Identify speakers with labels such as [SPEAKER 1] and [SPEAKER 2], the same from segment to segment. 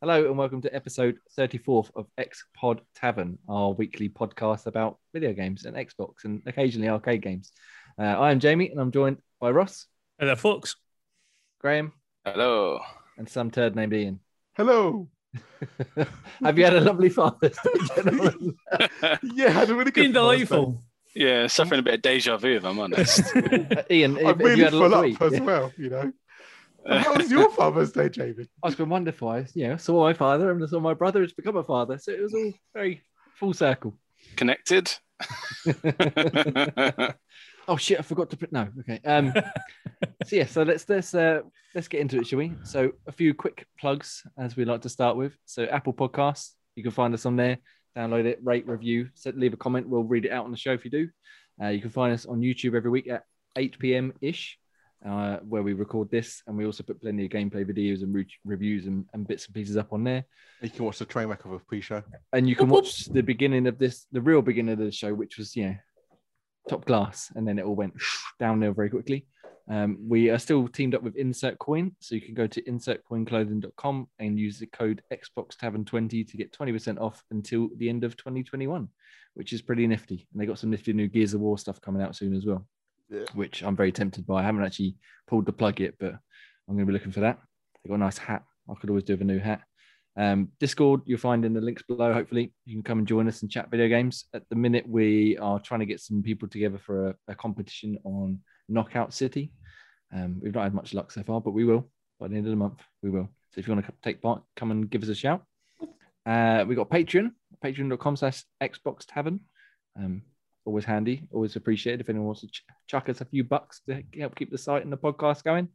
[SPEAKER 1] Hello and welcome to episode 34 of X Pod Tavern, our weekly podcast about video games and Xbox and occasionally arcade games. Uh, I am Jamie and I'm joined by Ross,
[SPEAKER 2] Hello, folks.
[SPEAKER 1] Graham,
[SPEAKER 3] Hello.
[SPEAKER 1] and some turd named Ian.
[SPEAKER 4] Hello.
[SPEAKER 1] Have you had a lovely Father's Day, gentlemen?
[SPEAKER 4] Yeah, had a really good
[SPEAKER 2] Been
[SPEAKER 4] Father's Day.
[SPEAKER 2] delightful.
[SPEAKER 3] yeah, suffering a bit of deja vu, if I'm honest.
[SPEAKER 1] Uh, Ian, have
[SPEAKER 4] I'm
[SPEAKER 1] have you
[SPEAKER 4] really
[SPEAKER 1] had a
[SPEAKER 4] full
[SPEAKER 1] lovely
[SPEAKER 4] up
[SPEAKER 1] week?
[SPEAKER 4] as
[SPEAKER 1] Yeah.
[SPEAKER 4] well, you know. And How was your Father's Day, Jamie?
[SPEAKER 1] Oh, It's been wonderful. I you know, saw my father and I saw my brother has become a father. So it was all very full circle.
[SPEAKER 3] Connected.
[SPEAKER 1] Oh shit! I forgot to put no. Okay. Um, so yeah, so let's let's uh, let's get into it, shall we? So a few quick plugs as we like to start with. So Apple Podcasts, you can find us on there. Download it, rate, review, so leave a comment. We'll read it out on the show if you do. Uh, you can find us on YouTube every week at 8 p.m. ish, uh, where we record this, and we also put plenty of gameplay videos and re- reviews and, and bits and pieces up on there.
[SPEAKER 4] You can watch the train wreck of a pre-show.
[SPEAKER 1] and you can
[SPEAKER 2] Whoop,
[SPEAKER 1] watch the beginning of this, the real beginning of the show, which was you know top glass, and then it all went downhill very quickly. Um, we are still teamed up with Insert Coin, so you can go to insertcoinclothing.com and use the code Xbox Tavern 20 to get 20% off until the end of 2021, which is pretty nifty. And they got some nifty new Gears of War stuff coming out soon as well,
[SPEAKER 4] Yeah.
[SPEAKER 1] which I'm very tempted by. I haven't actually pulled the plug yet, but I'm going to be looking for that. They got a nice hat. I could always do with a new hat. Um, Discord, you'll find in the links below. Hopefully, you can come and join us and chat video games. At the minute, we are trying to get some people together for a, a competition on Knockout City. Um, we've not had much luck so far, but we will by the end of the month. We will. So if you want to take part, come and give us a shout. Uh, we got Patreon, patreon.com slash Xbox Tavern. Um, always handy, always appreciated. If anyone wants to ch- chuck us a few bucks to help keep the site and the podcast going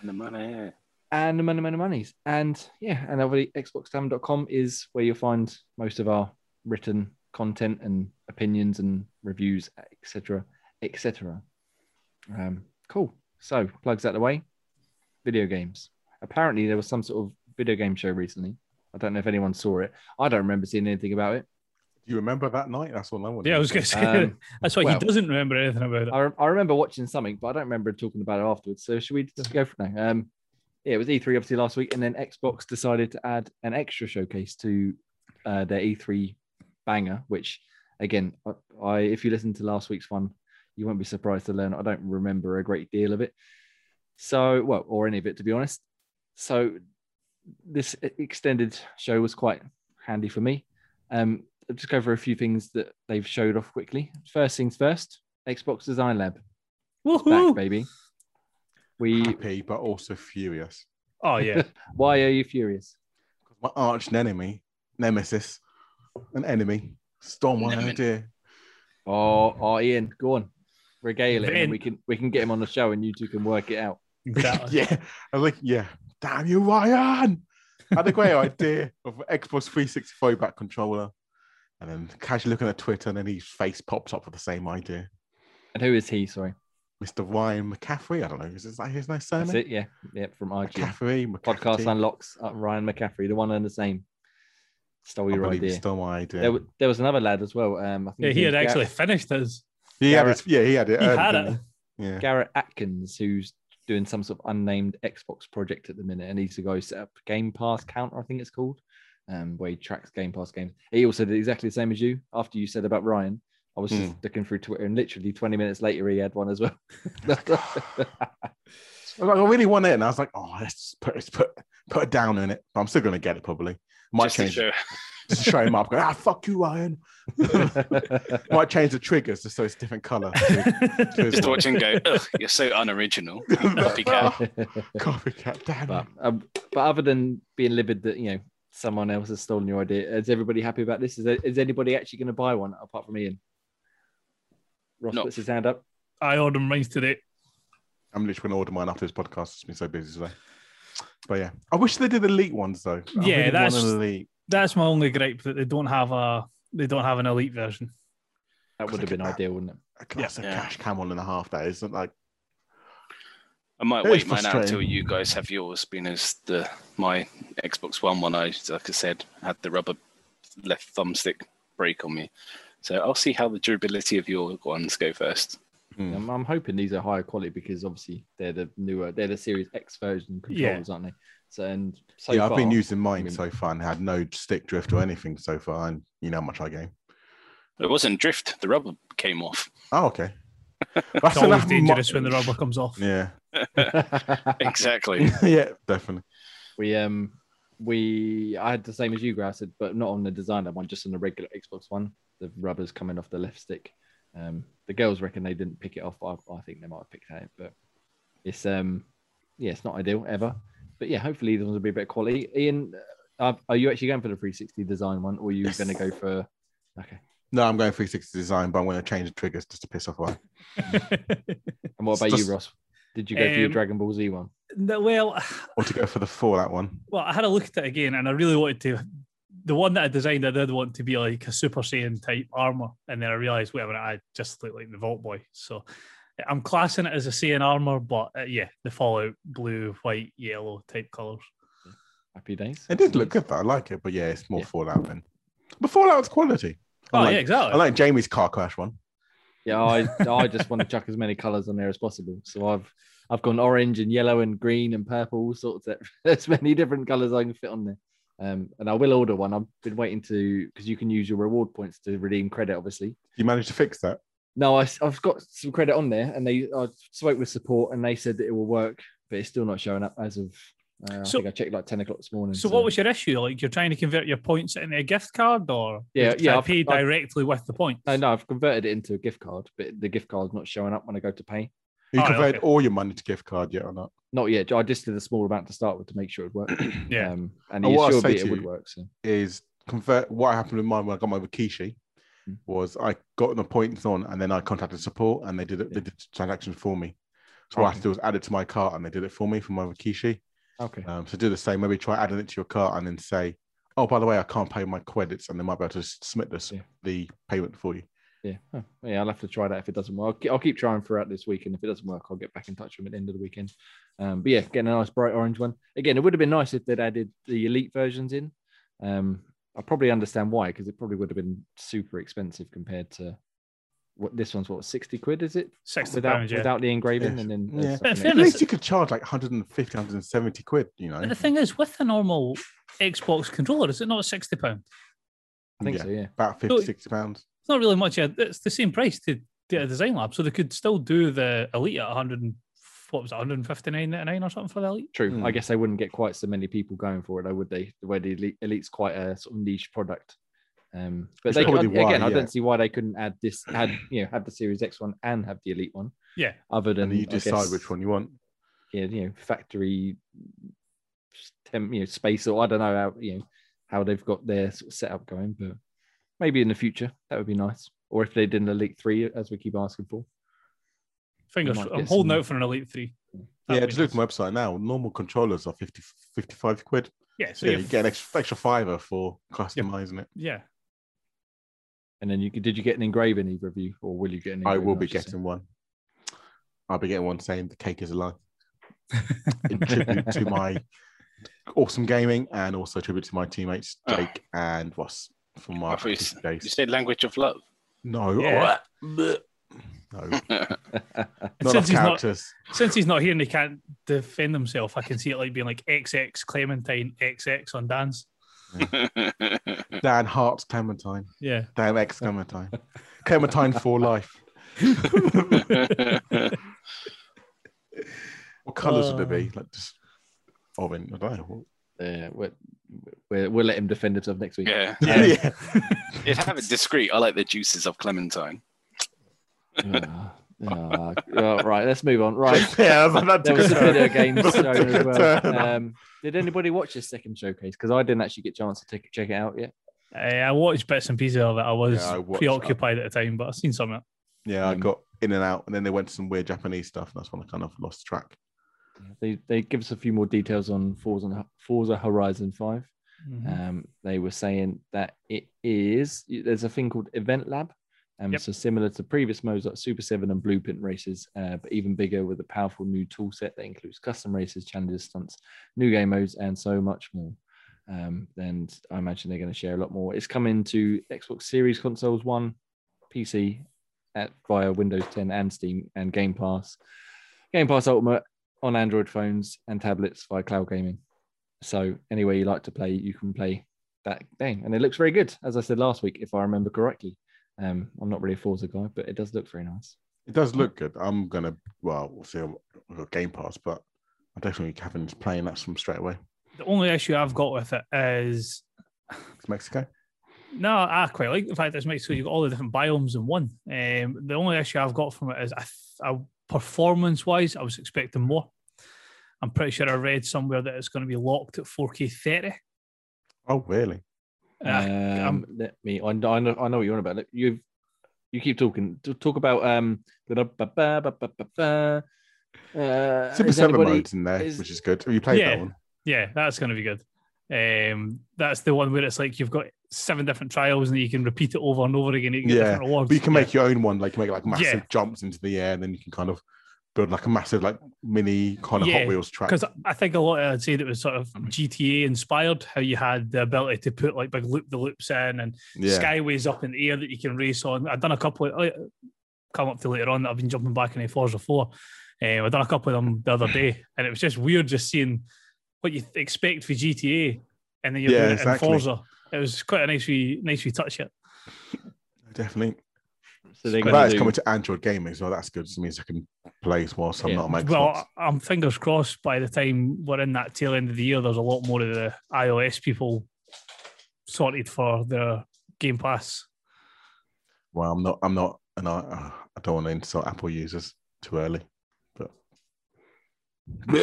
[SPEAKER 3] And the money.
[SPEAKER 1] and the money, money, monies. And yeah, and obviously xboxtavern.com is where you'll find most of our written content and opinions and reviews, etc., etc. Um, cool. So plugs out the way. Video games. Apparently, there was some sort of video game show recently. I don't know if anyone saw it. I don't remember seeing anything about it.
[SPEAKER 4] Do you remember that night? That's what I want.
[SPEAKER 2] Yeah, I was going to say
[SPEAKER 1] Um,
[SPEAKER 2] that's why
[SPEAKER 1] well-
[SPEAKER 2] he doesn't remember anything about it.
[SPEAKER 1] I, I remember watching something, but I don't remember talking about it afterwards. So should we just go for now? Um, yeah, it was E3 obviously last week, and then Xbox decided to add an extra showcase to uh, their E3 banger. Which, again, I- I if you listen to last week's one, you won't be surprised to learn I don't remember a great deal of it. So, well, or any of it to be honest. So, this e-, extended show was quite handy for me. Um, I'll just go over a few things that they've showed off quickly. First things first, Xbox Design Lab back,
[SPEAKER 2] Woohoo!
[SPEAKER 1] baby. We.
[SPEAKER 4] happy but also furious.
[SPEAKER 2] Oh yeah,
[SPEAKER 1] Why are you furious?
[SPEAKER 4] Because my arch enemy, nemesis, an enemy, stole my
[SPEAKER 3] Enemy.
[SPEAKER 4] idea.
[SPEAKER 1] Oh, oh, Ian, go on, regale it, and then
[SPEAKER 2] Vin.
[SPEAKER 1] we can we can get him on the show, and you two can work it out.
[SPEAKER 2] exactly.
[SPEAKER 4] yeah. I was like, yeah, damn you, Ryan. I had a great idea of an Xbox 365 back controller. And then casually looking at Twitter, and then his face pops up with the same idea.
[SPEAKER 1] And who is he? Sorry,
[SPEAKER 4] Mr. Ryan McCaffrey. I don't know. Is that his nice surname?
[SPEAKER 1] that's it. Yeah, yeah, from IGN.
[SPEAKER 4] McCaffrey.
[SPEAKER 1] Podcast
[SPEAKER 4] McCafferty.
[SPEAKER 1] unlocks uh, Ryan McCaffrey, the one and the same. Stole
[SPEAKER 4] I
[SPEAKER 1] your
[SPEAKER 4] believe he
[SPEAKER 1] idea.
[SPEAKER 4] stole my idea.
[SPEAKER 1] There, w- there was another lad as well. Um, I think
[SPEAKER 2] Yeah,
[SPEAKER 1] his
[SPEAKER 2] he had
[SPEAKER 1] name's
[SPEAKER 2] actually
[SPEAKER 1] Garrett-
[SPEAKER 2] finished his.
[SPEAKER 4] he had his, yeah, he had it.
[SPEAKER 2] He
[SPEAKER 4] early,
[SPEAKER 2] had
[SPEAKER 4] didn't
[SPEAKER 2] it.
[SPEAKER 4] he? Yeah.
[SPEAKER 1] Garrett Atkins, who's doing some sort of unnamed Xbox project at the minute, and he's the guy who set up Game Pass Counter, I think it's called, um, where he tracks Game Pass games. He also did exactly the same as you. After you said about Ryan, I was just looking through Twitter, and literally 20 minutes later, he had one as well.
[SPEAKER 4] I, was like, I really want it, and I was like, oh, let's put let's put put a down in it. But I'm still gonna get it probably. Might
[SPEAKER 3] Just to
[SPEAKER 4] change
[SPEAKER 3] show.
[SPEAKER 4] just to show him up. Go, ah, fuck you, Ryan. Might change the triggers just so it's different color.
[SPEAKER 3] Just watch him go, ugh, you're so unoriginal. Copycat.
[SPEAKER 4] Copycat, damn.
[SPEAKER 1] but
[SPEAKER 4] it.
[SPEAKER 1] um, but other than being livid that you know someone else has stolen your idea, is everybody happy about this? Is there, is anybody actually going to buy one apart from Ian? Ross
[SPEAKER 3] No.
[SPEAKER 1] puts his hand up.
[SPEAKER 2] I ordered mine today.
[SPEAKER 4] I'm literally gonna order mine after this podcast. It's been so busy today. But yeah, I wish they did elite ones though. I
[SPEAKER 2] Yeah,
[SPEAKER 4] really
[SPEAKER 2] that's-
[SPEAKER 4] want an elite.
[SPEAKER 2] That's my only gripe that they don't have a they don't have an elite version.
[SPEAKER 1] That would have been ideal, wouldn't it?
[SPEAKER 4] That's a
[SPEAKER 3] Yeah.
[SPEAKER 4] cash camel and a half. That isn't like
[SPEAKER 3] I might
[SPEAKER 4] It is
[SPEAKER 3] wait mine out
[SPEAKER 4] frustrating.
[SPEAKER 3] until you guys have yours, being as the my Xbox One one I like I said had the rubber left thumbstick break on me. So I'll see how the durability of your ones go first.
[SPEAKER 4] Hmm.
[SPEAKER 1] I'm, I'm hoping these are higher quality because obviously they're the newer, they're the Series X version controllers, aren't they? So and so
[SPEAKER 4] yeah, I've been
[SPEAKER 1] far-
[SPEAKER 4] using mine
[SPEAKER 1] mean-
[SPEAKER 4] so far and had no stick drift or anything so far, and you know how much I game.
[SPEAKER 3] It wasn't drift. The rubber came off.
[SPEAKER 4] Oh, okay.
[SPEAKER 2] It's always
[SPEAKER 4] enough mu-
[SPEAKER 2] dangerous when the rubber comes off.
[SPEAKER 4] Yeah,
[SPEAKER 3] Exactly.
[SPEAKER 4] yeah, definitely.
[SPEAKER 1] we um we I had the same as you, Grass, but not on the designer one, just on the regular Xbox one. The rubber's coming off the left stick. Um, the girls reckon they didn't pick it off. but I, I think they might have picked it, but it's um yeah, it's not ideal ever. But yeah, hopefully these ones will be a bit quality. Ian, uh, are you actually going for the 360 design one, or are you
[SPEAKER 4] Yes.
[SPEAKER 1] going to go for? Okay.
[SPEAKER 4] No, I'm going 360 design, but I'm going to change the triggers just to piss off. Why?
[SPEAKER 1] And what
[SPEAKER 4] It's
[SPEAKER 1] about
[SPEAKER 4] just-
[SPEAKER 1] you, Ross? Did you go for your
[SPEAKER 2] Um,
[SPEAKER 1] Dragon Ball Z one?
[SPEAKER 2] No, well,
[SPEAKER 4] Or to go for the Fallout one.
[SPEAKER 2] well, I had a look at it again, and I really wanted to. The one that I designed, I did want to be like a Super Saiyan type armor, and then I realized, wait a minute, I just look like the Vault Boy. So I'm classing it as a Saiyan armor, but uh, yeah, the Fallout blue, white, yellow type colors.
[SPEAKER 1] Happy days.
[SPEAKER 4] It did look good though. I like it, but yeah, it's more
[SPEAKER 1] Yeah.
[SPEAKER 4] Fallout than. But Fallout's quality. I
[SPEAKER 2] Oh
[SPEAKER 4] like,
[SPEAKER 2] yeah,
[SPEAKER 4] I
[SPEAKER 2] exactly.
[SPEAKER 4] like Jamie's car crash one.
[SPEAKER 1] Yeah, I I just want to chuck as many colours on there as possible. So I've I've gone orange and yellow and green and purple, all sorts of as many different colours I can fit on there. Um, and I will order one. I've been waiting to because you can use your reward points to redeem credit, obviously.
[SPEAKER 4] You managed to fix that.
[SPEAKER 1] No, I, have got some credit on there, and they I spoke with support, and they said that it will work, but it's still not showing up as of. Uh,
[SPEAKER 2] So-
[SPEAKER 1] I think I checked like ten o'clock this morning.
[SPEAKER 2] so what was your issue? Like you're trying to convert your points into a gift card, or
[SPEAKER 1] Yeah,
[SPEAKER 2] did
[SPEAKER 1] yeah,
[SPEAKER 2] I
[SPEAKER 1] I've-
[SPEAKER 2] pay
[SPEAKER 1] I've-
[SPEAKER 2] directly with the points.
[SPEAKER 1] Uh, No, no, I've converted it into a gift card, but the gift card's not showing up when I go to pay.
[SPEAKER 4] You
[SPEAKER 2] Oh,
[SPEAKER 4] converted
[SPEAKER 2] okay.
[SPEAKER 4] all your money to gift card yet or not?
[SPEAKER 1] Not yet. I just did a small amount to start with to make sure it worked.
[SPEAKER 2] Yeah.
[SPEAKER 1] Um, and
[SPEAKER 4] Oh,
[SPEAKER 1] he
[SPEAKER 4] what I
[SPEAKER 1] assured
[SPEAKER 4] say
[SPEAKER 1] me
[SPEAKER 4] to
[SPEAKER 1] it would
[SPEAKER 4] you-
[SPEAKER 1] work. So
[SPEAKER 4] Is convert what happened with mine when I got my Rikishi
[SPEAKER 1] Mm.
[SPEAKER 4] was I got the points on and then I contacted support and they did it, they did the transaction for me. So what I had to do was add it to my cart and they did it for me for my Rikishi.
[SPEAKER 1] okay.
[SPEAKER 4] Um, so do the same. Maybe try adding it to your cart and then say, "Oh, by the way, I can't pay my credits," and they might be able to s- submit this
[SPEAKER 1] Yeah.
[SPEAKER 4] the payment for you.
[SPEAKER 1] Yeah. Oh, yeah. I'll have to try that if it doesn't work. I'll ke- I'll keep trying throughout this week, and if it doesn't work, I'll get back in touch with him at the end of the weekend. Um, but yeah, getting a nice bright orange one. Again, it would have been nice if they'd added the elite versions in. Um, I probably understand why because it probably would have been super expensive compared to what this one's. What sixty quid is it
[SPEAKER 2] Sixty
[SPEAKER 1] without
[SPEAKER 2] pounds. Yeah.
[SPEAKER 1] without the engraving
[SPEAKER 4] Yes.
[SPEAKER 1] and then
[SPEAKER 4] Yeah.
[SPEAKER 1] something else.
[SPEAKER 2] If Yeah,
[SPEAKER 4] At
[SPEAKER 2] that's-
[SPEAKER 4] least you could charge like 150, 170 quid. You know,
[SPEAKER 2] But the thing is, with the normal Xbox controller, is it not sixty pound?
[SPEAKER 1] I think
[SPEAKER 4] Yeah.
[SPEAKER 1] so. Yeah.
[SPEAKER 4] about 50,
[SPEAKER 2] So-
[SPEAKER 4] 60 pounds.
[SPEAKER 2] it's not really much. yeah, It's the same price to do a design lab, so they could still do the elite at 100. And, what was it, 159.99 or something for the elite?
[SPEAKER 1] True.
[SPEAKER 4] Hmm.
[SPEAKER 1] I guess they wouldn't get quite so many people going for it, though, would they? Where the elite, elite's quite a sort of niche product. Um, but
[SPEAKER 4] It's
[SPEAKER 1] they could,
[SPEAKER 4] probably
[SPEAKER 1] again,
[SPEAKER 4] why,
[SPEAKER 1] I
[SPEAKER 4] yeah.
[SPEAKER 1] don't see why they couldn't add this, had you know, have the Series X one and have the elite one,
[SPEAKER 2] Yeah,
[SPEAKER 1] other than
[SPEAKER 4] And then you
[SPEAKER 1] I
[SPEAKER 4] decide
[SPEAKER 1] guess,
[SPEAKER 4] which one you want.
[SPEAKER 1] Yeah, you know, factory, temp, you know, space, or I don't know how you know how they've got their sort of setup going, but maybe in the future that would be nice. Or if they did an elite three, as we keep asking for.
[SPEAKER 2] fingers.
[SPEAKER 1] might
[SPEAKER 2] I'm
[SPEAKER 1] get
[SPEAKER 2] holding
[SPEAKER 1] some-
[SPEAKER 2] out for an elite three. That
[SPEAKER 4] yeah,
[SPEAKER 2] would
[SPEAKER 4] just
[SPEAKER 2] be
[SPEAKER 4] look at my website now. Normal controllers are 50, 55 quid.
[SPEAKER 2] nice. Yeah, so
[SPEAKER 4] So yeah,
[SPEAKER 2] yeah,
[SPEAKER 4] you get an extra, extra fiver for customizing it.
[SPEAKER 2] yeah,
[SPEAKER 1] And then you could- did you get an engraving either of you, or will you get an?
[SPEAKER 4] I
[SPEAKER 1] engraving,
[SPEAKER 4] will be
[SPEAKER 1] should say?
[SPEAKER 4] getting one. I'll be getting one saying the cake is alive. In tribute to my awesome gaming and also tribute to my teammates
[SPEAKER 2] Ah.
[SPEAKER 3] Oh.
[SPEAKER 4] Jake and Ross from
[SPEAKER 3] I
[SPEAKER 4] my
[SPEAKER 3] thought you
[SPEAKER 4] days.
[SPEAKER 3] You said language of love.
[SPEAKER 4] No,
[SPEAKER 2] Yeah.
[SPEAKER 4] oh, no, not
[SPEAKER 2] And
[SPEAKER 4] enough
[SPEAKER 2] since he's not
[SPEAKER 4] characters.
[SPEAKER 2] since he's not here and he can't defend himself, I can see it like being like XX Clementine XX on dance.
[SPEAKER 4] Dan Hart's Clementine,
[SPEAKER 2] Yeah,
[SPEAKER 4] Dan X Clementine, Clementine for life. What colours would they be? Like just orange. I don't know.
[SPEAKER 1] uh, we're, we're, we'll let him defend himself next week.
[SPEAKER 3] yeah.
[SPEAKER 4] Yeah,
[SPEAKER 3] It'd have it discreet. I like the juices of Clementine.
[SPEAKER 1] Ah, ah, ah, right, let's move on. Right,
[SPEAKER 4] yeah that, that
[SPEAKER 1] there
[SPEAKER 4] took a
[SPEAKER 1] was a
[SPEAKER 4] turn.
[SPEAKER 1] video game shown
[SPEAKER 4] That took a
[SPEAKER 1] as well.
[SPEAKER 4] turn.
[SPEAKER 1] Um, did anybody watch this second showcase? Because I didn't actually get a chance to take, check it out yet.
[SPEAKER 2] Uh, I watched bits and pieces of it. I was
[SPEAKER 4] Yeah, I watched
[SPEAKER 2] preoccupied at the time, but I've seen some of it.
[SPEAKER 4] yeah, I
[SPEAKER 1] Um,
[SPEAKER 4] got in and out, and then they went to some weird Japanese stuff, and that's when I kind of lost track.
[SPEAKER 1] They, they give us a few more details on Forza, Forza Horizon 5.
[SPEAKER 2] Mhm.
[SPEAKER 1] Um, they were saying that it is there's a thing called Event Lab, um,
[SPEAKER 2] Yep.
[SPEAKER 1] so similar to previous modes like Super Seven and Blueprint races, uh, but even bigger with a powerful new tool set that includes custom races, challenges, stunts, new game modes, and so much more. Um, and I imagine they're going to share a lot more. It's coming to Xbox Series consoles, one PC, at, via Windows 10 and Steam and Game Pass. Game Pass Ultimate on Android phones and tablets via cloud gaming. So anywhere you like to play, you can play that game, and it looks very good. As I said last week, if I remember correctly, um, I'm not really a Forza guy, but it does look very nice.
[SPEAKER 4] It does look good. I'm gonna well, we'll see. I've got Game Pass, but I'm definitely having playing that from straight away.
[SPEAKER 2] The only issue I've got with it is
[SPEAKER 4] It's Mexico.
[SPEAKER 2] no, I quite like the fact that it's mixed. So you've got all the different biomes in one. Um, the only issue I've got from it is, I, th- I performance-wise, I was expecting more. I'm pretty sure I read somewhere that it's going to be locked at 4K 30.
[SPEAKER 4] Oh, really?
[SPEAKER 2] Uh,
[SPEAKER 1] um, let me. I know, I know. I know what you're on about. Look, You've you keep talking. T- Talk about um. Uh,
[SPEAKER 4] Super
[SPEAKER 1] is
[SPEAKER 4] Seven
[SPEAKER 1] anybody-
[SPEAKER 4] modes in there,
[SPEAKER 1] is-
[SPEAKER 4] which is good. Have you played
[SPEAKER 2] Yeah.
[SPEAKER 4] that one?
[SPEAKER 2] Yeah, that's going to be good. Um, that's the one where it's like you've got seven different trials and you can repeat it over and over again. You can get
[SPEAKER 4] Yeah,
[SPEAKER 2] different awards.
[SPEAKER 4] But you can
[SPEAKER 2] Yeah.
[SPEAKER 4] make your own one, like you make like massive
[SPEAKER 2] Yeah.
[SPEAKER 4] jumps into the air, and then you can kind of build like a massive like mini kind of
[SPEAKER 2] Yeah,
[SPEAKER 4] Hot Wheels track.
[SPEAKER 2] Because I think a lot of I'd say that was sort of GTA inspired, how you had the ability to put like big loop the loops in and
[SPEAKER 4] yeah,
[SPEAKER 2] skyways up in the air that you can race on. I've done a couple of like, come up to later on that I've been jumping back into Forza 4. Um, I've done a couple of them the other day, and it was just weird just seeing what you th- expect for GTA and then you're
[SPEAKER 4] Yeah,
[SPEAKER 2] doing it
[SPEAKER 4] exactly.
[SPEAKER 2] in Forza. It was quite a nice wee, nice wee touch it.
[SPEAKER 4] definitely.
[SPEAKER 1] So they're
[SPEAKER 4] But that
[SPEAKER 1] going
[SPEAKER 4] is
[SPEAKER 1] to do.
[SPEAKER 4] coming to Android gaming, so that's good. It means I can play whilst I'm
[SPEAKER 1] Yeah.
[SPEAKER 4] not on my Xbox.
[SPEAKER 2] Well, I- I'm fingers crossed by the time we're in that tail end of the year, there's a lot more of the iOS people sorted for their Game Pass.
[SPEAKER 4] well, I'm not. I'm not. And I, uh, I don't want to insult Apple users too early.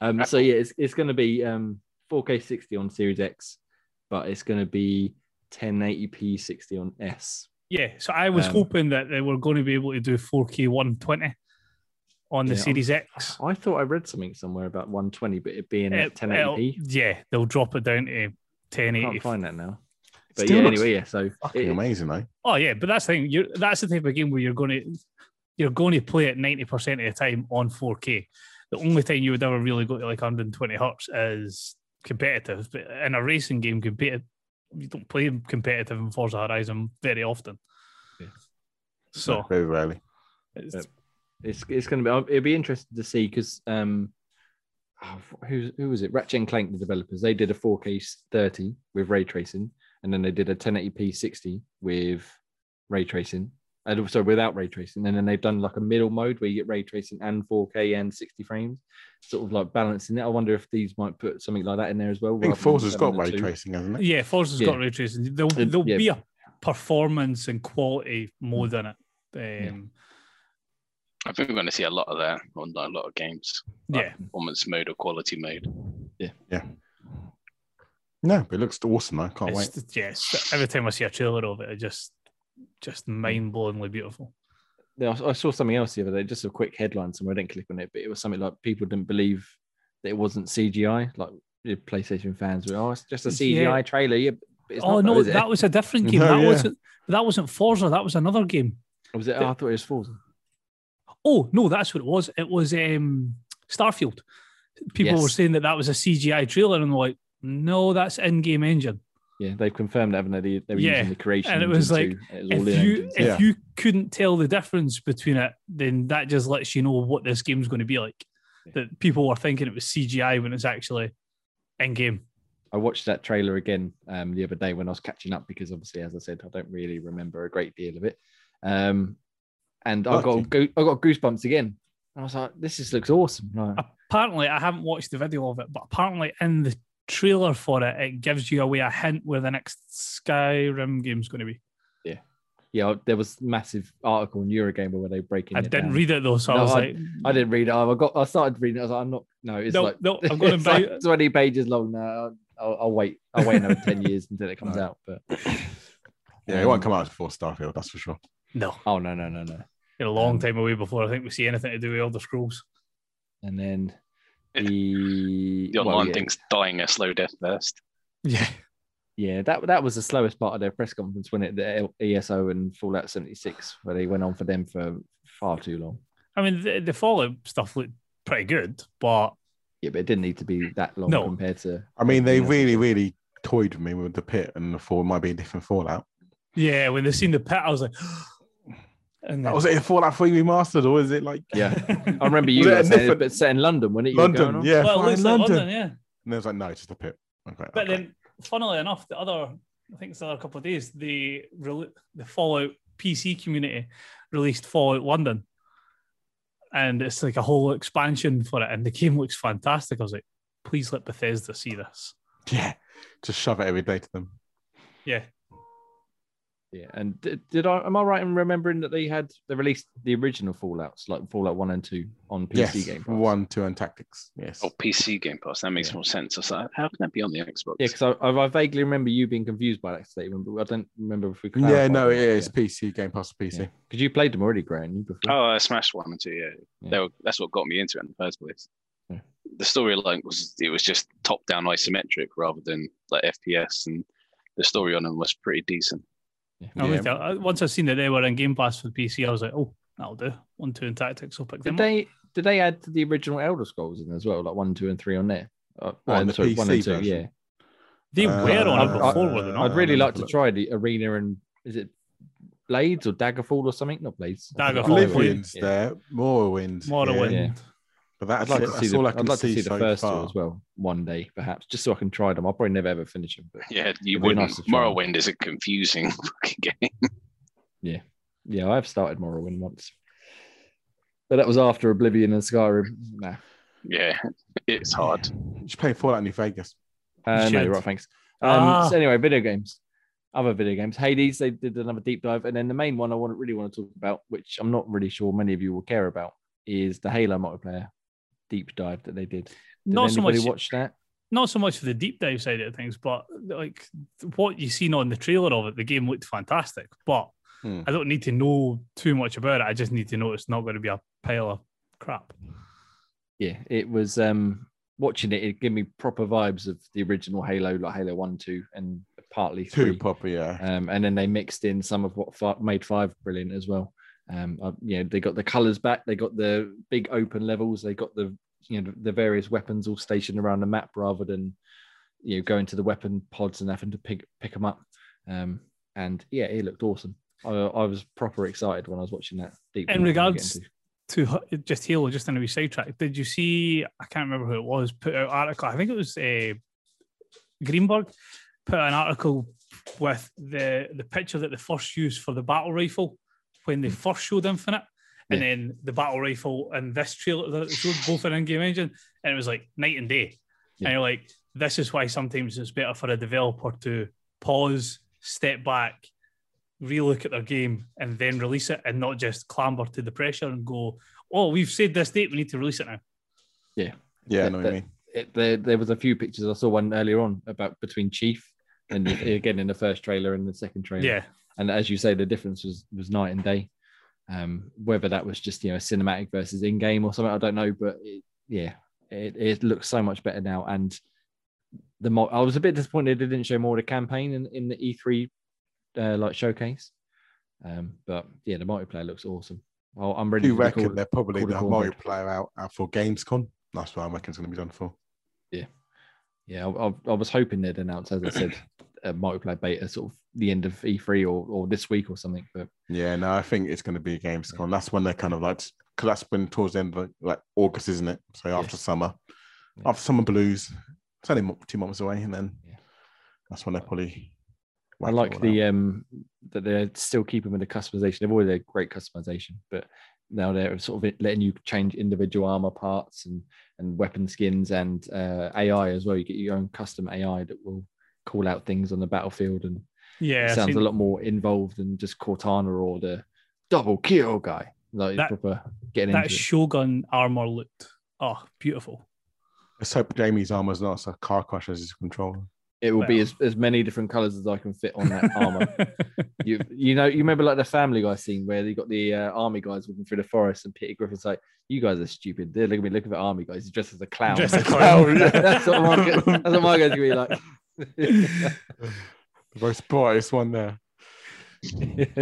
[SPEAKER 1] um, so yeah, it's, it's going to be um 4K 60 on Series X, but it's going to be 1080p 60 on S.
[SPEAKER 2] Yeah, so I was
[SPEAKER 1] Um,
[SPEAKER 2] hoping that they were going to be able to do 4K 120 on the
[SPEAKER 1] Yeah,
[SPEAKER 2] Series X.
[SPEAKER 1] I thought I read something somewhere about 120, but it being at
[SPEAKER 2] It- it'll-
[SPEAKER 1] 1080p.
[SPEAKER 2] yeah, they'll drop it down to
[SPEAKER 1] Can't
[SPEAKER 2] 1080.
[SPEAKER 1] find that now. But
[SPEAKER 4] Still
[SPEAKER 1] yeah,
[SPEAKER 4] looks
[SPEAKER 1] anyway, yeah. So
[SPEAKER 4] Fucking
[SPEAKER 1] it-
[SPEAKER 4] amazing, though.
[SPEAKER 2] Oh yeah, but that's the thing. You're, that's the type of game where you're going to you're going to play it 90 percent of the time on 4K. The only time you would ever really go to like 120 hertz is competitive. But in a racing game, competitive you don't play competitive in Forza Horizon very often.
[SPEAKER 1] Yeah.
[SPEAKER 2] So
[SPEAKER 4] very rarely.
[SPEAKER 2] it's,
[SPEAKER 1] Yep. it's it's going to be it'll be interesting to see because um oh, who who was it Ratchet and Clank the developers they did a 4K 30 with ray tracing and then they did a 1080p 60 with ray tracing and also without ray tracing and then they've done like a middle mode where you get ray tracing and 4K and 60 frames sort of like balancing it I wonder if these might put something like that in there as well
[SPEAKER 4] I think
[SPEAKER 1] rather than
[SPEAKER 4] Forza's
[SPEAKER 1] having
[SPEAKER 4] got
[SPEAKER 1] the
[SPEAKER 4] ray
[SPEAKER 1] two.
[SPEAKER 4] tracing, hasn't it?
[SPEAKER 2] yeah, Forza's got ray tracing. There'll,
[SPEAKER 1] And-
[SPEAKER 2] there'll
[SPEAKER 1] yeah.
[SPEAKER 2] be a performance and quality mode in it. Um,
[SPEAKER 3] I think we're going to see a lot of that on a lot of games,
[SPEAKER 2] yeah.
[SPEAKER 3] performance mode or quality mode.
[SPEAKER 4] No, but it looks awesome. though. I can't
[SPEAKER 2] It's
[SPEAKER 4] wait.
[SPEAKER 2] just- yeah, it's- every time I see a trailer of it, it just just
[SPEAKER 1] Mm.
[SPEAKER 2] mind blowingly beautiful.
[SPEAKER 1] Yeah, I I saw something else the other day, just a quick headline somewhere. I didn't click on it, but it was something like people didn't believe that it wasn't CGI. Like the PlayStation fans were, oh, it's just a CGI
[SPEAKER 2] Yeah.
[SPEAKER 1] trailer. Yeah, but it's
[SPEAKER 2] oh
[SPEAKER 1] not, though,
[SPEAKER 2] no,
[SPEAKER 1] is it?
[SPEAKER 2] that was a different game.
[SPEAKER 4] No,
[SPEAKER 2] that
[SPEAKER 4] yeah.
[SPEAKER 2] wasn't that wasn't Forza. That was another game.
[SPEAKER 1] was it. oh, I thought it was Forza.
[SPEAKER 2] Oh no, that's what it was. It was um, Starfield. People were
[SPEAKER 1] Yes.
[SPEAKER 2] saying that that was a CGI trailer, and they're like, no, that's in-game engine.
[SPEAKER 1] Yeah, they've confirmed, haven't they? They, they were
[SPEAKER 2] Yeah,
[SPEAKER 1] using the creation.
[SPEAKER 2] and it was
[SPEAKER 1] engine too, and it was all
[SPEAKER 2] if
[SPEAKER 1] in
[SPEAKER 2] you
[SPEAKER 1] engines.
[SPEAKER 2] if
[SPEAKER 4] Yeah.
[SPEAKER 2] you couldn't tell the difference between it, then that just lets you know what this game's going to be like.
[SPEAKER 1] Yeah.
[SPEAKER 2] That people were thinking it was CGI when it's actually in-game.
[SPEAKER 1] I watched that trailer again um, the other day when I was catching up because obviously, as I said, I don't really remember a great deal of it. Um, and I got
[SPEAKER 4] Lucky.
[SPEAKER 1] go- I got goosebumps again. I was like, this just looks awesome. Like,
[SPEAKER 2] apparently I haven't watched the video of it, but apparently in the trailer for it, it gives you away a hint where the next Skyrim game's going to be.
[SPEAKER 1] yeah, there was massive article in Eurogamer where they breaking.
[SPEAKER 2] I
[SPEAKER 1] it
[SPEAKER 2] didn't
[SPEAKER 1] down.
[SPEAKER 2] read it though, so I
[SPEAKER 1] No,
[SPEAKER 2] was
[SPEAKER 1] I-
[SPEAKER 2] like,
[SPEAKER 1] I didn't read it. I got. I started reading. It. I was like, I'm not. No, it's
[SPEAKER 2] no,
[SPEAKER 1] like.
[SPEAKER 2] no, I'm going to
[SPEAKER 1] it's
[SPEAKER 2] buy.
[SPEAKER 1] like twenty pages long now. I'll, I'll wait. I'll wait another ten years until it comes
[SPEAKER 4] No.
[SPEAKER 1] out. But
[SPEAKER 4] Yeah, it
[SPEAKER 1] Um,
[SPEAKER 4] won't come out before Starfield, that's for sure.
[SPEAKER 2] No,
[SPEAKER 1] Oh no no no no!
[SPEAKER 2] in a long
[SPEAKER 1] Um,
[SPEAKER 2] time away before I think we see anything to do with Elder Scrolls.
[SPEAKER 1] And then the
[SPEAKER 3] The
[SPEAKER 1] well,
[SPEAKER 3] online
[SPEAKER 1] yeah,
[SPEAKER 3] thing's dying a slow death first.
[SPEAKER 2] Yeah,
[SPEAKER 1] Yeah, that that was the slowest part of their press conference when it the ESO and Fallout seventy six, where they went on for them for far too long.
[SPEAKER 2] I mean the, the Fallout stuff looked pretty good, but
[SPEAKER 1] Yeah, but it didn't need to be that long
[SPEAKER 2] No.
[SPEAKER 1] compared to.
[SPEAKER 4] I mean, they
[SPEAKER 1] everything else.
[SPEAKER 4] really, really toyed with me with the pit and the four might be a different Fallout.
[SPEAKER 2] Yeah, when they seen the pit, I was like, and
[SPEAKER 4] That
[SPEAKER 2] then-
[SPEAKER 4] was Oh, it in Fallout 3 Remastered, or is it like
[SPEAKER 1] Yeah. I remember you
[SPEAKER 4] Was it a
[SPEAKER 1] lot saying it,
[SPEAKER 4] different-
[SPEAKER 1] but it's set in London, when it? you were going
[SPEAKER 4] London?
[SPEAKER 1] on?
[SPEAKER 4] Yeah,
[SPEAKER 2] well, it
[SPEAKER 4] fine,
[SPEAKER 2] looks like
[SPEAKER 4] London.
[SPEAKER 2] London, yeah.
[SPEAKER 4] And it was like, no, it's just a pit. Okay.
[SPEAKER 2] But
[SPEAKER 4] okay.
[SPEAKER 2] then, funnily enough, the other, I think it's the other couple of days, the rel- the Fallout PC community released Fallout London, and it's like a whole expansion for it, and the game looks fantastic. I was like, please let Bethesda see this.
[SPEAKER 4] yeah, just shove it every day to them.
[SPEAKER 2] Yeah,
[SPEAKER 1] Yeah, and did, did I am I right in remembering that they had they released the original Fallout's like Fallout One and Two on PC
[SPEAKER 4] yes,
[SPEAKER 1] Game Pass?
[SPEAKER 4] one, two, and tactics. Yes.
[SPEAKER 3] Oh, PC Game Pass. That makes
[SPEAKER 1] Yeah.
[SPEAKER 3] more sense. I was like, how can that be on the Xbox?
[SPEAKER 1] Yeah, because I, I vaguely remember you being confused by that statement, but I don't remember if we.
[SPEAKER 4] yeah, no, it is PC Game Pass for PC.
[SPEAKER 1] Because you played them already, Graham. You before.
[SPEAKER 3] Oh, I smashed one and two. Yeah,
[SPEAKER 1] Yeah.
[SPEAKER 3] They were, that's what got me into it in the first place.
[SPEAKER 1] Yeah.
[SPEAKER 3] The storyline was it was just top down isometric rather than like FPS, and the story on them was pretty decent.
[SPEAKER 2] I
[SPEAKER 4] Yeah.
[SPEAKER 2] looked at- I- once I seen that they were in Game Pass for the PC, I was like, oh, that'll do. One, two, and tactics. I'll pick
[SPEAKER 1] Did
[SPEAKER 2] them up.
[SPEAKER 1] they did they add the original Elder Scrolls in as well, like one, two, and three on there? Uh,
[SPEAKER 4] What, on
[SPEAKER 1] uh,
[SPEAKER 4] Oh, the
[SPEAKER 1] one
[SPEAKER 4] PC
[SPEAKER 1] and two,
[SPEAKER 4] version?
[SPEAKER 1] yeah.
[SPEAKER 2] They
[SPEAKER 4] Uh,
[SPEAKER 2] were on it
[SPEAKER 1] I'd-
[SPEAKER 2] before, were they
[SPEAKER 4] I'd
[SPEAKER 2] not?
[SPEAKER 1] I'd really
[SPEAKER 4] no,
[SPEAKER 1] like to
[SPEAKER 4] look.
[SPEAKER 1] try the arena and is it Blades or Daggerfall or something? Not Blades. I think it's
[SPEAKER 2] Daggerfall.
[SPEAKER 4] Oblivion's
[SPEAKER 1] Yeah.
[SPEAKER 4] there, Morrowind.
[SPEAKER 2] Morrowind.
[SPEAKER 1] Yeah.
[SPEAKER 4] But
[SPEAKER 1] I'd
[SPEAKER 4] that's,
[SPEAKER 1] like to see
[SPEAKER 4] that's
[SPEAKER 1] the,
[SPEAKER 4] all I
[SPEAKER 1] I'd
[SPEAKER 4] can
[SPEAKER 1] like
[SPEAKER 4] see,
[SPEAKER 1] to see the
[SPEAKER 4] so
[SPEAKER 1] first
[SPEAKER 4] far.
[SPEAKER 1] two as well one day, perhaps, just so I can try them. I'll probably never ever finish them, but
[SPEAKER 3] Yeah, you
[SPEAKER 1] It'd be
[SPEAKER 3] wouldn't.
[SPEAKER 1] nice to try.
[SPEAKER 3] Morrowind is a confusing fucking game.
[SPEAKER 1] yeah, I have started Morrowind once, but that was after Oblivion and Skyrim. Nah,
[SPEAKER 3] Yeah, it's hard.
[SPEAKER 4] You should play Fallout New Vegas.
[SPEAKER 1] uh, no,
[SPEAKER 2] should.
[SPEAKER 1] right, thanks. Um,
[SPEAKER 2] Ah.
[SPEAKER 1] So anyway, video games, other video games. Hades, they did another deep dive, and then the main one I want really want to talk about, which I'm not really sure many of you will care about, is the Halo multiplayer deep dive that they did. Did
[SPEAKER 2] Not so
[SPEAKER 1] anybody
[SPEAKER 2] much.
[SPEAKER 1] watch that?
[SPEAKER 2] Not so much for the deep dive side of things, but like what you seen on the trailer of it, the game looked fantastic. But
[SPEAKER 4] Hmm.
[SPEAKER 2] I don't need to know too much about it. I just need to know it's not going to be a pile of crap.
[SPEAKER 1] yeah, it was um watching it, it gave me proper vibes of the original Halo, like Halo 1, 2, and partly
[SPEAKER 4] Two
[SPEAKER 1] 3.
[SPEAKER 4] proper, yeah.
[SPEAKER 1] Um, and then they mixed in some of what fi- made 5 brilliant as well. Um, uh, you know, they got the colors back, they got the big open levels, they got the you know the various weapons all stationed around the map rather than you know going to the weapon pods and having to pick pick them up. Um, and yeah, it looked awesome. I, I was proper excited when I was watching that. Deep
[SPEAKER 2] In
[SPEAKER 1] dive we were
[SPEAKER 2] regards
[SPEAKER 1] getting to.
[SPEAKER 2] To h- just Halo, just on a wee sidetrack. Did you see? I can't remember who it was. Put out article. I think it was uh, Greenberg put out an article with the the picture that they first used for the battle rifle when they first showed Infinite, and
[SPEAKER 1] Hmm. Yeah.
[SPEAKER 2] then the battle rifle and this trailer that it showed both an in-game engine, and it was like night and day.
[SPEAKER 1] Yeah.
[SPEAKER 2] And you're like, this is why sometimes it's better for a developer to pause, step back, relook at their game, and then release it, and not just clamber to the pressure and go, oh, we've saved this date, we need to release it now.
[SPEAKER 4] Yeah, I know
[SPEAKER 1] that-
[SPEAKER 4] what you mean.
[SPEAKER 1] it, there there was a few pictures I saw one earlier on about between Chief and again in the first trailer and the second trailer.
[SPEAKER 2] Yeah.
[SPEAKER 1] And as you say, the difference was was night and day. Um, whether that was just you know cinematic versus in game or something, I don't know. But it, yeah, it, it looks so much better now. And the mo- I was a bit disappointed they didn't show more of the campaign in, in the E3 uh, like showcase. Um, but yeah, the multiplayer looks awesome. Well, I'm
[SPEAKER 4] Do
[SPEAKER 1] ready.
[SPEAKER 4] you
[SPEAKER 1] for the
[SPEAKER 4] reckon
[SPEAKER 1] call-
[SPEAKER 4] they're probably
[SPEAKER 1] call the
[SPEAKER 4] going to
[SPEAKER 1] cornbread.
[SPEAKER 4] multiplayer out, out for Gamescon? That's what I reckon it's going to be done for.
[SPEAKER 1] Yeah, I, I, I was hoping they'd announce, as I said, a multiplayer beta sort of the end of E3 or, or this week or something. But
[SPEAKER 4] Yeah, no, I think it's going to be a Gamescom. That's when they're kind of like, because that's when towards the end of like August, isn't it? So after
[SPEAKER 1] Yes.
[SPEAKER 4] summer,
[SPEAKER 1] Yeah.
[SPEAKER 4] after summer blues, it's only mo- two months away, and then
[SPEAKER 1] Yeah.
[SPEAKER 4] that's when they're probably.
[SPEAKER 1] I
[SPEAKER 4] whack it
[SPEAKER 1] like
[SPEAKER 4] all
[SPEAKER 1] the
[SPEAKER 4] out.
[SPEAKER 1] um that they're still keeping with the customization. They've always had great customization, but now they're sort of letting you change individual armor parts and and weapon skins and uh, AI as well. You get your own custom AI that will call out things on the battlefield, and
[SPEAKER 2] Yeah.
[SPEAKER 1] it
[SPEAKER 2] I've
[SPEAKER 1] sounds
[SPEAKER 2] seen-
[SPEAKER 1] a lot more involved than just Cortana or the double kill guy. Like
[SPEAKER 2] That-
[SPEAKER 1] proper getting
[SPEAKER 2] That
[SPEAKER 1] into it.
[SPEAKER 2] Shogun armor looked, oh, beautiful.
[SPEAKER 4] Let's hope Jamie's armor's not a car crash as his controller.
[SPEAKER 1] It will be
[SPEAKER 2] well.
[SPEAKER 1] as, as many different colors as I can fit on that armor. you you know you remember like the Family Guy scene where they got the uh, army guys walking through the forest and Peter Griffin's like, "You guys are stupid. They're looking at me looking at army guys. He's dressed as a clown.
[SPEAKER 2] Just a
[SPEAKER 4] clown.
[SPEAKER 1] that's what my that's what my guy's gonna be like.
[SPEAKER 4] the most brightest one there.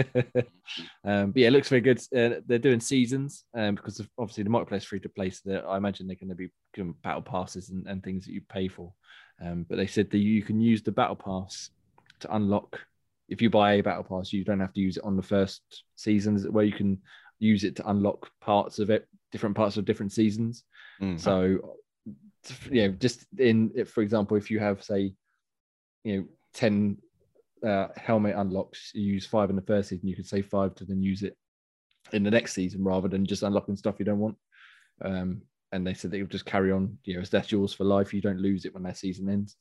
[SPEAKER 1] um, but yeah, it looks very good. Uh, they're doing seasons um, because of, obviously the marketplace free to play, so they're- I imagine they're going to be giving battle passes and, and things that you pay for. Um, but they said that you can use the battle pass to unlock if you buy a battle pass, you don't have to use it on the first seasons, where you can use it to unlock parts of it, different parts of different seasons.
[SPEAKER 4] Mm.
[SPEAKER 1] So, you know, just in, if, for example, if you have, say, you know, 10 uh, helmet unlocks, you use five in the first season, you can save five to then use it in the next season rather than just unlocking stuff you don't want. Um, and they said that you'll just carry on, you know, as that's yours for life. You don't lose it when that season ends.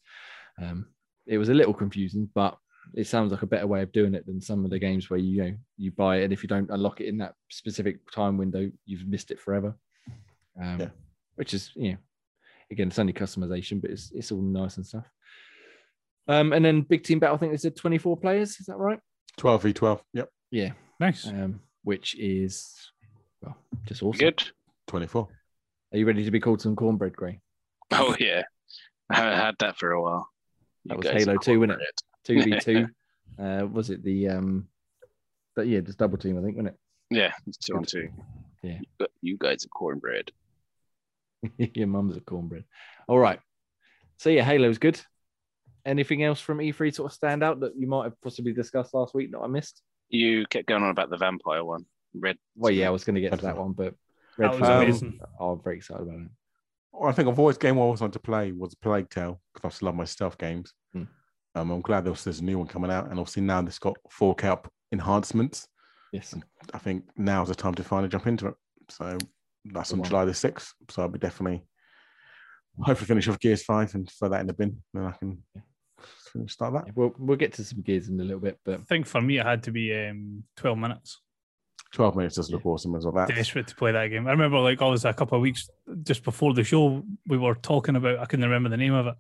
[SPEAKER 1] Um, it was a little confusing, but it sounds like a better way of doing it than some of the games where you, you know you buy it and if you don't unlock it in that specific time window, you've missed it forever. Um,
[SPEAKER 4] Yeah.
[SPEAKER 1] Which is you know, again, it's only customization, but it's it's all nice and stuff. Um, and then big team battle, I think they said twenty four players. Is that right?
[SPEAKER 4] 12 v 12. Yep.
[SPEAKER 1] Yeah.
[SPEAKER 2] Nice.
[SPEAKER 1] Um, which is well, just awesome.
[SPEAKER 3] Good.
[SPEAKER 4] 24.
[SPEAKER 1] Are you ready to be called some cornbread, Gray?
[SPEAKER 3] Oh yeah, I haven't had that for a while.
[SPEAKER 1] That
[SPEAKER 3] You
[SPEAKER 1] was
[SPEAKER 3] guys
[SPEAKER 1] Halo
[SPEAKER 3] are
[SPEAKER 1] 2, wasn't
[SPEAKER 3] corporate.
[SPEAKER 1] Two v two. Uh, was it the um? But yeah, just double team, I think, wasn't it?
[SPEAKER 3] Yeah, it's two on two.
[SPEAKER 1] Yeah.
[SPEAKER 3] but you guys are cornbread.
[SPEAKER 1] Your mum's a cornbread. All right. So yeah, Halo's good. Anything else from E3 sort of stand out that you might have possibly discussed last week that I missed?
[SPEAKER 3] You kept going on about the vampire one. Red.
[SPEAKER 1] Well, yeah, I was going to get to that one, but
[SPEAKER 2] That
[SPEAKER 1] Redfall,
[SPEAKER 2] was
[SPEAKER 4] Um,
[SPEAKER 2] amazing.
[SPEAKER 1] oh, I'm very excited about it.
[SPEAKER 4] Well, I think I've always game I always wanted to play was Plague Tale because I just love my stealth games.
[SPEAKER 1] Hmm.
[SPEAKER 4] Um, I'm glad there's, there's a new one coming out, and obviously now this got 4K up enhancements.
[SPEAKER 1] Yes,
[SPEAKER 4] I think now's the time to finally jump into it. So that's
[SPEAKER 1] Come
[SPEAKER 4] on
[SPEAKER 1] on.
[SPEAKER 4] July the 6th. So I'll be definitely hopefully finish off Gears 5 and throw that in the bin. Then I can
[SPEAKER 1] Yeah.
[SPEAKER 4] finish start that.
[SPEAKER 1] Yeah, we'll we'll get to some gears in a little bit,
[SPEAKER 2] I
[SPEAKER 1] but
[SPEAKER 2] think for me, it had to be um, 12 minutes.
[SPEAKER 4] 12 minutes does look awesome as well. That's,
[SPEAKER 2] Desperate to play that game. I remember, like, obviously, a couple of weeks just before the show, we were talking about, I couldn't remember the name of it.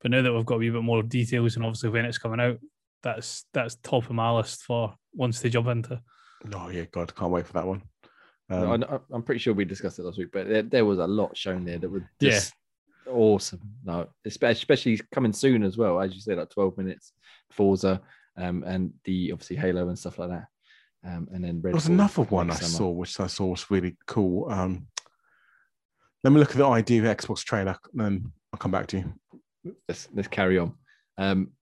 [SPEAKER 2] But now that we've got a wee bit more details and obviously when it's coming out, that's that's top of my list for once to jump into.
[SPEAKER 4] oh, yeah, God, can't wait for that one.
[SPEAKER 1] No,
[SPEAKER 4] Um,
[SPEAKER 1] I, I'm pretty sure we discussed it last week, but there, there was a lot shown there that were just awesome. No, espe- especially coming soon as well, as you said, like 12 minutes, Forza, um, and the obviously Halo and stuff like that. Um, and then Red
[SPEAKER 4] there was another one I saw, which I saw was really cool. Um, let me look at the ID of Xbox trailer, and then I'll come back to you.
[SPEAKER 1] Let's, let's carry on. Um,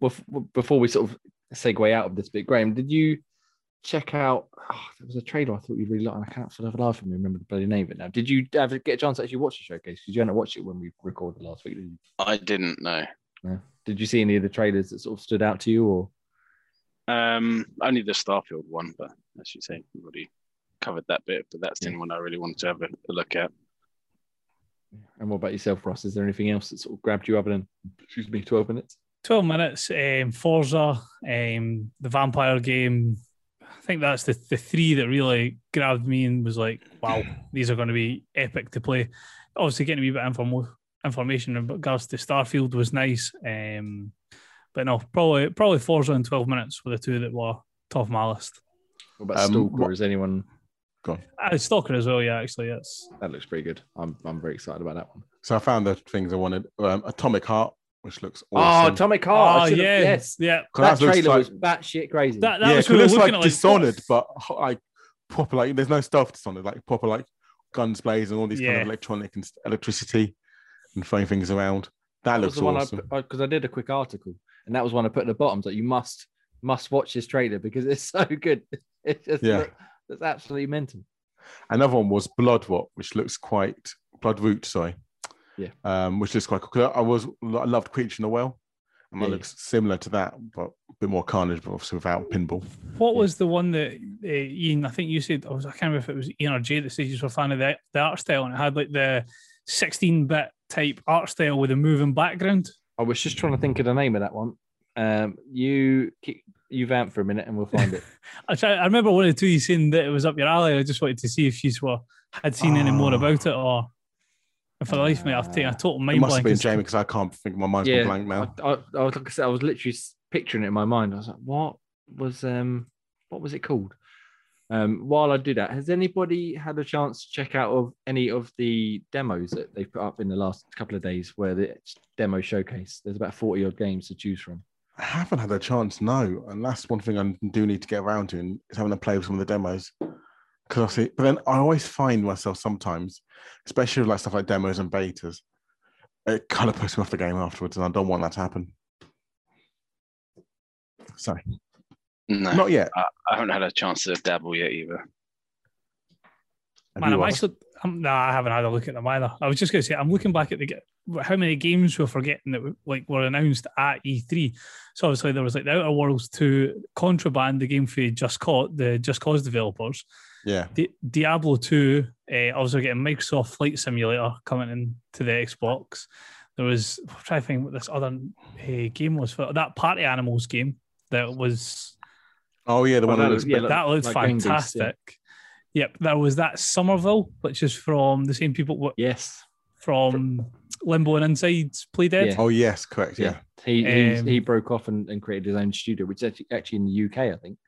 [SPEAKER 1] bef- before we sort of segue out of this bit, Graham, did you check out? Oh, there was a trailer I thought you'd really like, and I can't for the life of me remember the bloody name of it now. Did you have get a chance to actually watch the showcase? Because you hadn't watched it when we recorded last week, did you?
[SPEAKER 3] I didn't know.
[SPEAKER 1] Did you see any of the trailers that sort of stood out to you, or
[SPEAKER 3] Um, only the Starfield one, but as you say, we've already covered that bit. But that's the only one I really wanted to have a, a look at.
[SPEAKER 1] and what about yourself, Ross? Is there anything else that sort of grabbed you other than excuse me, twelve minutes?
[SPEAKER 2] 12 minutes, um, Forza, um, the vampire game. I think that's the, the three that really grabbed me and was like, wow, these are going to be epic to play. Obviously, getting a wee bit of inform- information in regards to Starfield was nice. Um, but no, probably probably Forza and 12 minutes were the two that were top of my list.
[SPEAKER 1] What about
[SPEAKER 4] Um,
[SPEAKER 1] Stalker?
[SPEAKER 4] what-
[SPEAKER 1] Is anyone
[SPEAKER 2] Uh, Stalker as well, yeah, actually. That's
[SPEAKER 1] that looks pretty good? I'm I'm very excited about that one.
[SPEAKER 4] So I found the things I wanted. Um, Atomic Heart, which looks
[SPEAKER 1] Oh,
[SPEAKER 4] awesome.
[SPEAKER 1] Atomic Heart! I
[SPEAKER 2] Oh,
[SPEAKER 1] should've-
[SPEAKER 2] yeah,
[SPEAKER 1] yes.
[SPEAKER 2] yeah.
[SPEAKER 1] That
[SPEAKER 4] looks
[SPEAKER 1] trailer
[SPEAKER 4] like-
[SPEAKER 1] was batshit crazy.
[SPEAKER 2] That, that
[SPEAKER 4] yeah,
[SPEAKER 2] was
[SPEAKER 4] 'cause it
[SPEAKER 2] who we were
[SPEAKER 4] looks
[SPEAKER 2] looking
[SPEAKER 4] like
[SPEAKER 2] at. Like,
[SPEAKER 4] Dishonored, but ho- like proper like there's no stuff Dishonored, like proper like guns blazing, all these kind
[SPEAKER 2] Yeah.
[SPEAKER 4] of electronic and st- electricity and throwing things around. That
[SPEAKER 1] That was
[SPEAKER 4] looks
[SPEAKER 1] the one
[SPEAKER 4] awesome.
[SPEAKER 1] I because I, did a quick article, and that was one I put at the bottom that you must must watch this trailer because it's so good. It's just
[SPEAKER 4] Yeah.
[SPEAKER 1] look- it's absolutely mental.
[SPEAKER 4] Another one was Bloodrot, which looks quite Bloodroot, sorry.
[SPEAKER 1] Yeah.
[SPEAKER 4] Um, which looks quite cool. 'Cause I was I loved Creature in the Well. And that
[SPEAKER 1] Yeah, yeah.
[SPEAKER 4] looks similar to that, but a bit more carnage, but obviously without pinball.
[SPEAKER 2] What was the one that uh, Ian? I think you said I was. I can't remember if it was Ian or Jay that said you were a fan of the, the art style, and it had like the sixteen-bit type art style with a moving background.
[SPEAKER 1] I was just trying to think of the name of that one. Um, you keep you vamp for a minute, and we'll find it.
[SPEAKER 2] I, try, I remember one of the two you saying that it was up your alley. I just wanted to see if you were had seen any more
[SPEAKER 4] Ah.
[SPEAKER 2] about it, or and for the life of me, I've taken a total
[SPEAKER 4] It
[SPEAKER 2] mind
[SPEAKER 4] must have
[SPEAKER 2] blank.
[SPEAKER 4] been
[SPEAKER 2] as-
[SPEAKER 4] Jamie because I can't think my mind's
[SPEAKER 1] Yeah,
[SPEAKER 4] gone blank now.
[SPEAKER 1] I, I, I was like I said, I was literally s- picturing it in my mind. I was like, what was um what was it called? Um, while I do that, has anybody had a chance to check out of any of the demos that they've put up in the last couple of days where the demo showcase? There's about 40 odd games to choose from.
[SPEAKER 4] I haven't had a chance, no. And that's one thing I do need to get around to and is having to play with some of the demos. Because I see, but then I always find myself sometimes, especially with like stuff like demos and betas, it kind of puts me off the game afterwards, and I don't want that to happen. Sorry,
[SPEAKER 3] No,
[SPEAKER 4] not yet.
[SPEAKER 3] I haven't had a chance to dabble yet either.
[SPEAKER 4] Have
[SPEAKER 2] Man,
[SPEAKER 4] you,
[SPEAKER 2] I'm
[SPEAKER 4] Oliver?
[SPEAKER 2] actually. I'm, nah, I haven't had a look at them either. I was just going to say, I'm looking back at the ge- how many games we're forgetting that like were announced at E3. So obviously there was like the Outer Worlds 2, Contraband, the game for Just Cause, the Just Cause developers,
[SPEAKER 4] yeah,
[SPEAKER 2] Di- Diablo 2, uh, also getting Microsoft Flight Simulator coming into the Xbox. There was I'm trying to think what this other uh, game was for that Party Animals game that was
[SPEAKER 4] oh yeah, the
[SPEAKER 1] Oh,
[SPEAKER 4] one that
[SPEAKER 1] no,
[SPEAKER 4] looks
[SPEAKER 1] yeah,
[SPEAKER 4] big.
[SPEAKER 1] Like-
[SPEAKER 2] that looked
[SPEAKER 1] like Game Goose, yeah.
[SPEAKER 2] fantastic. Yep, there was that Somerville, which is from the same people wh-
[SPEAKER 1] Yes.
[SPEAKER 2] from Limbo and Inside's Play Dead.
[SPEAKER 1] Yeah.
[SPEAKER 4] Oh yes, correct. Yeah,
[SPEAKER 1] Yeah. He he,
[SPEAKER 2] Um,
[SPEAKER 1] he broke off and, and created his own studio, which is actually- actually in the UK, I think.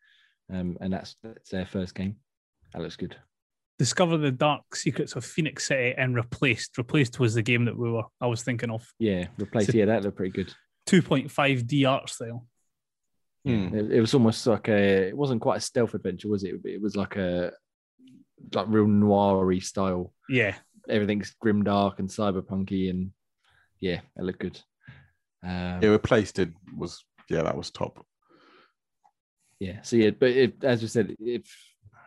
[SPEAKER 1] Um, and that's that's their first game. That looks good.
[SPEAKER 2] Discover the Dark Secrets of Phoenix City and Replaced. Replaced was the game that we were I was thinking of.
[SPEAKER 1] Yeah, replace.
[SPEAKER 2] So-
[SPEAKER 1] yeah, that looked pretty good.
[SPEAKER 2] 2.5D art style.
[SPEAKER 4] Hmm.
[SPEAKER 1] It, it was almost like a. It wasn't quite a stealth adventure, was it? It was like a like real noiry style.
[SPEAKER 2] Yeah.
[SPEAKER 1] Everything's grim, dark, and cyberpunky, and yeah, it looked good. Um,
[SPEAKER 4] yeah. Replaced it was yeah, that was top.
[SPEAKER 1] Yeah. So yeah, but if, as you said, if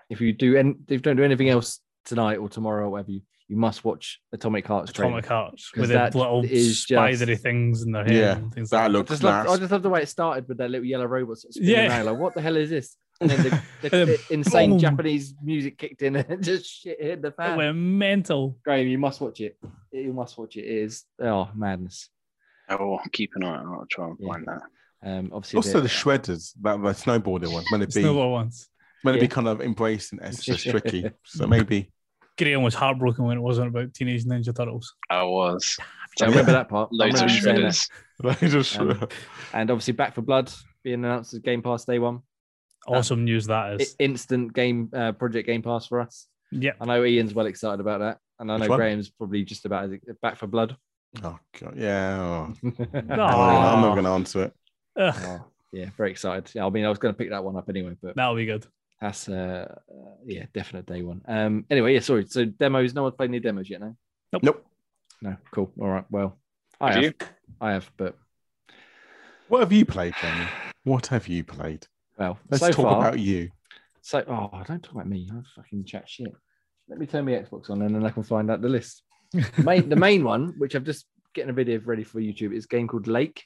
[SPEAKER 1] if you do and if you don't do anything else tonight or tomorrow or whatever, you, you must watch Atomic Hearts. trailer.
[SPEAKER 2] Atomic Hearts
[SPEAKER 1] 'Cause
[SPEAKER 2] with the
[SPEAKER 1] that
[SPEAKER 2] little
[SPEAKER 1] is just-
[SPEAKER 2] spidery things in their head
[SPEAKER 4] Yeah,
[SPEAKER 2] and things like that.
[SPEAKER 4] That
[SPEAKER 1] I
[SPEAKER 4] looks
[SPEAKER 1] just, love, I
[SPEAKER 4] nice.
[SPEAKER 1] just love the way it started with that little yellow robot sort of spinning
[SPEAKER 2] Yeah.
[SPEAKER 1] around, like what the hell is this? And then the, the,
[SPEAKER 2] And then
[SPEAKER 1] the insane
[SPEAKER 2] boom.
[SPEAKER 1] Japanese music kicked in and just shit hit the
[SPEAKER 2] It
[SPEAKER 1] fan.
[SPEAKER 2] went mental.
[SPEAKER 1] Graham, you must watch it. You must watch it. It is oh madness.
[SPEAKER 3] I will keep an eye out. I'll try and
[SPEAKER 1] Yeah.
[SPEAKER 3] find that.
[SPEAKER 1] Um, obviously
[SPEAKER 4] Also,
[SPEAKER 1] the-
[SPEAKER 4] the shredders, that the snowboarding one, meant
[SPEAKER 2] It's
[SPEAKER 4] to be
[SPEAKER 2] not what I want.
[SPEAKER 4] meant to be
[SPEAKER 1] Yeah.
[SPEAKER 4] kind of embraced and it's just tricky. So maybe
[SPEAKER 2] Graham was heartbroken when it wasn't about Teenage Ninja Turtles.
[SPEAKER 3] I was.
[SPEAKER 1] I remember that part. I
[SPEAKER 3] Loads of
[SPEAKER 1] remember you saying that.
[SPEAKER 3] shredders.
[SPEAKER 4] just
[SPEAKER 1] Um, And obviously, Back for Blood being announced as Game Pass day one. Ah.
[SPEAKER 2] Awesome news that
[SPEAKER 1] I-
[SPEAKER 2] is.
[SPEAKER 1] instant game uh, project game pass for us.
[SPEAKER 2] yep.
[SPEAKER 1] I know Ian's well excited about that, and I know
[SPEAKER 4] Which one?
[SPEAKER 1] Graham's probably just about as back for blood.
[SPEAKER 4] oh god, yeah. oh.
[SPEAKER 2] Aw.
[SPEAKER 4] I'm not going to answer it.
[SPEAKER 2] Ugh,
[SPEAKER 1] Oh, yeah, very excited. Yeah, I mean, I was going to pick that one up anyway, but
[SPEAKER 2] that'll be good.
[SPEAKER 1] that's uh, uh, yeah, definite day one. Um, anyway, yeah, sorry. So demos, no one's played any demos yet, no?
[SPEAKER 4] Nope.
[SPEAKER 1] No, cool. All right, well, I
[SPEAKER 3] Have
[SPEAKER 1] have,
[SPEAKER 3] you?
[SPEAKER 1] I have, but
[SPEAKER 4] What have you played, Jamie? What have you played?
[SPEAKER 1] well,
[SPEAKER 4] Let's
[SPEAKER 1] so
[SPEAKER 4] talk
[SPEAKER 1] far,
[SPEAKER 4] about you.
[SPEAKER 1] so oh, don't talk about me. I fucking chat shit. Let me turn my Xbox on, and then I can find out the list. The main, the main one, which I'm just getting a video ready for YouTube, is a game called Lake.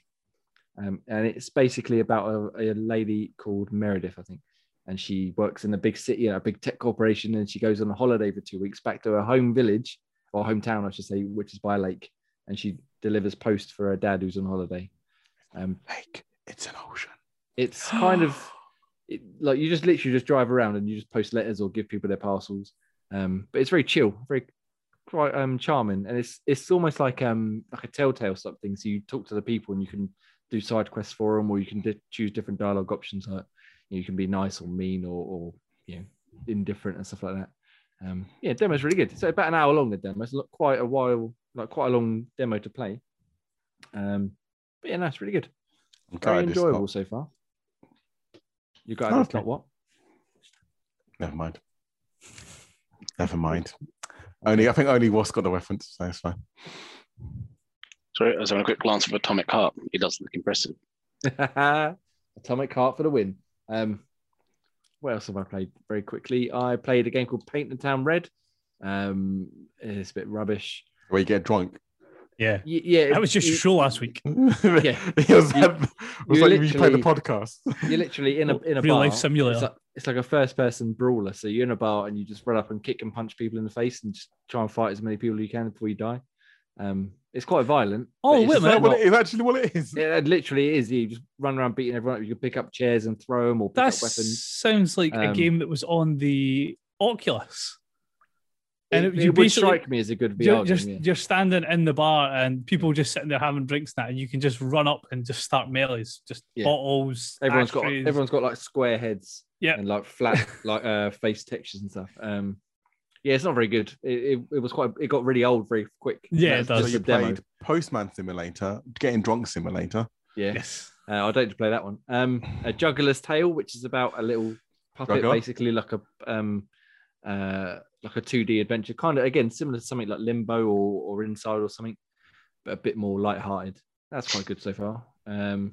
[SPEAKER 1] Um, and it's basically about a, a lady called Meredith, I think. And she works in a big city, a big tech corporation, and she goes on a holiday for two weeks back to her home village or hometown, I should say, which is by a lake. And she delivers post for her dad who's on holiday. Um,
[SPEAKER 4] Lake, it's an ocean.
[SPEAKER 1] it's kind of it, like you just literally just drive around and you just post letters or give people their parcels. Um, but it's very chill, very quite um charming, and it's it's almost like um like a telltale sort of thing. So you talk to the people and you can do side quests for them, or you can di- choose different dialogue options. Like you can be nice or mean or, or you know indifferent and stuff like that. Um, yeah, demo's really good. So about an hour long the demo. It's not quite a while, like quite a long demo to play. Um, but yeah, no, it's really good very
[SPEAKER 4] I'm glad it's not-
[SPEAKER 1] enjoyable so far. You got it. It's
[SPEAKER 4] Okay.
[SPEAKER 1] not what?
[SPEAKER 4] Never mind. Never mind. Only I think only Ross got the reference, so it's fine.
[SPEAKER 3] Sorry, I was having a quick glance of Atomic Heart. He does look impressive.
[SPEAKER 1] Atomic Heart for the win. Um, what else have I played? Very quickly, I played a game called Paint the Town Red. Um, it's a bit rubbish.
[SPEAKER 4] Where you get drunk.
[SPEAKER 2] Yeah.
[SPEAKER 1] Y- yeah,
[SPEAKER 2] That was just
[SPEAKER 1] you,
[SPEAKER 2] your show last week.
[SPEAKER 4] yeah. It was,
[SPEAKER 1] You-
[SPEAKER 4] that- it was
[SPEAKER 1] you
[SPEAKER 4] like if you play the
[SPEAKER 1] literally-
[SPEAKER 4] podcast.
[SPEAKER 1] You're literally in a in a
[SPEAKER 2] real
[SPEAKER 1] bar.
[SPEAKER 2] life simulator.
[SPEAKER 1] It's like, it's like a first person brawler. So you're in a bar and you just run up and kick and punch people in the face and just try and fight as many people you can before you die. Um, it's quite violent. but
[SPEAKER 2] Oh,
[SPEAKER 1] it's just
[SPEAKER 2] wait a
[SPEAKER 4] Is that
[SPEAKER 1] not-
[SPEAKER 2] minute.
[SPEAKER 4] what it is? Actually, what it is?
[SPEAKER 1] Yeah, that literally is. You just run around beating everyone up. You can pick up chairs and throw them or pick
[SPEAKER 2] That
[SPEAKER 1] up weapons.
[SPEAKER 2] sounds like a
[SPEAKER 1] Um,
[SPEAKER 2] game that was on the Oculus. And
[SPEAKER 1] it,
[SPEAKER 2] it-
[SPEAKER 1] it
[SPEAKER 2] you
[SPEAKER 1] would
[SPEAKER 2] basically-
[SPEAKER 1] strike me as a good
[SPEAKER 2] You're,
[SPEAKER 1] VR
[SPEAKER 2] you're,
[SPEAKER 1] game. yeah. Hmm.
[SPEAKER 2] you're standing in the bar and people just sitting there having drinks now, and you can just run up and just start melees, just
[SPEAKER 1] Yeah.
[SPEAKER 2] bottles.
[SPEAKER 1] Everyone's got
[SPEAKER 2] ashtrays.
[SPEAKER 1] everyone's got like square heads
[SPEAKER 2] Yeah.
[SPEAKER 1] and like flat like uh, face textures and stuff. Um, yeah, it's not very good. It, it, it was quite. It got really old very quick.
[SPEAKER 2] Yeah,
[SPEAKER 1] That's
[SPEAKER 2] it does.
[SPEAKER 1] just
[SPEAKER 4] So you
[SPEAKER 1] a demo.
[SPEAKER 4] played Postman Simulator, Getting Drunk Simulator.
[SPEAKER 1] Yeah,
[SPEAKER 2] Yes.
[SPEAKER 1] uh, I'd like to play that one. Um, a juggler's tale, which is about a little puppet,
[SPEAKER 4] Juggler?
[SPEAKER 1] basically like a um, uh, like a two D adventure, kind of again similar to something like Limbo or or Inside or something, but a bit more light-hearted. That's quite good so far. Um,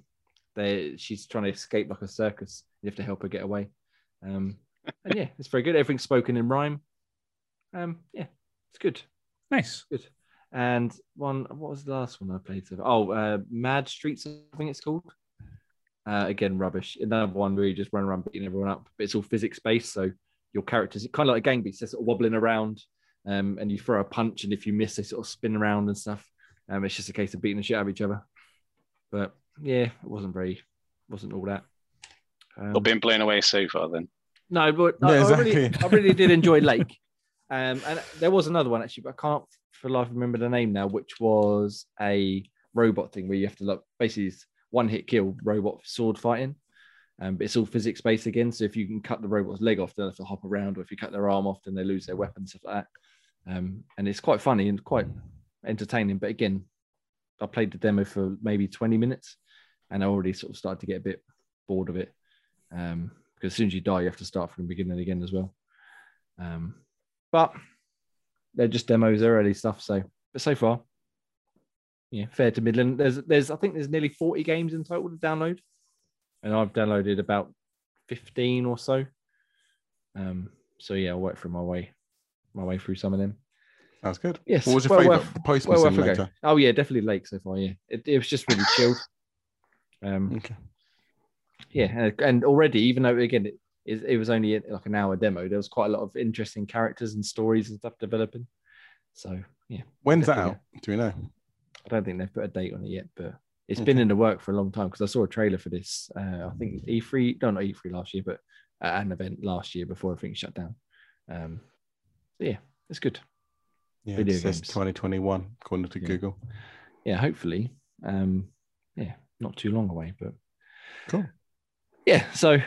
[SPEAKER 1] they she's trying to escape like a circus. You have to help her get away. Um, and yeah, it's very good. Everything's spoken in rhyme. Um, yeah, it's good.
[SPEAKER 2] Nice.
[SPEAKER 1] And one, what was the last one I played? So- Oh, uh, Mad Streets, I think it's called. Uh, again, rubbish. Another one where you just run around beating everyone up, but it's all physics based. So your characters, kind of like a gang beats, they're sort of wobbling around um, and you throw a punch. And if you miss, they sort of spin around and stuff. Um, it's just a case of beating the shit out of each other. But yeah, it wasn't very, wasn't all that. Um,
[SPEAKER 3] They've been blown away so far then.
[SPEAKER 1] no, but I,
[SPEAKER 4] Yeah,
[SPEAKER 1] I, really,
[SPEAKER 4] exactly.
[SPEAKER 1] I really did enjoy Lake. Um, and there was another one actually, but I can't for the life remember the name now, which was a robot thing where you have to like basically it's one hit kill robot sword fighting. Um, but it's all physics based again. So if you can cut the robot's leg off, they'll have to hop around, or if you cut their arm off, then they lose their weapon, stuff like that. Um, and it's quite funny and quite entertaining. But again, I played the demo for maybe 20 minutes and I already sort of started to get a bit bored of it um, because as soon as you die, you have to start from the beginning again as well. Um, but they're just demos, they're early stuff. So, but so far, yeah, fair to middling. There's, there's, I think there's nearly 40 games in total to download, and I've downloaded about 15 or so. Um, so yeah, I'll work through my way, my way through some of them.
[SPEAKER 4] Sounds good.
[SPEAKER 1] Yes,
[SPEAKER 4] What was your
[SPEAKER 1] well
[SPEAKER 4] favorite?
[SPEAKER 1] worth-
[SPEAKER 4] the Postman
[SPEAKER 1] well worth a go.
[SPEAKER 4] Simulator.
[SPEAKER 1] Oh yeah, definitely Lake so far. Yeah, it, it was just really chilled. Um,
[SPEAKER 4] Okay.
[SPEAKER 1] yeah, and- and already, even though again it, it, it was only like an hour demo, there was quite a lot of interesting characters and stories and stuff developing. So yeah,
[SPEAKER 4] When's that
[SPEAKER 1] Definitely.
[SPEAKER 4] out? Do we know?
[SPEAKER 1] I don't think they've put a date on it yet, but it's
[SPEAKER 4] Okay.
[SPEAKER 1] been in the work for a long time because I saw a trailer for this. Uh, I think E3, no, not E3 last year, but at an event last year before everything shut down. Um, so yeah, it's good.
[SPEAKER 4] Yeah,
[SPEAKER 1] Video
[SPEAKER 4] it says
[SPEAKER 1] games.
[SPEAKER 4] 2021 according to
[SPEAKER 1] Yeah.
[SPEAKER 4] Google.
[SPEAKER 1] yeah, hopefully, um, yeah, not too long away, but
[SPEAKER 4] Cool.
[SPEAKER 1] yeah. So,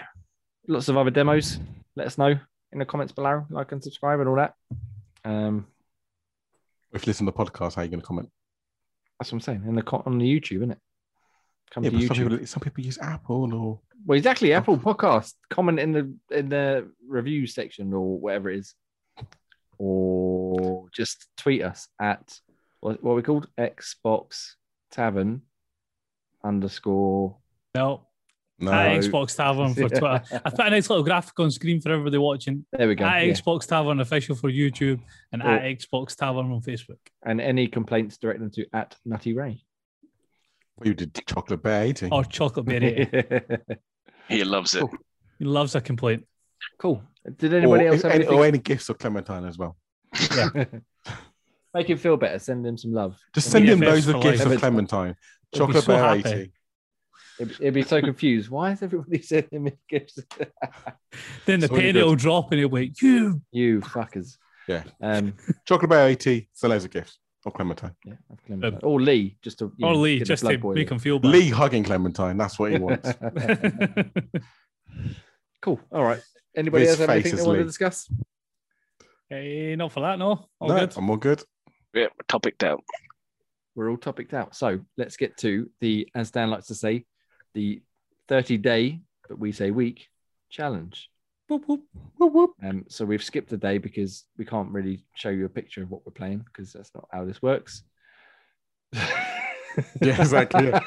[SPEAKER 1] lots of other demos. Let us know in the comments below, like and subscribe and all that. Um,
[SPEAKER 4] If you listen to the podcast, how are you going to comment?
[SPEAKER 1] that's what I'm saying. In the co- on the YouTube, isn't it? Come
[SPEAKER 4] Yeah,
[SPEAKER 1] to
[SPEAKER 4] but some
[SPEAKER 1] YouTube.
[SPEAKER 4] people, Oh. some people use Apple or
[SPEAKER 1] Well, exactly. Apple Podcast. Comment in the in the review section or whatever it is, or just tweet us at what, what are we called Xbox Tavern underscore.
[SPEAKER 2] No.
[SPEAKER 4] no.
[SPEAKER 2] At Xbox Tavern for Twitter. I put a nice little graphic on screen for everybody watching.
[SPEAKER 1] There we go.
[SPEAKER 2] At
[SPEAKER 1] yeah. Oh.
[SPEAKER 2] Xbox Tavern official for YouTube and
[SPEAKER 1] Or-
[SPEAKER 2] at Xbox Tavern on Facebook.
[SPEAKER 1] and any complaints direct them to at Nutty Ray.
[SPEAKER 4] you did chocolate bear eating.
[SPEAKER 2] Or Chocolate Berry.
[SPEAKER 3] He loves it.
[SPEAKER 1] Cool.
[SPEAKER 2] he loves a complaint.
[SPEAKER 1] cool. Did anybody
[SPEAKER 4] or,
[SPEAKER 1] else
[SPEAKER 4] if-
[SPEAKER 1] have
[SPEAKER 4] any, or
[SPEAKER 1] anything?
[SPEAKER 4] any gifts of Clementine as well.
[SPEAKER 1] Make him feel better. Send him some love.
[SPEAKER 4] Just
[SPEAKER 1] Yeah,
[SPEAKER 4] send him
[SPEAKER 2] gifts
[SPEAKER 4] loads of
[SPEAKER 2] for
[SPEAKER 4] gifts
[SPEAKER 1] life.
[SPEAKER 4] of Clementine.
[SPEAKER 2] be
[SPEAKER 4] Chocolate
[SPEAKER 2] so
[SPEAKER 4] bear
[SPEAKER 2] happy.
[SPEAKER 4] eating.
[SPEAKER 1] He'd, he'd be so confused. Why is everybody sending me gifts?
[SPEAKER 2] Then the
[SPEAKER 4] It's really
[SPEAKER 2] penny
[SPEAKER 4] good.
[SPEAKER 2] will drop and he'll be like, you.
[SPEAKER 1] you fuckers.
[SPEAKER 4] Yeah.
[SPEAKER 1] Um.
[SPEAKER 4] Chocolate bear eating. So loads of gifts of Clementine.
[SPEAKER 1] Yeah. I've claimed that. or Lee, just to you
[SPEAKER 2] Uh, Or
[SPEAKER 1] know,
[SPEAKER 2] Lee,
[SPEAKER 1] get the
[SPEAKER 2] just
[SPEAKER 1] blood
[SPEAKER 2] to
[SPEAKER 1] boiling.
[SPEAKER 2] make him feel bad.
[SPEAKER 4] Lee hugging Clementine. That's what he wants.
[SPEAKER 1] cool. All right. Anybody
[SPEAKER 4] His
[SPEAKER 1] else have
[SPEAKER 4] face
[SPEAKER 1] anything
[SPEAKER 4] is
[SPEAKER 1] they want to
[SPEAKER 4] Lee.
[SPEAKER 1] discuss?
[SPEAKER 2] Eh, not for that, no. All
[SPEAKER 4] no,
[SPEAKER 2] good.
[SPEAKER 4] I'm all good.
[SPEAKER 3] Yeah, we're topicked out.
[SPEAKER 1] We're all topicked out. So let's get to the, as Dan likes to say, the 30 day, but we say week challenge.
[SPEAKER 2] Boop, boop.
[SPEAKER 4] Whoop, whoop.
[SPEAKER 1] Um, so we've skipped a day because we can't really show you a picture of what we're playing because that's not how this works.
[SPEAKER 4] Yeah, exactly. yeah.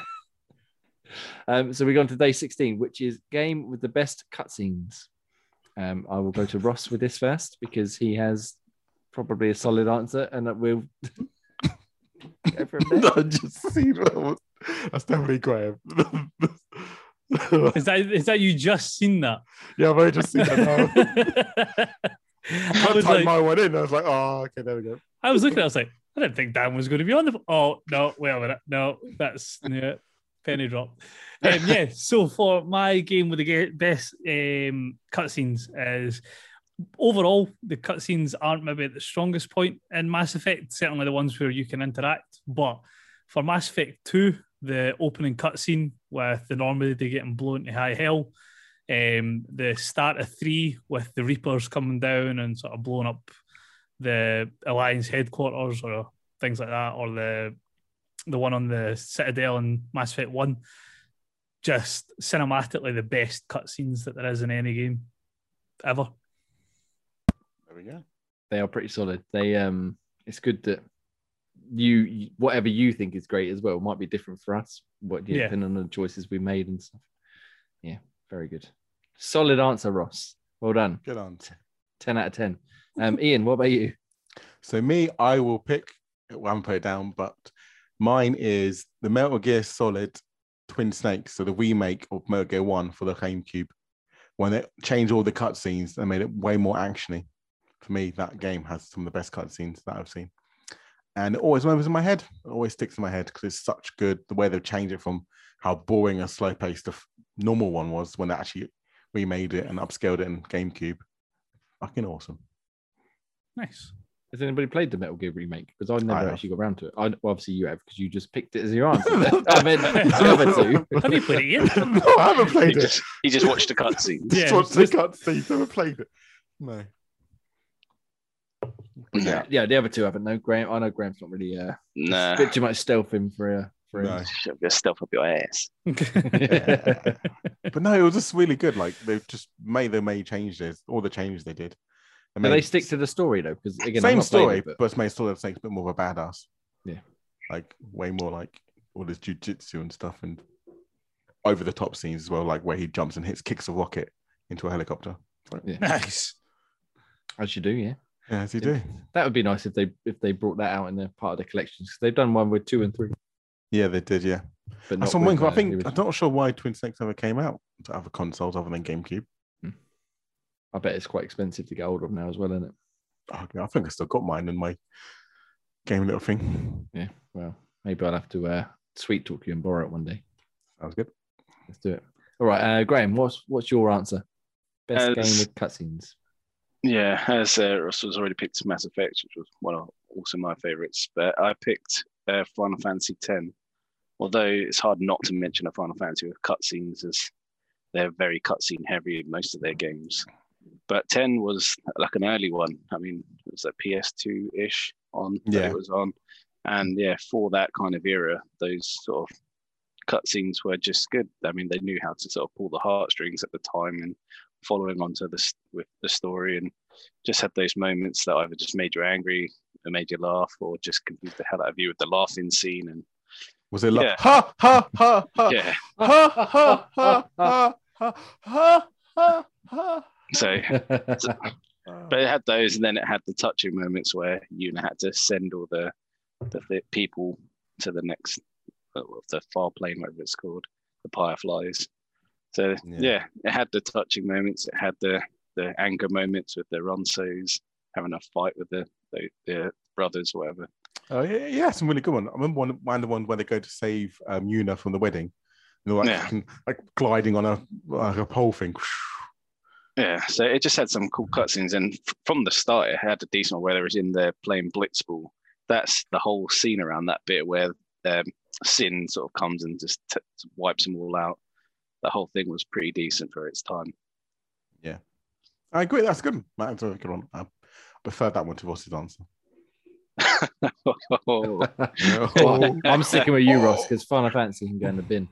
[SPEAKER 1] um, so we've gone to day 16, which is game with the best cutscenes. Um, I will go to Ross with this first because he has probably a solid answer and we'll go from there.
[SPEAKER 4] I just seen that one. That's definitely Graham.
[SPEAKER 2] Is that is that you just seen that?
[SPEAKER 4] yeah, I've only just seen that now.
[SPEAKER 2] I
[SPEAKER 4] I
[SPEAKER 2] was
[SPEAKER 4] typed
[SPEAKER 2] like,
[SPEAKER 4] my one in. I was like, oh, okay, there we go.
[SPEAKER 2] I was looking. I was like, I didn't think Dan was going to be on the. Oh no, wait a minute. No, that's yeah, penny drop. Um, yeah. So for my game with the ga- best um, cutscenes is overall the cutscenes aren't maybe at the strongest point in Mass Effect. Certainly the ones where you can interact, but for Mass Effect Two, the opening cutscene with the Normandy getting blown to high hell. Um, the start of three with the Reapers coming down and sort of blowing up the Alliance headquarters or things like that, or the the one on the Citadel in Mass Effect One. Just cinematically the best cutscenes that there is in any game ever.
[SPEAKER 4] There we go.
[SPEAKER 1] They are pretty solid. They um, It's good that you, you- whatever you think is great as well might be different for us. What yeah,
[SPEAKER 2] Yeah.
[SPEAKER 1] depending on the choices we made and stuff. Yeah, very good. Solid answer, Ross. Well done.
[SPEAKER 4] Good answer.
[SPEAKER 1] Ten out of ten. Um, Ian, what about you?
[SPEAKER 4] So me, I will pick. Well, I haven't put it down, but mine is the Metal Gear Solid Twin Snakes, so the remake of Metal Gear One for the GameCube, when they changed all the cutscenes and made it way more actiony. For me, that game has some of the best cutscenes that I've seen, and it always remembers in my head. It always sticks in my head because it's such good the way they've changed it from how boring and slow paced the f- normal one was when they actually remade it and upscaled it in GameCube. Fucking awesome.
[SPEAKER 2] Nice.
[SPEAKER 1] Has anybody played the Metal Gear remake? Because I've
[SPEAKER 4] I
[SPEAKER 1] never
[SPEAKER 4] have.
[SPEAKER 1] actually got around to it. I, well, obviously, you have because you just picked it as your answer. I meant the other two.
[SPEAKER 2] Have you played it yet?
[SPEAKER 4] no, I haven't
[SPEAKER 3] He
[SPEAKER 4] played it.
[SPEAKER 3] just, he just watched the cutscene.
[SPEAKER 4] Just
[SPEAKER 2] Yeah,
[SPEAKER 4] watched
[SPEAKER 2] just-
[SPEAKER 4] the cutscenes. Never played it. No.
[SPEAKER 1] Yeah. yeah, the other two haven't. No, Graham. I know Graham's not really. Uh,
[SPEAKER 3] Nah.
[SPEAKER 1] a bit too much stealth in for a. For a
[SPEAKER 3] Shove your stuff up your ass.
[SPEAKER 4] Yeah. but no, it was just really good. Like they've just made the made changes, all the changes they did. And
[SPEAKER 1] Do they stick to the story though? Because again, I've
[SPEAKER 4] same
[SPEAKER 1] not played
[SPEAKER 4] story,
[SPEAKER 1] it,
[SPEAKER 4] but...
[SPEAKER 1] but-
[SPEAKER 4] it's made Solid Snake's a bit more of a badass.
[SPEAKER 1] Yeah.
[SPEAKER 4] Like way more like all this jujitsu and stuff and over the top scenes as well, like where he jumps and hits kicks a rocket into a helicopter.
[SPEAKER 2] nice.
[SPEAKER 1] as you do, yeah.
[SPEAKER 4] Yeah, as you
[SPEAKER 1] Yeah.
[SPEAKER 4] do.
[SPEAKER 1] That would be nice if they if they brought that out in their part of the collections because they've done one with two and three,
[SPEAKER 4] Yeah, they did, yeah.
[SPEAKER 1] but
[SPEAKER 4] I,
[SPEAKER 1] not
[SPEAKER 4] saw
[SPEAKER 1] with,
[SPEAKER 4] one- I
[SPEAKER 1] uh,
[SPEAKER 4] think
[SPEAKER 1] the
[SPEAKER 4] I'm
[SPEAKER 1] original.
[SPEAKER 4] not sure why Twin Snakes ever came out to other consoles other than GameCube.
[SPEAKER 1] I bet it's quite expensive to get hold of now as well, isn't it?
[SPEAKER 4] Oh, yeah, I think I still got mine in my game little thing.
[SPEAKER 1] Yeah. Well, maybe I'll have to uh, sweet talk you and borrow it one day.
[SPEAKER 4] Sounds good.
[SPEAKER 1] Let's do it. All right, uh, Graham. What's what's your answer? Best
[SPEAKER 3] Uh,
[SPEAKER 1] game
[SPEAKER 3] s-
[SPEAKER 1] with cutscenes.
[SPEAKER 3] Yeah, as uh, Russell's already picked Mass Effect, which was one of also my favorites, but I picked uh, Final Fantasy X. Although it's hard not to mention a Final Fantasy with cutscenes, as they're very cutscene heavy in most of their games. But 10 was like an early one. I mean, it was like PS2 ish on that
[SPEAKER 4] Yeah.
[SPEAKER 3] it was on, and yeah, for that kind of era, those sort of cutscenes were just good. I mean, they knew how to sort of pull the heartstrings at the time and following on to this with the story and just had those moments that either just made you angry or made you laugh or just confused the hell out of you with the laughing scene and
[SPEAKER 4] Was it like
[SPEAKER 3] Yeah.
[SPEAKER 4] ha ha ha
[SPEAKER 1] Oh.
[SPEAKER 4] ha
[SPEAKER 3] yeah
[SPEAKER 4] ha ha ha ha ha ha ha ha?
[SPEAKER 3] so but it had those and then it had the touching moments where you had to send all the the, the people to the next uh, the far plane whatever it's called the fireflies so
[SPEAKER 4] Yeah.
[SPEAKER 3] yeah. it had the touching moments it had the the anger moments with the ronsos having a fight with the the, the brothers whatever
[SPEAKER 4] Oh yeah, yeah, some really good one. I remember one, one of the ones where they go to save um, Yuna from the wedding. And they're like,
[SPEAKER 3] Yeah.
[SPEAKER 4] fucking, like gliding on a like a pole thing.
[SPEAKER 3] Yeah, so it just had some cool cutscenes, and f- from the start, it had a decent where they was in there playing blitzball. That's the whole scene around that bit where um, Sin sort of comes and just t- wipes them all out. The whole thing was pretty decent for its time.
[SPEAKER 4] I agree, that's a good. one. That's a really good one. I prefer that one to Ross's answer.
[SPEAKER 1] Oh, I'm sticking with you, Ross, because Final Fantasy can go in the bin.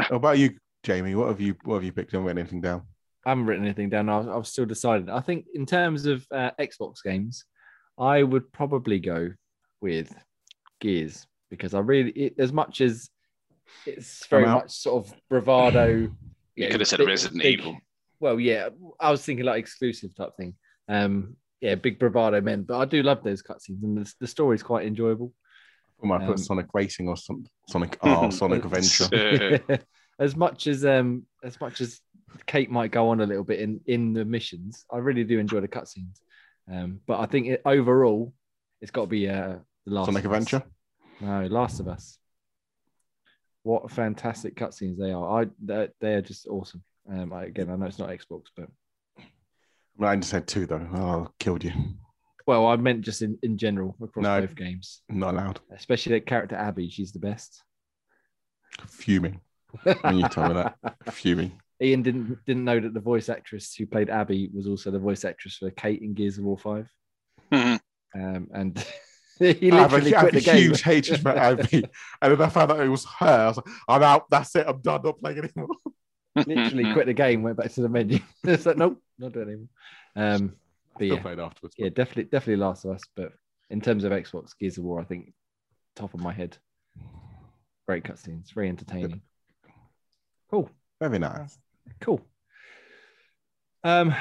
[SPEAKER 4] How about you, Jamie? What have you what have you picked? Haven't written anything down.
[SPEAKER 1] I haven't written anything down. I've, I've still decided. I think in terms of uh, Xbox games, I would probably go with Gears because I really, it, as much as it's very
[SPEAKER 4] I'm out.
[SPEAKER 1] much sort of bravado.
[SPEAKER 3] You could have said
[SPEAKER 1] big-
[SPEAKER 3] Resident
[SPEAKER 1] big-
[SPEAKER 3] Evil.
[SPEAKER 1] Well, yeah, I was thinking like exclusive type thing. Um, yeah, big bravado men, but I do love those cutscenes and the, the story is quite enjoyable.
[SPEAKER 4] I might
[SPEAKER 1] Um,
[SPEAKER 4] put Sonic Racing or some Sonic R, Sonic Adventure.
[SPEAKER 3] Uh,
[SPEAKER 1] as much as um as much as Kate might go on a little bit in in the missions, I really do enjoy the cutscenes. Um, but I think it, overall, it's got to be uh, the last
[SPEAKER 4] Sonic
[SPEAKER 1] of Us.
[SPEAKER 4] Adventure.
[SPEAKER 1] No, Last of Us. What fantastic cutscenes they are! I they they are just awesome. Um, I, again, I know it's not Xbox, but
[SPEAKER 4] I mean, I just said two though. Oh, killed you.
[SPEAKER 1] well, I meant just in in general across
[SPEAKER 4] No.
[SPEAKER 1] both games,
[SPEAKER 4] Not allowed.
[SPEAKER 1] especially that character Abby. She's the best.
[SPEAKER 4] Fuming. When you tell me that, fuming.
[SPEAKER 1] Ian didn't didn't know that the voice actress who played Abby was also the voice actress for Kate in Gears of War Five,
[SPEAKER 3] mhm.
[SPEAKER 1] um, and he
[SPEAKER 4] I have a,
[SPEAKER 1] literally
[SPEAKER 4] I
[SPEAKER 1] quit
[SPEAKER 4] have a
[SPEAKER 1] the game.
[SPEAKER 4] huge hatred for Abby, and then I found out it was her. I was like, I'm out. That's it. I'm done. Not playing anymore.
[SPEAKER 1] literally quit the game, went back to the menu. it's like nope, not doing it anymore. Um, but
[SPEAKER 4] Still
[SPEAKER 1] yeah,
[SPEAKER 4] played afterwards.
[SPEAKER 1] yeah, definitely, definitely Last of Us, but in terms of Xbox Gears of War, I think top of my head, great cutscenes, very entertaining. Cool,
[SPEAKER 4] Very nice.
[SPEAKER 1] cool. Um,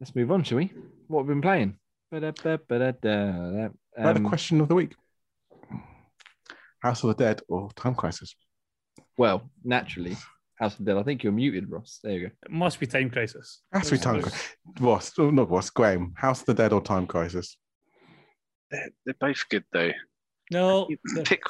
[SPEAKER 1] let's move on, shall we? What have we been playing? Ba-da-ba-ba-da-da.
[SPEAKER 4] Another
[SPEAKER 1] Um,
[SPEAKER 4] question of the week. House of the Dead or Time Crisis?
[SPEAKER 1] Well, naturally, House of Dead. I think you're muted, Ross. There you go.
[SPEAKER 2] It must be Time Crisis.
[SPEAKER 4] Has to be Time Crisis. Ross, oh, not Ross, Graham. House of the Dead or Time Crisis?
[SPEAKER 3] They're, they're both good though.
[SPEAKER 2] No, there,
[SPEAKER 3] Pick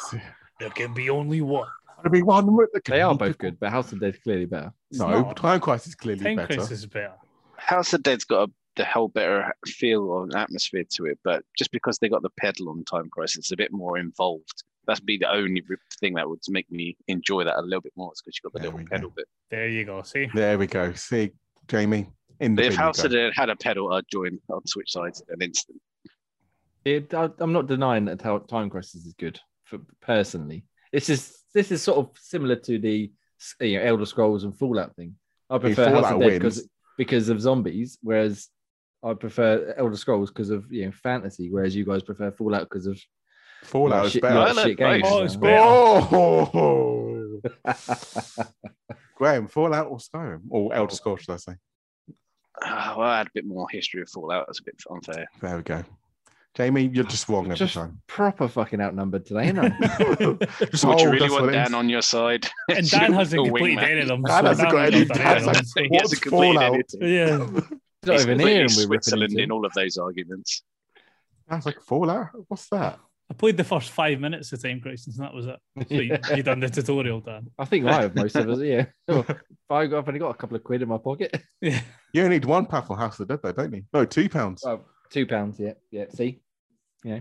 [SPEAKER 2] there can be only one.
[SPEAKER 4] Gotta be one with the-
[SPEAKER 1] They are both good, but House of Dead is clearly better.
[SPEAKER 4] No,
[SPEAKER 2] not.
[SPEAKER 4] Time Crisis clearly
[SPEAKER 2] Time
[SPEAKER 4] better.
[SPEAKER 2] Crisis is better.
[SPEAKER 3] House of Dead's got a, the whole better feel or an atmosphere to it, but just because they got the pedal on Time Crisis, it's a bit more involved. That'd be the only re- thing that would make me enjoy that a little bit more. It's because you got the
[SPEAKER 4] There we
[SPEAKER 3] little
[SPEAKER 4] go.
[SPEAKER 3] pedal bit.
[SPEAKER 2] There you go. See,
[SPEAKER 4] There we go. See, Jamie. In the
[SPEAKER 3] But if
[SPEAKER 4] bin
[SPEAKER 3] House
[SPEAKER 4] you
[SPEAKER 3] of
[SPEAKER 4] go.
[SPEAKER 3] Dead had a pedal, I'd join on Switch sides an instant.
[SPEAKER 1] It, I, I'm not denying that how Time Crisis is good for personally. This is this is sort of similar to the you know, Elder Scrolls and Fallout thing. I prefer House of
[SPEAKER 4] Fallout
[SPEAKER 1] Dead
[SPEAKER 4] wins.
[SPEAKER 1] because because of zombies, whereas I prefer Elder Scrolls because of you know fantasy, whereas you guys prefer Fallout because of
[SPEAKER 4] Fallout is
[SPEAKER 1] shit,
[SPEAKER 4] better.
[SPEAKER 3] like-
[SPEAKER 1] lot of shit
[SPEAKER 3] Well,
[SPEAKER 1] games.
[SPEAKER 2] oh, it's better.
[SPEAKER 4] Oh, Graham, Fallout or Skyrim or Elder Scrolls, should I say?
[SPEAKER 3] Ah, well, I had a bit more history of Fallout. That's a bit unfair.
[SPEAKER 4] There we go. Jamie, you're just wrong every
[SPEAKER 1] Just-
[SPEAKER 4] time.
[SPEAKER 1] proper fucking outnumbered today, ain't I?
[SPEAKER 4] Just,
[SPEAKER 3] Would
[SPEAKER 4] oh,
[SPEAKER 3] you really
[SPEAKER 4] that's
[SPEAKER 3] want
[SPEAKER 4] what it is.
[SPEAKER 3] Dan on your side?
[SPEAKER 2] and
[SPEAKER 3] You
[SPEAKER 2] Dan
[SPEAKER 3] were
[SPEAKER 2] hasn't
[SPEAKER 3] the
[SPEAKER 2] completed
[SPEAKER 3] wingman.
[SPEAKER 2] any of them.
[SPEAKER 4] Dan
[SPEAKER 2] so
[SPEAKER 4] hasn't got
[SPEAKER 2] would
[SPEAKER 4] any.
[SPEAKER 2] have done
[SPEAKER 4] Dan's
[SPEAKER 2] of
[SPEAKER 4] like,
[SPEAKER 2] them.
[SPEAKER 3] He
[SPEAKER 4] what's
[SPEAKER 3] hasn't completed
[SPEAKER 4] Fallout?
[SPEAKER 3] anything.
[SPEAKER 2] Yeah,
[SPEAKER 1] It's not
[SPEAKER 3] He's
[SPEAKER 1] even
[SPEAKER 3] completely
[SPEAKER 1] here, and we're ripping
[SPEAKER 3] Switzerland
[SPEAKER 1] into.
[SPEAKER 3] in all of those arguments.
[SPEAKER 4] That's like Fallout. What's that?
[SPEAKER 2] I played the first five minutes of Time Crisis, and that was it. So you,
[SPEAKER 1] Yeah.
[SPEAKER 2] you done the tutorial, Dan.
[SPEAKER 1] I think I have most of us. Yeah, If I got, I've only got a couple of quid in my pocket.
[SPEAKER 2] Yeah.
[SPEAKER 4] You only need one pound for House of the Dead, though, don't you? No, two pounds.
[SPEAKER 1] Well, two pounds. Yeah, yeah. See, yeah,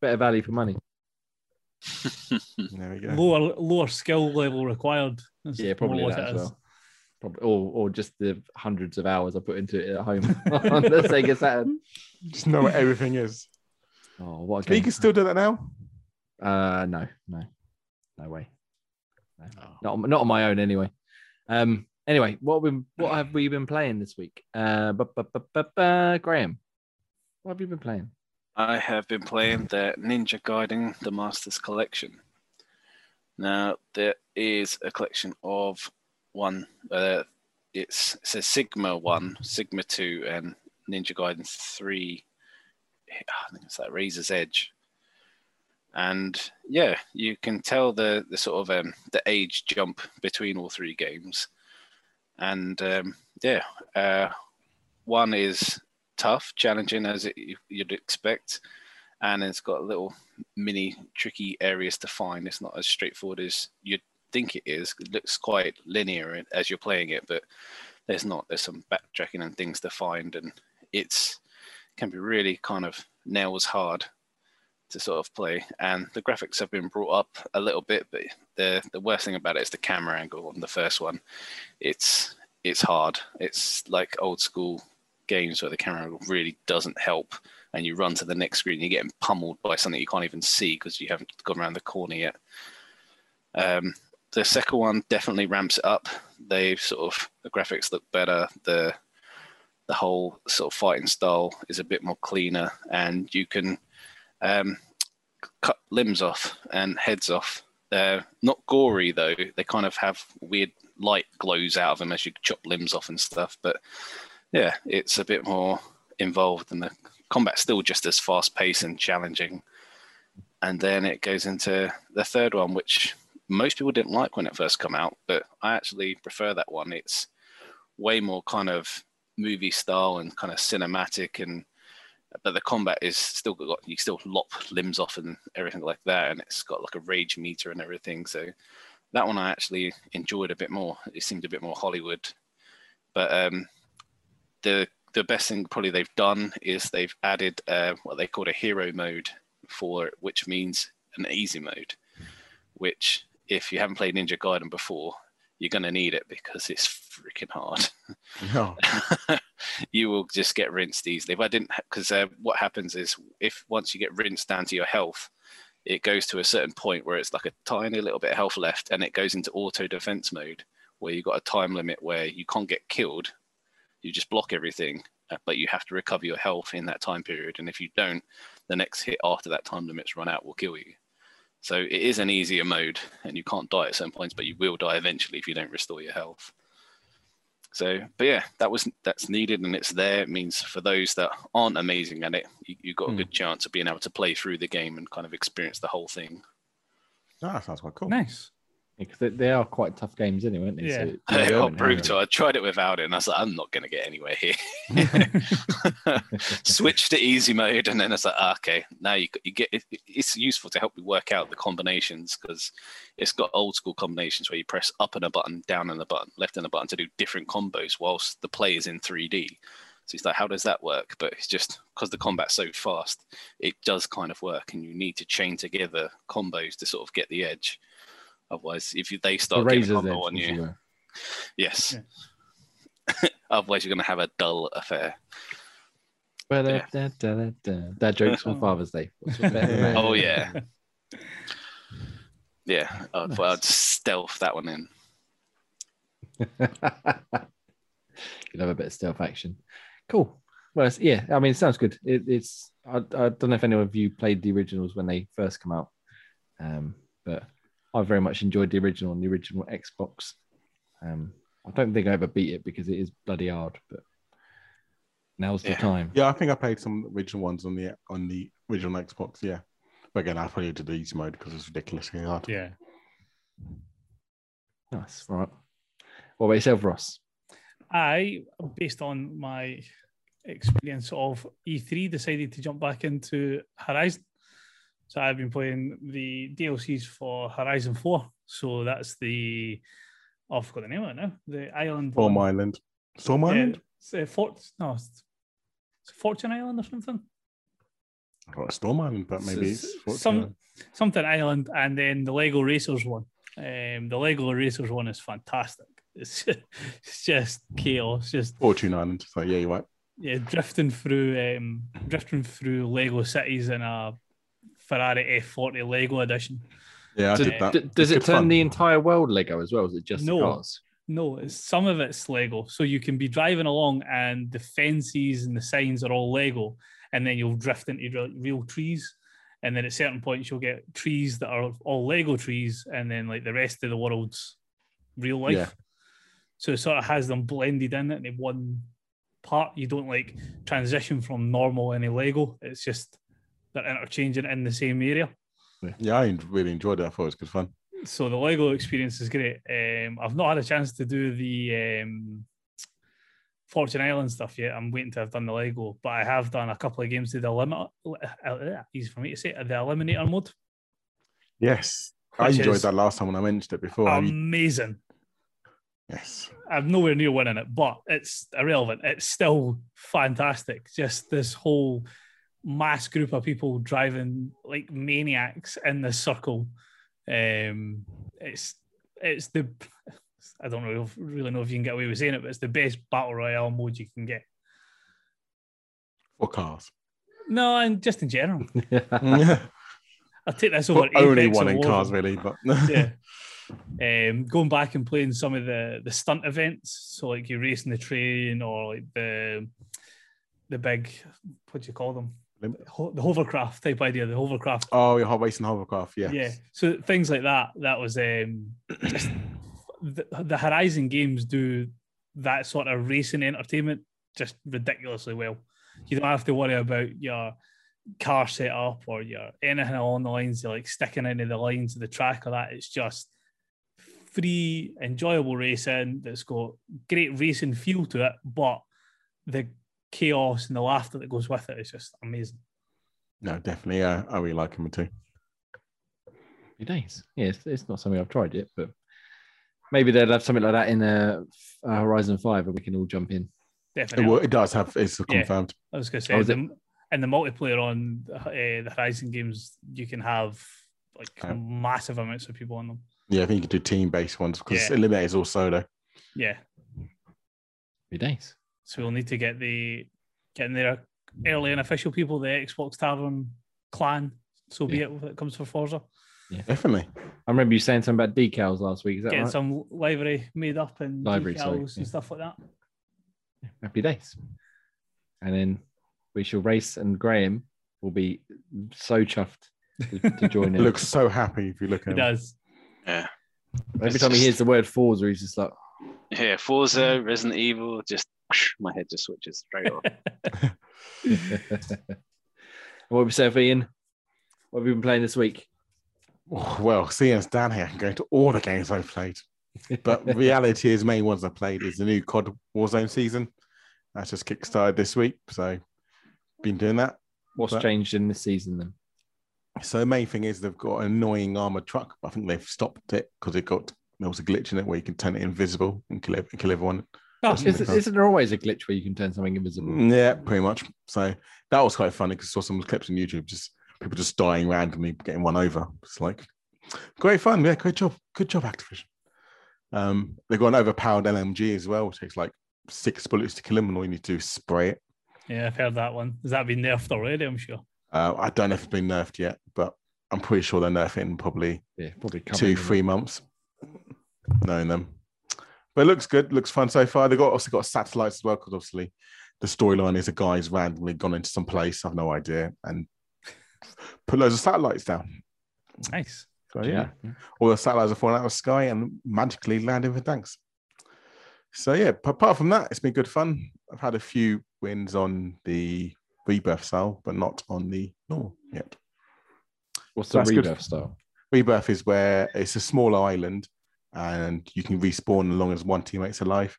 [SPEAKER 1] better value for money.
[SPEAKER 4] There we go.
[SPEAKER 2] lower lower skill level required. That's
[SPEAKER 1] Yeah,
[SPEAKER 2] more
[SPEAKER 1] probably
[SPEAKER 2] what
[SPEAKER 1] that
[SPEAKER 2] it
[SPEAKER 1] as
[SPEAKER 2] is.
[SPEAKER 1] well. Probably, or or just the hundreds of hours I put into it at home on the Sega Saturn.
[SPEAKER 4] Just know what everything is.
[SPEAKER 1] Oh, what a
[SPEAKER 4] You
[SPEAKER 1] game!
[SPEAKER 4] can still do that now.
[SPEAKER 1] Uh, no, no, no way. No. Not on- not on my own anyway. Um. Anyway, what we what have we been playing this week? Uh, bu- bu- bu- bu- bu- Graham, what have you been playing?
[SPEAKER 3] I have been playing the Ninja Gaiden The Masters Collection. Now there is a collection of one. Uh, it's it says Sigma One, Sigma Two, and Ninja Gaiden Three. Ah, I think it's that Razor's Edge. And yeah, you can tell the the sort of um, the age jump between all three games. And um, yeah, uh, one is tough, challenging as it, you'd expect, and it's got little mini tricky areas to find. It's not as straightforward as you'd think it is. It looks quite linear as you're playing it, but there's not. There's some backtracking and things to find, and it's can be really kind of nails hard to sort of play. And the graphics have been brought up a little bit, but the the worst thing about it is the camera angle on the first one. It's it's hard. It's like old school games where the camera really doesn't help and you run to the next screen you're getting pummeled by something you can't even see because you haven't gone around the corner yet um, the second one definitely ramps it up they've sort of the graphics look better the the whole sort of fighting style is a bit more cleaner and you can um, cut limbs off and heads off they're not gory though they kind of have weird light glows out of them as you chop limbs off and stuff but yeah, it's a bit more involved, and the combat's still just as fast paced and challenging. And then it goes into the third one, which most people didn't like when it first come out, but I actually prefer that one. It's way more kind of movie style and kind of cinematic, and but the combat is still got you still lop limbs off and everything like that, and it's got like a rage meter and everything. So that one I actually enjoyed a bit more. It seemed a bit more Hollywood, but um, the the best thing probably they've done is they've added uh, what they called a hero mode for it, which means an easy mode. Which, if you haven't played Ninja Gaiden before, you're going to need it because it's freaking hard.
[SPEAKER 4] No.
[SPEAKER 3] you will just get rinsed easily. If I didn't, because uh, what happens is if once you get rinsed down to your health, it goes to a certain point where it's like a tiny little bit of health left, and it goes into auto defense mode where you've got a time limit where you can't get killed. You just block everything, uh, but you have to recover your health in that time period. And if you don't, the next hit after that time limit's run out will kill you. So it is an easier mode, and you can't die at certain points, but you will die eventually if you don't restore your health. So, but yeah, that was that's needed, and it's there. It means for those that aren't amazing at it, you, you got a
[SPEAKER 4] Hmm.
[SPEAKER 3] good chance of being able to play through the game and kind of experience the whole thing.
[SPEAKER 4] Oh, that sounds quite cool.
[SPEAKER 2] Nice.
[SPEAKER 1] Because they, they are quite tough games anyway, aren't they?
[SPEAKER 2] Yeah.
[SPEAKER 1] So
[SPEAKER 3] They
[SPEAKER 4] Yeah,
[SPEAKER 3] are
[SPEAKER 4] yeah.
[SPEAKER 3] brutal. I tried it without it, and I was like, I'm not going to get anywhere here. Switch to easy mode, and then it's like, ah, okay, now you, you get it, it's useful to help you work out the combinations because it's got old school combinations where you press up and a button, down and a button, left and a button to do different combos whilst the play is in 3D. So it's like, how does that work? But it's just because the combat's so fast, it does kind of work, and you need to chain together combos to sort of get the edge. Otherwise, if you, they
[SPEAKER 1] the
[SPEAKER 3] start getting a
[SPEAKER 1] razors
[SPEAKER 3] combo
[SPEAKER 1] there.
[SPEAKER 3] on you, Yes.
[SPEAKER 2] Yeah.
[SPEAKER 3] Otherwise, you're going to have a dull affair. Yeah.
[SPEAKER 1] That joke's on Father's Day. What's better than that?
[SPEAKER 3] Oh, yeah. yeah. oh, I'd,
[SPEAKER 1] Nice.
[SPEAKER 3] I'd stealth that one in.
[SPEAKER 1] You'd have a bit of stealth action. Cool. Well, it's, yeah, I mean, it sounds good. It, it's I, I don't know if any of you played the originals when they first come out, um, but I very much enjoyed the original and the original Xbox. Um, I don't think I ever beat it because it is bloody hard, but now's the
[SPEAKER 3] Yeah.
[SPEAKER 1] time.
[SPEAKER 4] Yeah, I think I played some original ones on the on the original Xbox. Yeah, but again, I probably did the easy mode because it's ridiculously hard.
[SPEAKER 2] Yeah.
[SPEAKER 1] Nice. All right. What about yourself, Ross?
[SPEAKER 2] I, based on my experience of E3, decided to jump back into Horizon. So I've been playing the DLCs for Horizon 4. So that's the, oh, I forgot the name of it now. The Island.
[SPEAKER 4] Storm
[SPEAKER 2] one.
[SPEAKER 4] Island. Storm
[SPEAKER 2] Yeah,
[SPEAKER 4] Island.
[SPEAKER 2] it's, uh, Fort, no, it's it's Fortune Island or something.
[SPEAKER 4] I thought it was Storm Island, but maybe
[SPEAKER 2] S-
[SPEAKER 4] it's Fortune
[SPEAKER 2] some-
[SPEAKER 4] Island.
[SPEAKER 2] something Island, and then the Lego Racers one. Um, the Lego Racers one is fantastic. It's just, it's just chaos, just
[SPEAKER 4] Fortune Island. So yeah, you're right.
[SPEAKER 2] yeah, drifting through um, drifting through Lego cities in a Ferrari F40 Lego edition.
[SPEAKER 4] Yeah, I
[SPEAKER 1] Does-
[SPEAKER 4] did that.
[SPEAKER 1] d- does it
[SPEAKER 4] It's
[SPEAKER 1] turn
[SPEAKER 4] fun.
[SPEAKER 1] the entire world Lego as well? Is it just the
[SPEAKER 2] No.
[SPEAKER 1] cars?
[SPEAKER 2] No, it's, some of it's Lego. So you can be driving along, and the fences and the signs are all Lego, and then you'll drift into real, real trees. And then at certain points, you'll get trees that are all Lego trees, and then like the rest of the world's real life.
[SPEAKER 4] Yeah.
[SPEAKER 2] So it sort of has them blended in it in one part. You don't like transition from normal any Lego. It's just they're interchanging in the same area.
[SPEAKER 4] Yeah, I en- really enjoyed it. I thought it was good fun.
[SPEAKER 2] So the Lego experience is great. Um, I've not had a chance to do the um, Fortune Island stuff yet. I'm waiting to have done the Lego, but I have done a couple of games to the Eliminator. Uh, easy for me to say, the Eliminator mode.
[SPEAKER 4] Yes, I
[SPEAKER 2] which
[SPEAKER 4] enjoyed
[SPEAKER 2] is
[SPEAKER 4] that last time when I mentioned it before.
[SPEAKER 2] Um,
[SPEAKER 4] Have you-
[SPEAKER 2] Amazing.
[SPEAKER 4] yes,
[SPEAKER 2] I'm nowhere near winning it, but it's irrelevant. It's still fantastic. Just this whole mass group of people driving like maniacs in the circle. Um, it's it's the I don't know if, really know if you can get away with saying it, but it's the best battle royale mode you can get.
[SPEAKER 4] for cars.
[SPEAKER 2] No, and just in general,
[SPEAKER 4] Mm.
[SPEAKER 2] I'll take this over.
[SPEAKER 4] But only
[SPEAKER 2] Apex
[SPEAKER 4] one in
[SPEAKER 2] or
[SPEAKER 4] cars,
[SPEAKER 2] Warzone.
[SPEAKER 4] really. But
[SPEAKER 2] yeah. Um, going back and playing some of the the stunt events, so like you're racing the train or like the the big what do you call them?
[SPEAKER 4] Lim-
[SPEAKER 2] Ho- the hovercraft type idea, the hovercraft.
[SPEAKER 4] oh, you're racing hovercraft. Yes.
[SPEAKER 2] Yeah. So things like that. That was um, just the, the Horizon games do that sort of racing entertainment just ridiculously well. You don't have to worry about your car setup or your anything along the lines of like sticking into the lines of the track or that. It's just free, enjoyable racing that's got great racing feel to it, but the chaos and the laughter that goes with it is just amazing.
[SPEAKER 4] No, definitely. Uh, I really like him too.
[SPEAKER 1] Be nice. Yeah, it's, it's not something I've tried yet, but maybe they'll have something like that in uh, F- uh, Horizon Five, and we can all jump in.
[SPEAKER 2] Definitely.
[SPEAKER 4] It, will, it does have. It's
[SPEAKER 2] Yeah.
[SPEAKER 4] confirmed.
[SPEAKER 2] I was going to
[SPEAKER 1] Oh,
[SPEAKER 2] say,
[SPEAKER 1] is it-
[SPEAKER 2] the, and the multiplayer on uh, the Horizon games, you can have like
[SPEAKER 4] Oh.
[SPEAKER 2] massive amounts of people on them.
[SPEAKER 4] Yeah, I think you can do team-based ones because
[SPEAKER 2] Yeah.
[SPEAKER 4] Eliminate is all solo.
[SPEAKER 2] Yeah,
[SPEAKER 1] Be nice.
[SPEAKER 2] so we'll need to get the getting their early and official people, the Xbox Tavern clan. So be
[SPEAKER 1] Yeah.
[SPEAKER 2] it when it comes for Forza.
[SPEAKER 4] Definitely.
[SPEAKER 1] I remember you saying something about decals last week. Is that
[SPEAKER 2] Getting
[SPEAKER 1] right?
[SPEAKER 2] some library made up and
[SPEAKER 1] Library,
[SPEAKER 2] decals
[SPEAKER 1] sorry,
[SPEAKER 2] and
[SPEAKER 1] yeah.
[SPEAKER 2] stuff like that.
[SPEAKER 1] Happy days. And then we shall race and Graham will be so chuffed to, to join
[SPEAKER 4] He
[SPEAKER 1] in.
[SPEAKER 4] looks so happy if you look
[SPEAKER 2] He
[SPEAKER 4] at him.
[SPEAKER 2] does.
[SPEAKER 1] Every
[SPEAKER 3] it's
[SPEAKER 1] time he
[SPEAKER 3] just-
[SPEAKER 1] hears the word Forza, he's just like,
[SPEAKER 3] Yeah, Forza, Resident Evil, just my head just switches straight off.
[SPEAKER 1] what about yourself, Ian? What have you been playing this week?
[SPEAKER 4] Oh, well, seeing as down here, I can go to all the games I've played. But reality is, main ones I played is the new COD Warzone season. That's just kickstarted this week, so been doing that.
[SPEAKER 1] What's
[SPEAKER 4] But-
[SPEAKER 1] changed in this season then?
[SPEAKER 4] So the main thing is they've got an annoying armored truck. But I think they've stopped it because it got there was a glitch in it where you can turn it invisible and kill, ev- kill everyone.
[SPEAKER 2] Oh,
[SPEAKER 4] Doesn't
[SPEAKER 1] Is,
[SPEAKER 4] it?
[SPEAKER 1] isn't there always a glitch where you can turn something invisible?
[SPEAKER 4] Mm, Yeah, pretty much. So that was quite funny because I saw some clips on YouTube, just people just dying randomly, getting one over. It's like great fun. Yeah, great job. Good job, Activision. Um, they've got an overpowered LMG as well, which takes like six bullets to kill him, and all you need to do is spray it.
[SPEAKER 2] yeah, I've heard that one. Has that been nerfed already? I'm sure.
[SPEAKER 4] Uh, I don't know if it's been nerfed yet, but I'm pretty sure they're nerfing in probably
[SPEAKER 1] Yeah, probably can't
[SPEAKER 4] two,
[SPEAKER 1] remember.
[SPEAKER 4] three months, knowing them. But it looks good, looks fun so far. They've got also got satellites as well, because obviously the storyline is a guy's randomly gone into some place, I've no idea, and put loads of satellites down.
[SPEAKER 2] Nice.
[SPEAKER 4] So yeah,
[SPEAKER 1] Yeah.
[SPEAKER 4] all the satellites are falling out of the sky and magically landing for tanks. So yeah, p- apart from that, it's been good fun. I've had a few wins on the rebirth style, but not on the normal yet.
[SPEAKER 1] What's the
[SPEAKER 4] That's good.
[SPEAKER 1] rebirth style?
[SPEAKER 4] Rebirth is where it's a smaller island and you can respawn as long as one teammate's alive.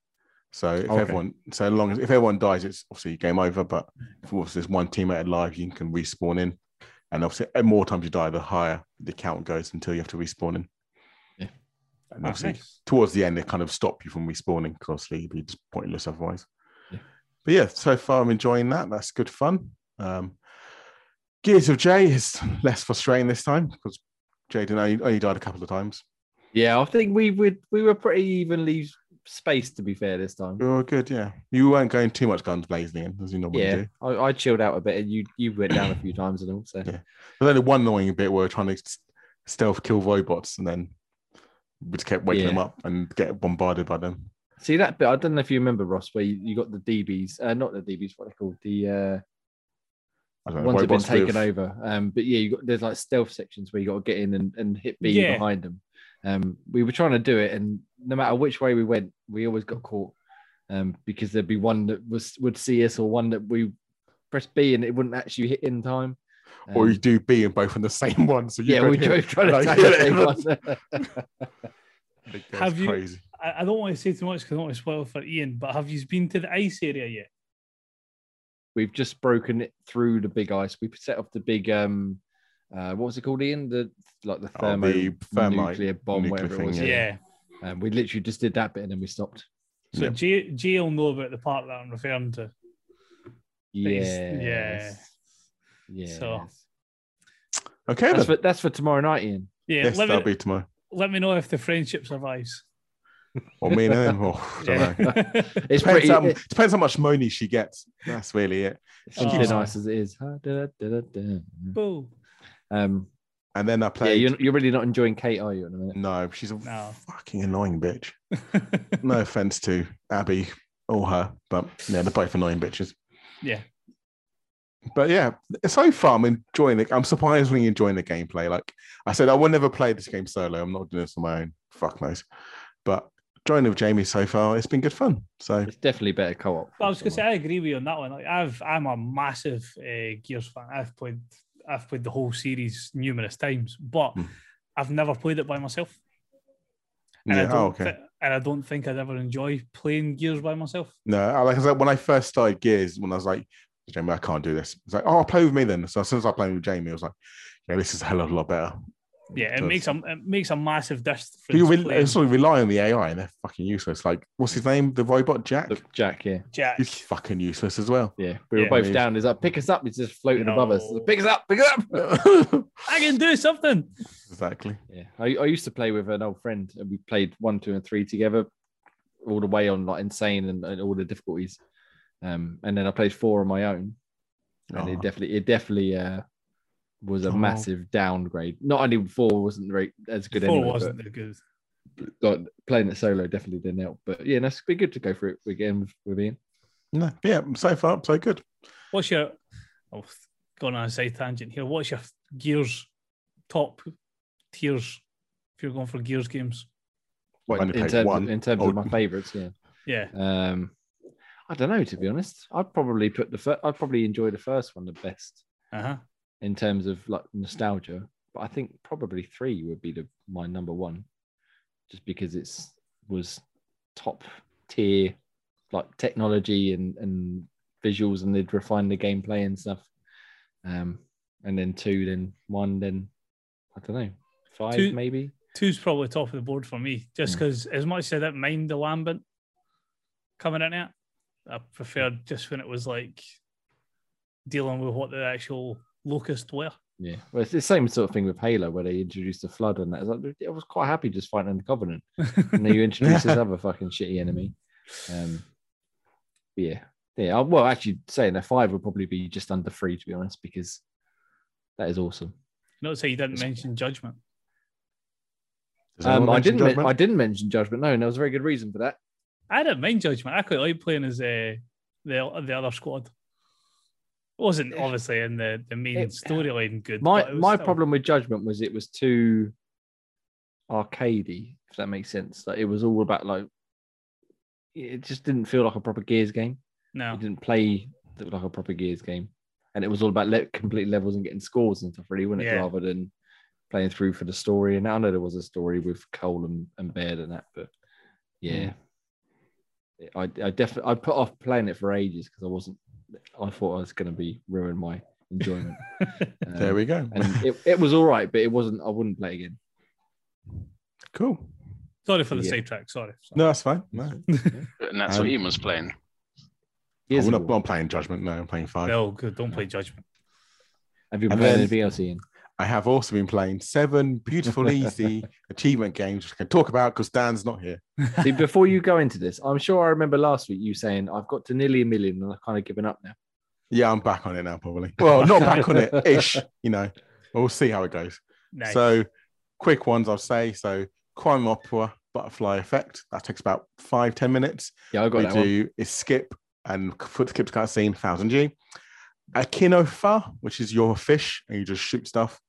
[SPEAKER 4] So if
[SPEAKER 1] Okay.
[SPEAKER 4] everyone so long as if everyone dies, it's obviously game over. But if obviously there's one teammate alive, you can respawn in. And obviously the more times you die, the higher the count goes until you have to respawn in.
[SPEAKER 1] Yeah.
[SPEAKER 4] And obviously
[SPEAKER 2] nice.
[SPEAKER 4] towards the end, they kind of stop you from respawning because obviously it'd be just pointless otherwise.
[SPEAKER 1] Yeah.
[SPEAKER 4] But yeah, so far I'm enjoying that. That's good fun. Um, Gears of J is less frustrating this time because Jaden only, only died a couple of times.
[SPEAKER 1] Yeah, I think we would we were pretty evenly spaced to be fair this time.
[SPEAKER 4] We were good, yeah. You weren't going too much guns blazing in, as you normally
[SPEAKER 1] Yeah,
[SPEAKER 4] do.
[SPEAKER 1] I, I chilled out a bit, and you you went down a few times and all. So
[SPEAKER 4] Yeah. There's only one annoying bit where we're trying to s- stealth kill robots and then we just kept waking
[SPEAKER 1] Yeah.
[SPEAKER 4] them up and get bombarded by them.
[SPEAKER 1] see that bit. I don't know if you remember Ross, where you, you got the DBs, uh, not the DBs, what they are called, the uh,
[SPEAKER 4] I don't know,
[SPEAKER 1] ones that have been
[SPEAKER 4] robots
[SPEAKER 1] taken
[SPEAKER 4] with-
[SPEAKER 1] over. Um, but yeah, you got there's like stealth sections where you got to get in and, and hit B
[SPEAKER 2] Yeah.
[SPEAKER 1] behind them. Um, we were trying to do it, and no matter which way we went, we always got caught. Um, because there'd be one that was would see us, or one that we press B and it wouldn't actually hit in time.
[SPEAKER 4] Or
[SPEAKER 1] Um,
[SPEAKER 4] you do B and both in the same one. So you
[SPEAKER 1] yeah,
[SPEAKER 4] go
[SPEAKER 1] we
[SPEAKER 4] here.
[SPEAKER 1] tried trying to
[SPEAKER 4] like,
[SPEAKER 1] attack
[SPEAKER 4] hit
[SPEAKER 1] the
[SPEAKER 4] it.
[SPEAKER 1] same one.
[SPEAKER 4] That's
[SPEAKER 2] Have you-
[SPEAKER 4] crazy.
[SPEAKER 2] I, I don't want to say too much because I don't want to spoil it for Ian, but have you been to the ice area yet?
[SPEAKER 1] We've just broken it through the big ice. We set off the big um, uh, what was it called, Ian? The like the
[SPEAKER 4] Oh,
[SPEAKER 1] thermo
[SPEAKER 4] the thermite
[SPEAKER 1] nuclear bomb,
[SPEAKER 4] nuclear
[SPEAKER 1] whatever it
[SPEAKER 4] thing,
[SPEAKER 1] was.
[SPEAKER 4] Yeah.
[SPEAKER 1] Um, we literally just did that bit and then we stopped.
[SPEAKER 2] So
[SPEAKER 4] Yeah.
[SPEAKER 2] Jay, Jay will know about the part that I'm referring to.
[SPEAKER 1] Yeah.
[SPEAKER 2] he's-
[SPEAKER 1] Yeah.
[SPEAKER 2] So-
[SPEAKER 4] Okay,
[SPEAKER 1] That's
[SPEAKER 4] then.
[SPEAKER 1] for, that's for tomorrow night, Ian.
[SPEAKER 2] Yeah,
[SPEAKER 4] yes,
[SPEAKER 2] let,
[SPEAKER 4] that'll
[SPEAKER 2] me,
[SPEAKER 4] be tomorrow.
[SPEAKER 2] let me know if the friendship survives.
[SPEAKER 4] Or me and him. Oh, I don't know.
[SPEAKER 1] It's
[SPEAKER 4] Depends,
[SPEAKER 1] pretty.
[SPEAKER 4] um,
[SPEAKER 1] it-
[SPEAKER 4] depends how much money she gets. That's really it.
[SPEAKER 1] it's pretty
[SPEAKER 2] Oh.
[SPEAKER 1] nice as it is. Ah, da, da, da, da.
[SPEAKER 2] Boo.
[SPEAKER 1] Um,
[SPEAKER 4] And then I
[SPEAKER 1] yeah,
[SPEAKER 4] played.
[SPEAKER 1] you're, you're really not enjoying Kate, are you? At the minute,
[SPEAKER 4] No, she's a
[SPEAKER 2] No.
[SPEAKER 4] fucking annoying bitch. No offense to Abby or her, but yeah, they're both annoying bitches.
[SPEAKER 2] Yeah.
[SPEAKER 4] But yeah, so far I'm enjoying it. I'm surprisingly enjoying the gameplay. Like I said, I will never play this game solo. I'm not doing this on my own. Fuck knows. But joining with Jamie so far, it's been good fun. So
[SPEAKER 1] it's definitely better co-op.
[SPEAKER 2] But I was gonna say I agree with you on that one. Like I've I'm a massive uh, Gears fan. I've played I've played the whole series numerous times, but
[SPEAKER 4] Hmm.
[SPEAKER 2] I've never played it by myself. And I
[SPEAKER 4] yeah,
[SPEAKER 2] don't
[SPEAKER 4] oh, okay.
[SPEAKER 2] thi- and I don't think I'd ever enjoy playing Gears by myself.
[SPEAKER 4] No, I- like I said, when I first started Gears, when I was like, Jamie, I can't do this. It's like, oh, play with me then. So as soon as I played with Jamie, I was like, yeah, this is a hell of a lot better.
[SPEAKER 2] Yeah, it
[SPEAKER 4] Hmm. does.
[SPEAKER 2] makes a it makes a massive difference.
[SPEAKER 4] You re-
[SPEAKER 2] playing
[SPEAKER 4] it's sort of rely on the AI and they're fucking useless. Like, what's his name? The robot Jack?
[SPEAKER 1] Look, Jack. Yeah,
[SPEAKER 2] Jack.
[SPEAKER 4] He's fucking useless as well.
[SPEAKER 1] yeah. We were
[SPEAKER 2] Yeah.
[SPEAKER 1] both down. He's like, pick us up. He's just floating above us.
[SPEAKER 2] No.
[SPEAKER 1] Pick us up. Pick us up.
[SPEAKER 2] I can do something.
[SPEAKER 4] exactly.
[SPEAKER 1] Yeah, I, I used to play with an old friend, and we played one, two, and three together, all the way on like insane and, and all the difficulties. Um, and then I played four on my own, and
[SPEAKER 4] Oh.
[SPEAKER 1] it definitely, it definitely uh, was a
[SPEAKER 4] Oh.
[SPEAKER 1] massive downgrade. Not only four wasn't very as good
[SPEAKER 2] Four
[SPEAKER 1] anyway,
[SPEAKER 2] wasn't that good.
[SPEAKER 1] but like, playing it solo definitely didn't help. But yeah, that's been good to go through it again with, with Ian.
[SPEAKER 4] No, yeah, so far, so good.
[SPEAKER 2] What's your? Oh, going on a side tangent here. What's your Gears top tiers if you're going for Gears games?
[SPEAKER 1] Well,
[SPEAKER 4] Only
[SPEAKER 1] in,
[SPEAKER 4] played
[SPEAKER 1] terms
[SPEAKER 4] one.
[SPEAKER 1] Of, in terms
[SPEAKER 4] Oh.
[SPEAKER 1] of my favourites, yeah.
[SPEAKER 2] Yeah,
[SPEAKER 1] Um, I don't know to be honest. I'd probably put the first. I'd probably enjoy the first one the best
[SPEAKER 2] uh huh.
[SPEAKER 1] in terms of like nostalgia, but I think probably three would be the my number one, just because it's was top tier, like technology and and visuals, and they'd refine the gameplay and stuff. Um, and then two, then one, then I don't know, five
[SPEAKER 2] Two-
[SPEAKER 1] maybe.
[SPEAKER 2] Two's probably top of the board for me, just
[SPEAKER 1] Mm.
[SPEAKER 2] because as much as I didn't mind the Lambent coming in it, I preferred just when it was like dealing with what the actual locusts were.
[SPEAKER 1] Yeah, well, it's the same sort of thing with Halo where they introduced the flood and that. It's like, I was quite happy just fighting the Covenant, and then you introduce this other fucking shitty enemy. Um, but yeah, yeah. I- Well, actually, saying that five would probably be just under three to be honest, because that is awesome.
[SPEAKER 2] Notice how you didn't
[SPEAKER 1] It's-
[SPEAKER 2] mention Judgment.
[SPEAKER 4] Does
[SPEAKER 1] Um,
[SPEAKER 4] anyone
[SPEAKER 1] I
[SPEAKER 4] mention
[SPEAKER 1] didn't. men-
[SPEAKER 4] Judgment?
[SPEAKER 1] I didn't mention Judgment. No, and there was a very good reason for that.
[SPEAKER 2] I didn't mind Judgment. I quite like playing as uh, the the other squad. It wasn't
[SPEAKER 1] It-
[SPEAKER 2] obviously in the, the main
[SPEAKER 1] it- uh,
[SPEAKER 2] storyline good. but
[SPEAKER 1] My
[SPEAKER 2] it was
[SPEAKER 1] my
[SPEAKER 2] still-
[SPEAKER 1] problem with Judgment was it was too arcadey, if that makes sense. Like it was all about like it just didn't feel like a proper Gears game.
[SPEAKER 2] No,
[SPEAKER 1] It didn't play th- like a proper Gears game, and it was all about le- complete levels and getting scores and stuff, really, wasn't it?
[SPEAKER 2] Yeah.
[SPEAKER 1] Rather than playing through for the story. And I know there was a story with Cole and, and Baird and that, but yeah, I, I definitely I put off playing it for ages because I wasn't. I thought I was going to be ruin my enjoyment. Um,
[SPEAKER 4] There we go.
[SPEAKER 1] and it, it was all right, but it wasn't. I wouldn't play again.
[SPEAKER 4] cool.
[SPEAKER 2] sorry for the
[SPEAKER 1] Yeah.
[SPEAKER 2] sidetrack. Sorry.
[SPEAKER 4] No, that's fine. No,
[SPEAKER 3] And that's
[SPEAKER 4] Um,
[SPEAKER 3] what Ian was playing.
[SPEAKER 1] Years
[SPEAKER 4] I'm not,
[SPEAKER 1] ago.
[SPEAKER 4] not playing Judgment. No, I'm playing Five.
[SPEAKER 2] No, good. Don't play Judgment.
[SPEAKER 1] Have you been
[SPEAKER 4] And
[SPEAKER 1] playing
[SPEAKER 4] then-
[SPEAKER 1] anything else, Ian?
[SPEAKER 4] I have also been playing seven beautiful, easy achievement games, which I can talk about because Dan's not here.
[SPEAKER 1] See, before you go into this, I'm sure I remember last week you saying I've got to nearly a million and I've kind of given up now.
[SPEAKER 4] Yeah, I'm back on it now, probably. Well, not back on it, ish. You know, we'll see how it goes.
[SPEAKER 2] Nice.
[SPEAKER 4] So, quick ones, I'll say. So, Crime Opera, Butterfly Effect. That takes about five, ten minutes.
[SPEAKER 1] Yeah, I got
[SPEAKER 4] we
[SPEAKER 1] that one.
[SPEAKER 4] do is skip and foot skips cutscene, thousand G. Akinofa, which is your fish, and you just shoot stuff.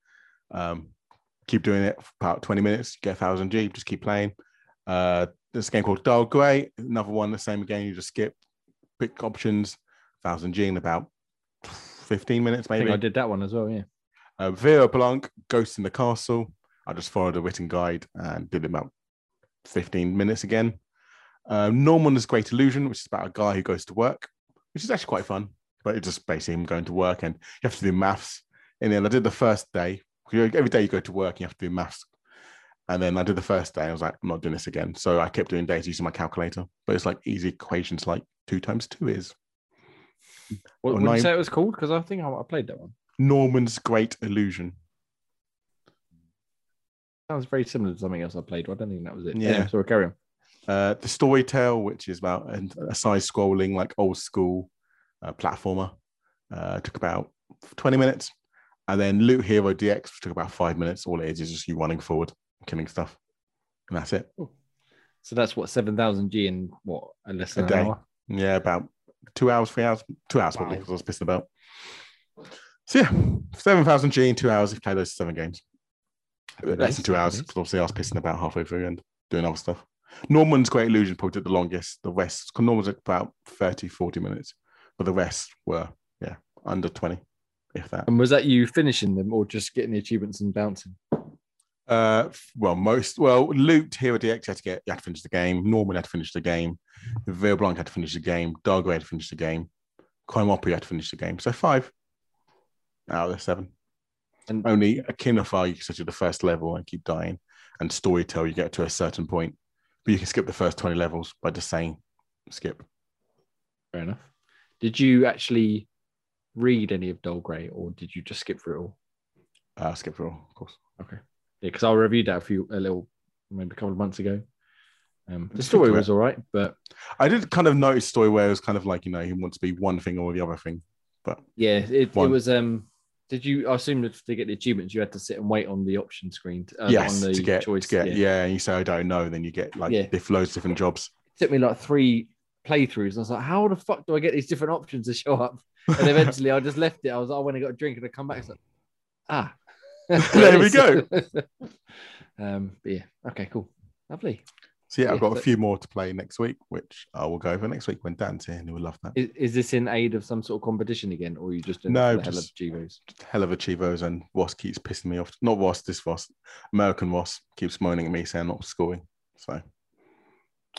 [SPEAKER 4] Um, keep doing it for about 20 minutes, get thousand G, just keep playing. Uh, there's a game called Dial Grey, another one, the same again, you just skip, pick options, thousand G in about 15 minutes,
[SPEAKER 1] I
[SPEAKER 4] maybe.
[SPEAKER 1] think I did that one as well. Yeah.
[SPEAKER 4] Uh, Vera Blanc, Ghost in the Castle. I just followed a written guide and did about 15 minutes again. Uh, Norman's Great Illusion, which is about a guy who goes to work, which is actually quite fun, but it's just basically him going to work and you have to do maths. And then I did the first day. 'cause you- Every day you go to work and you have to do maths. And then I did the first day. I was like, I'm not doing this again. So I kept doing days using my calculator, but it's like easy equations like two times two is.
[SPEAKER 1] What
[SPEAKER 4] Or
[SPEAKER 1] would you
[SPEAKER 4] nine-
[SPEAKER 1] say it was called? Because I think I, I played that one.
[SPEAKER 4] Norman's Great Illusion.
[SPEAKER 1] Sounds very similar to something else I played. But I don't think that was it.
[SPEAKER 4] Yeah.
[SPEAKER 1] Anyway, so we'll carry on.
[SPEAKER 4] Uh, the story tale, which is about an- a side scrolling, like old school uh, platformer, uh, took about 20 minutes. And then Loot Hero DX, which took about five minutes. All it is is just you running forward, killing stuff. And that's it.
[SPEAKER 1] So that's what seven thousand G in what a less
[SPEAKER 4] A
[SPEAKER 1] than
[SPEAKER 4] day.
[SPEAKER 1] an hour.
[SPEAKER 4] Yeah, about two hours, three hours, two hours probably,
[SPEAKER 1] Wow.
[SPEAKER 4] because I was pissed about. So yeah, 7,000 G in two hours if you play those seven games.
[SPEAKER 1] Happy
[SPEAKER 4] Less
[SPEAKER 1] days.
[SPEAKER 4] than two hours,
[SPEAKER 1] Happy
[SPEAKER 4] because obviously I was pissing about halfway through and doing other stuff. Norman's Great Illusion probably took the longest. The rest, 'cause Norman's took about 30, 40 minutes, but the rest were, yeah, under 20, if that.
[SPEAKER 1] And was that you finishing them or just getting the achievements and bouncing?
[SPEAKER 4] Uh, f- well, most well, Loot here at DX had to get had to finish the game. Norman had to finish the game. Vera Blanc had to finish the game. Dargo had to finish the game. Crime Opera had to finish the game. So five out of the seven.
[SPEAKER 1] And
[SPEAKER 4] Only a Kinofar you can do the first level and keep dying, and Storytell you get to a certain point, but you can skip the first twenty levels by just saying skip.
[SPEAKER 1] fair enough. Did you actually read any of Dull Grey or did you just skip through it all?
[SPEAKER 4] Uh, skip for all, of course.
[SPEAKER 1] Okay. Yeah, because I reviewed that a few a little maybe a couple of months ago. Um, the
[SPEAKER 4] Let's
[SPEAKER 1] story
[SPEAKER 4] think
[SPEAKER 1] was all right, but
[SPEAKER 4] I did kind of notice story where it was kind of like you know he wants to be one thing or the other thing.
[SPEAKER 1] yeah, it, it
[SPEAKER 4] One.
[SPEAKER 1] was. Um, did you? I assume that to get the achievements, you had to sit and wait on the option screen. To, uh,
[SPEAKER 4] yes,
[SPEAKER 1] on the
[SPEAKER 4] to get
[SPEAKER 1] choice.
[SPEAKER 4] to get
[SPEAKER 1] yeah.
[SPEAKER 4] yeah. and you say I don't know, then you get like
[SPEAKER 1] Yeah.
[SPEAKER 4] diff- loads of different jobs.
[SPEAKER 1] It took me like three playthroughs. And I was like, how the fuck do I get these different options to show up? And eventually I just left it. I was like, oh, when I got a drink and I come back, it's like, ah.
[SPEAKER 4] There we go.
[SPEAKER 1] um, but yeah. Okay, cool. Lovely.
[SPEAKER 4] So yeah, I've
[SPEAKER 1] Yeah,
[SPEAKER 4] got a
[SPEAKER 1] but-
[SPEAKER 4] few more to play next week, which I will go over next week when Dan's here, and he will love that.
[SPEAKER 1] Is, is this in aid of some sort of competition again, or are you just doing
[SPEAKER 4] No,
[SPEAKER 1] no, the hell of
[SPEAKER 4] just-
[SPEAKER 1] Givos?
[SPEAKER 4] Hell of a Chivos and Ross keeps pissing me off. Not Ross, this Ross, American Ross keeps moaning at me saying I'm not scoring. So,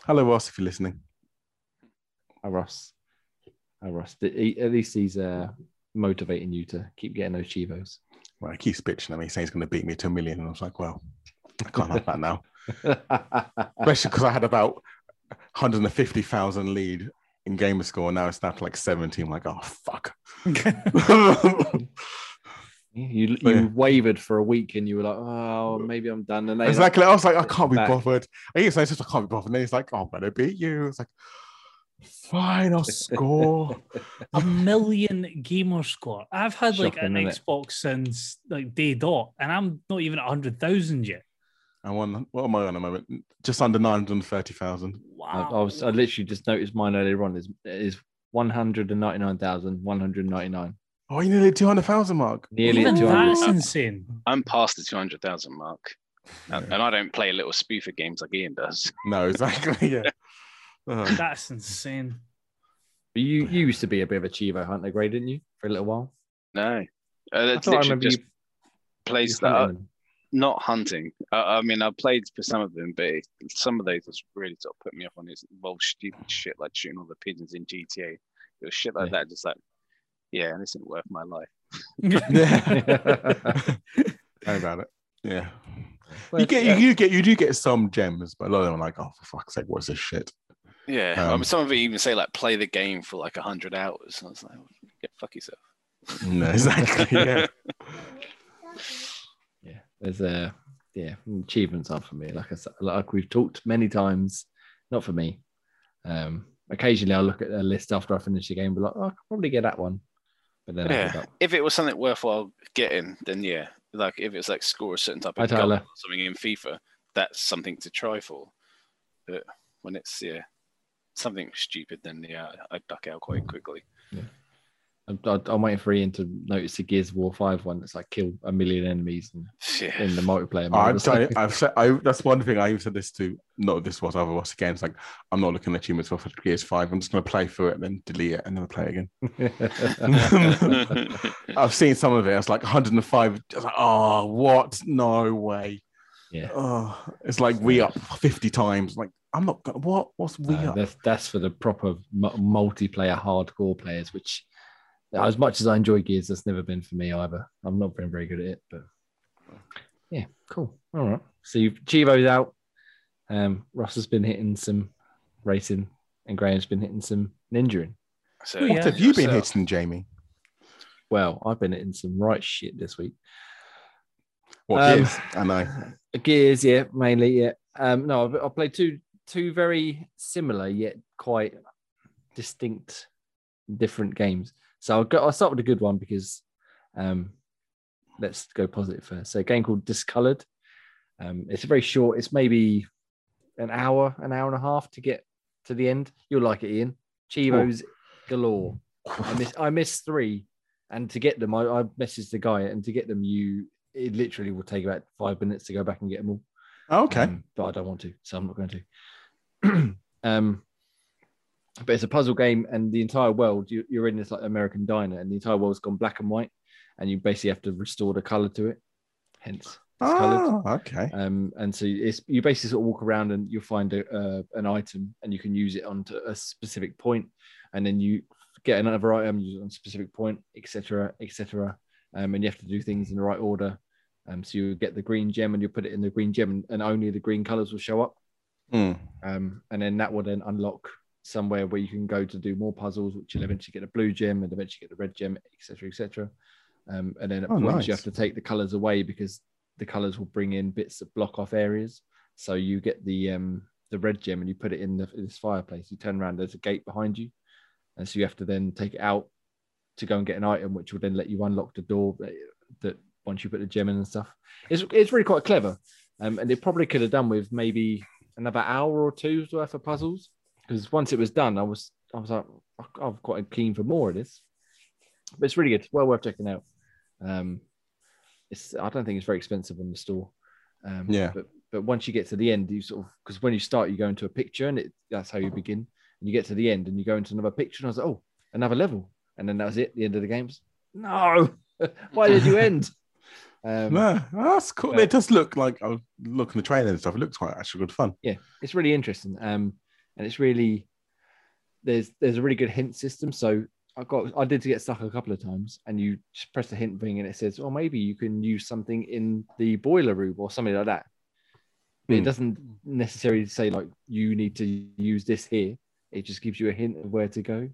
[SPEAKER 4] hello Ross, if you're listening.
[SPEAKER 1] Oh, Ross. Oh, Ross. Th- he- At least he's uh, motivating you to keep getting those Chivos.
[SPEAKER 4] Well, he keeps bitching at me saying he's going to beat me to a million, and I was like, well, I can't have that now, especially because I had about 150,000 lead in gamer score, and now it's down to like 17. I'm like, oh fuck.
[SPEAKER 1] you you
[SPEAKER 4] Yeah.
[SPEAKER 1] wavered for a week and you were like, oh, maybe I'm done. And they like,
[SPEAKER 4] Exactly. I was like, I can't be
[SPEAKER 1] back.
[SPEAKER 4] bothered. I guess I just I can't be bothered. And then he's like, oh, I'm gonna beat you. It's like, fine, I'll score.
[SPEAKER 2] a million gamer score. I've had like
[SPEAKER 1] Shocking,
[SPEAKER 2] an
[SPEAKER 1] isn't it?
[SPEAKER 2] Xbox since like day dot, and I'm not even at hundred thousand yet.
[SPEAKER 4] I won. What am I on at the moment? Just under nine hundred thirty thousand.
[SPEAKER 1] I,
[SPEAKER 2] Wow.
[SPEAKER 1] I was I literally just noticed mine earlier on is is one hundred and ninety nine thousand one hundred ninety nine.
[SPEAKER 4] Oh, you nearly two hundred thousand mark.
[SPEAKER 1] Nearly
[SPEAKER 2] even
[SPEAKER 1] at two hundred.
[SPEAKER 2] that's insane.
[SPEAKER 3] I'm past the 200,000 mark, and,
[SPEAKER 4] Yeah.
[SPEAKER 3] and I don't play little spoofer games like Ian does.
[SPEAKER 4] No, exactly. Yeah. Uh,
[SPEAKER 2] That's insane.
[SPEAKER 1] But you you used to be a bit of a Chivo hunter grade, didn't you? For a little while.
[SPEAKER 3] No, uh,
[SPEAKER 1] I
[SPEAKER 3] that's
[SPEAKER 1] thought I
[SPEAKER 3] literally
[SPEAKER 1] remember
[SPEAKER 3] just
[SPEAKER 1] you. you
[SPEAKER 3] plays that
[SPEAKER 1] hunting
[SPEAKER 3] are
[SPEAKER 1] them.
[SPEAKER 3] not hunting. I, I mean, I played for some of them, but it- some of those just really sort of put me off on this involved stupid shit like shooting all the pigeons in GTA. It was shit like
[SPEAKER 1] Yeah.
[SPEAKER 3] that, just like, yeah, this isn't worth my life.
[SPEAKER 4] yeah. Sorry about it. Yeah. You get you, you get you do get some gems, but a lot of them are like, oh for fuck's sake, what's this shit?
[SPEAKER 3] Yeah, I
[SPEAKER 4] Um,
[SPEAKER 3] mean, some of it even say like play the game for like hundred hours. And I was like, get fuck yourself.
[SPEAKER 4] No, exactly. Yeah.
[SPEAKER 1] yeah, there's a yeah achievements are for me. Like I said, like we've talked many times, not for me. Um, occasionally I'll look at a list after I finish the game, but like oh, I could probably get that one, but then I
[SPEAKER 3] Yeah.
[SPEAKER 1] give up.
[SPEAKER 3] If it was something worthwhile getting, then yeah, like if it's like score a certain type
[SPEAKER 1] Hi,
[SPEAKER 3] of goal
[SPEAKER 1] Tyler.
[SPEAKER 3] or something in FIFA, that's something to try for. But when it's yeah, something stupid, then yeah, I duck out quite quickly.
[SPEAKER 1] I'm, I'm waiting for Ian to notice the Gears of War Five one that's like kill a million enemies and
[SPEAKER 3] Yeah.
[SPEAKER 1] in the multiplayer.
[SPEAKER 4] Oh, I'm
[SPEAKER 1] mode.
[SPEAKER 4] telling you, I've said I, that's one thing I even said this to not this was other was again. It's like I'm not looking at achievements for PS5. I'm just gonna play through it and then delete it and never play it again. I've seen some of it. I was like 105. I was like, oh, what? No way.
[SPEAKER 1] yeah.
[SPEAKER 4] Oh, it's like we up 50 times. Like I'm not gonna what? What's we
[SPEAKER 1] No,
[SPEAKER 4] up?
[SPEAKER 1] Uh, that's that's for the proper mu- multiplayer hardcore players. Which, as much as I enjoy Gears, that's never been for me either. I'm not been very good at it, but yeah, cool. All right. So you've Chivo's out. Um, Ross has been hitting some racing, and Graham's been hitting some ninjaing.
[SPEAKER 3] so,
[SPEAKER 2] What
[SPEAKER 4] What
[SPEAKER 2] Yeah.
[SPEAKER 4] have you been
[SPEAKER 3] so-
[SPEAKER 4] hitting, Jamie?
[SPEAKER 1] Well, I've been hitting some right shit this week.
[SPEAKER 4] What
[SPEAKER 1] Um,
[SPEAKER 4] is? I know.
[SPEAKER 1] Gears, yeah, mainly, yeah. Um, no, I've, I've played two two very similar yet quite distinct, different games. So I'll go. I'll start with a good one because, um, let's go positive first. So a game called Discolored. Um, it's very short. It's maybe an hour, an hour and a half to get to the end. You'll like it, Ian. Chivos galore. I miss I missed three, and to get them, I, I messaged the guy, and to get them, you it literally will take about five minutes to go back and get them all.
[SPEAKER 4] Okay.
[SPEAKER 1] Um, but I don't want to, so I'm not going to. um, but it's a puzzle game, and the entire world you, you're in this like American diner, and the entire world's gone black and white, and you basically have to restore the color to it. Hence, it's colored.
[SPEAKER 4] oh, okay.
[SPEAKER 1] Um, and so it's you basically sort of walk around and you'll find a, uh, an item and you can use it onto a specific point, and then you get another item, use it on a specific point, etc., etc. Um, and you have to do things in the right order. Um, so you get the green gem and you put it in the green gem, and, and only the green colors will show up.
[SPEAKER 4] Mm.
[SPEAKER 1] Um, and then that will then unlock somewhere where you can go to do more puzzles, which you'll eventually get a blue gem and eventually get the red gem, etc., etc. Um, and then at
[SPEAKER 4] Oh,
[SPEAKER 1] points
[SPEAKER 4] nice.
[SPEAKER 1] you have to take the colors away because the colors will bring in bits that block off areas. So you get the um, the red gem and you put it in the, this fireplace. You turn around, there's a gate behind you, and so you have to then take it out to go and get an item, which will then let you unlock the door that, that once you put the gem in and stuff. It's it's really quite clever, um, and it probably could have done with maybe another hour or two's worth of puzzles. because once it was done, I was I was like "I- I'm quite keen for more of this. But it's really good. Well worth checking out. Um, it's I don't think it's very expensive on the store. Um,
[SPEAKER 4] Yeah.
[SPEAKER 1] But but once you get to the end, you sort of because when you start, you go into a picture, and it that's how you begin. And you get to the end, and you go into another picture, and I was like, oh, another level, and then that was it. The end of the games. No, why did you end? Um,
[SPEAKER 4] no, that's cool.
[SPEAKER 1] but-
[SPEAKER 4] it does look like I was looking the trailer and stuff. It looks quite actually good fun.
[SPEAKER 1] it's really interesting. Um, and it's really there's there's a really good hint system. So I got I did get stuck a couple of times, and you just press the hint thing, and it says, "Oh, maybe you can use something in the boiler room or something like that." But It
[SPEAKER 4] Hmm.
[SPEAKER 1] doesn't necessarily say like you need to use this here. It just gives you a hint of where to go,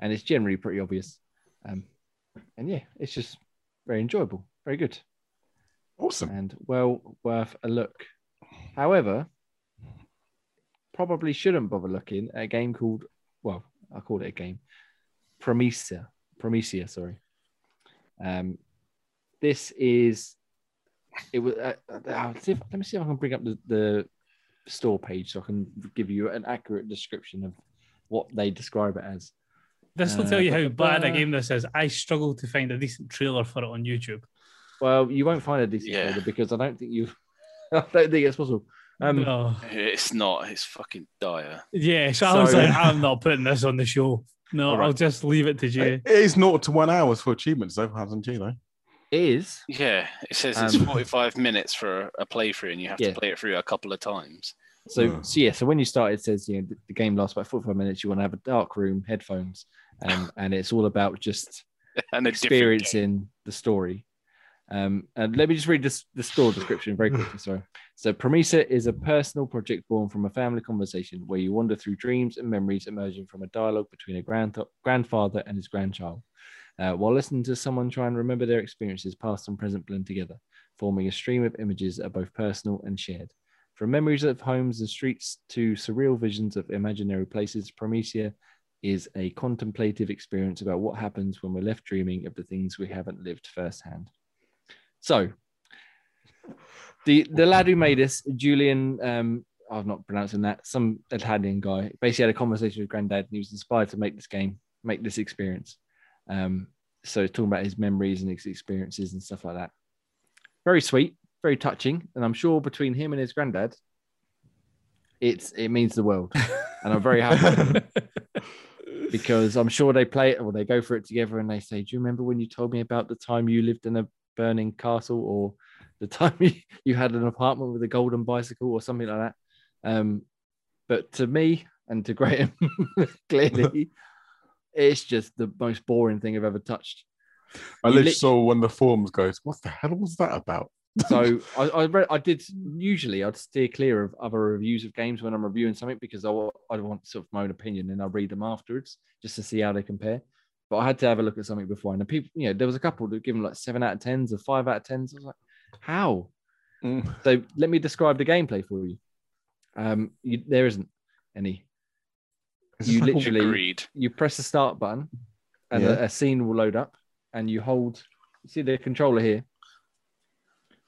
[SPEAKER 1] and it's generally pretty obvious. Um, and yeah, it's just very enjoyable, very good,
[SPEAKER 4] Awesome.
[SPEAKER 1] and well worth a look. However, probably shouldn't bother looking at a game called, well, I called it a game, Promethea. Promethea, sorry. Um, this is, it was, uh, uh, I'll see if- let me see if I can bring up the, the store page so I can give you an accurate description of what they describe it as.
[SPEAKER 2] This will
[SPEAKER 1] Uh,
[SPEAKER 2] tell you how
[SPEAKER 1] ba-ba-ba.
[SPEAKER 2] bad a game this is. I struggled to find a decent trailer for it on YouTube.
[SPEAKER 1] Well, you won't find a decent
[SPEAKER 3] Yeah.
[SPEAKER 1] trailer because I don't think you, I don't think it's possible. Um,
[SPEAKER 2] No.
[SPEAKER 3] It's not. It's fucking dire.
[SPEAKER 2] Yeah, so, I was
[SPEAKER 1] so-
[SPEAKER 2] like, I'm not putting this on the show. No,
[SPEAKER 1] All right.
[SPEAKER 2] I'll just leave it to you.
[SPEAKER 4] It is naught to one hours for achievements though, hasn't you though?
[SPEAKER 1] it is
[SPEAKER 3] Yeah, it says it's
[SPEAKER 1] Um,
[SPEAKER 3] 45 minutes for a playthrough, and you have
[SPEAKER 1] Yeah.
[SPEAKER 3] to play it through a couple of times.
[SPEAKER 1] So,
[SPEAKER 4] Yeah.
[SPEAKER 1] so yeah. So when you start, it says you know the, the game lasts about forty-five minutes. You want to have a dark room, headphones, um, and it's all about just
[SPEAKER 3] And a different game.
[SPEAKER 1] experiencing the story. Um, and let me just read this the store description very quickly. Sorry. So Promesa is a personal project born from a family conversation where you wander through dreams and memories emerging from a dialogue between a grand- grandfather and his grandchild. Uh, while listening to someone try and remember their experiences, past and present, blend together, forming a stream of images that are both personal and shared. From memories of homes and streets to surreal visions of imaginary places, Promethea is a contemplative experience about what happens when we're left dreaming of the things we haven't lived firsthand. So, the the lad who made this, Julian, um, I'm not pronouncing that, some Italian guy, basically had a conversation with granddad and he was inspired to make this game, make this experience. Um, so, it's talking about his memories and his experiences and stuff like that. Very sweet, very touching. And I'm sure between him and his granddad, it's it means the world. And I'm very happy for them because I'm sure they play it or they go for it together and they say, Do you remember when you told me about the time you lived in a burning castle or the time you, you had an apartment with a golden bicycle or something like that? Um, but to me and to Graham, clearly, it's just the most boring thing I've ever touched.
[SPEAKER 4] I
[SPEAKER 1] You
[SPEAKER 4] literally
[SPEAKER 1] lit-
[SPEAKER 4] saw one of the forums goes, What the hell was that about?
[SPEAKER 1] So I, I, read, I did usually I'd steer clear of other reviews of games when I'm reviewing something because I wa- I want sort of my own opinion and I'll read them afterwards just to see how they compare. But I had to have a look at something before, and the people, you know, there was a couple that give them like seven out of tens or five out of tens. I was like, how?
[SPEAKER 4] Mm.
[SPEAKER 1] So let me describe the gameplay for you. Um, you, there isn't any.
[SPEAKER 4] It's
[SPEAKER 1] You
[SPEAKER 4] just like,
[SPEAKER 1] literally
[SPEAKER 3] Agreed.
[SPEAKER 1] you press the start button and
[SPEAKER 4] Yeah.
[SPEAKER 1] a, a scene will load up and you hold you see the controller here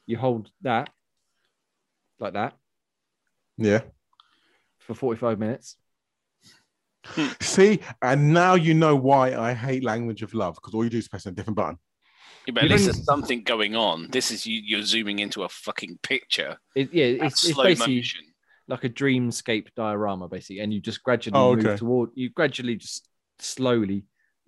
[SPEAKER 1] you hold that like that
[SPEAKER 4] "Oh, Yeah.
[SPEAKER 1] for 45 minutes
[SPEAKER 4] See, and now you know why I hate language of love, because all you do is press a different button.
[SPEAKER 1] Mm.
[SPEAKER 3] Yeah, but at
[SPEAKER 1] You
[SPEAKER 3] least
[SPEAKER 1] don't-
[SPEAKER 3] there's something going on. This is you, you're zooming into a fucking picture.
[SPEAKER 1] it, yeah
[SPEAKER 3] at
[SPEAKER 1] it's, it's
[SPEAKER 3] slow
[SPEAKER 1] basically
[SPEAKER 3] motion.
[SPEAKER 1] like a dreamscape diorama basically and you just gradually
[SPEAKER 4] Oh, okay.
[SPEAKER 1] move toward you gradually just slowly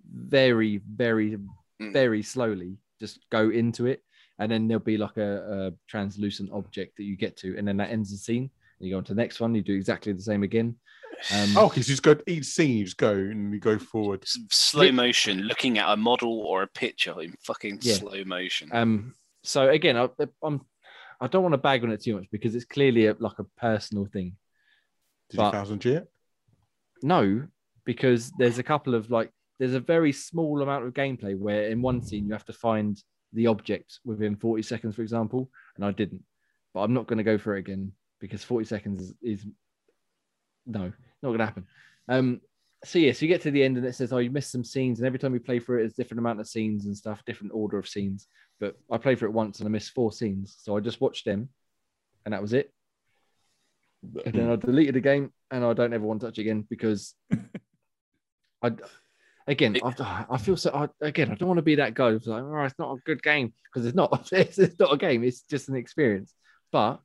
[SPEAKER 1] very very
[SPEAKER 3] Mm.
[SPEAKER 1] very slowly just go into it and then there'll be like a, a translucent object that you get to and then that ends the scene and you go on to the next one you do exactly the same again um,
[SPEAKER 4] Oh, because you just go each scene, you just go and you go forward.
[SPEAKER 3] S- Slow motion, looking at a model or a picture in fucking
[SPEAKER 1] Yeah.
[SPEAKER 3] slow motion.
[SPEAKER 1] Um, so again, I, I'm I don't want to bag on it too much because it's clearly a, like a personal thing.
[SPEAKER 4] Did
[SPEAKER 1] but-
[SPEAKER 4] you thousand G it?
[SPEAKER 1] No, because there's a couple of like there's a very small amount of gameplay where in one scene you have to find the object within 40 seconds, for example, and I didn't. But I'm not going to go for it again because 40 seconds is, is no, not going to happen. Um, so yeah, so you get to the end and it says, "Oh, you missed some scenes," and every time you play through it, it's different amount of scenes and stuff, different order of scenes. But I played for it once and I missed four scenes, so I just watched them, and that was it. And then I deleted the game and I don't ever want to touch again because I again I, I feel so I, again I don't want to be that guy who's like oh it's not a good game because it's not it's, it's not a game it's just an experience but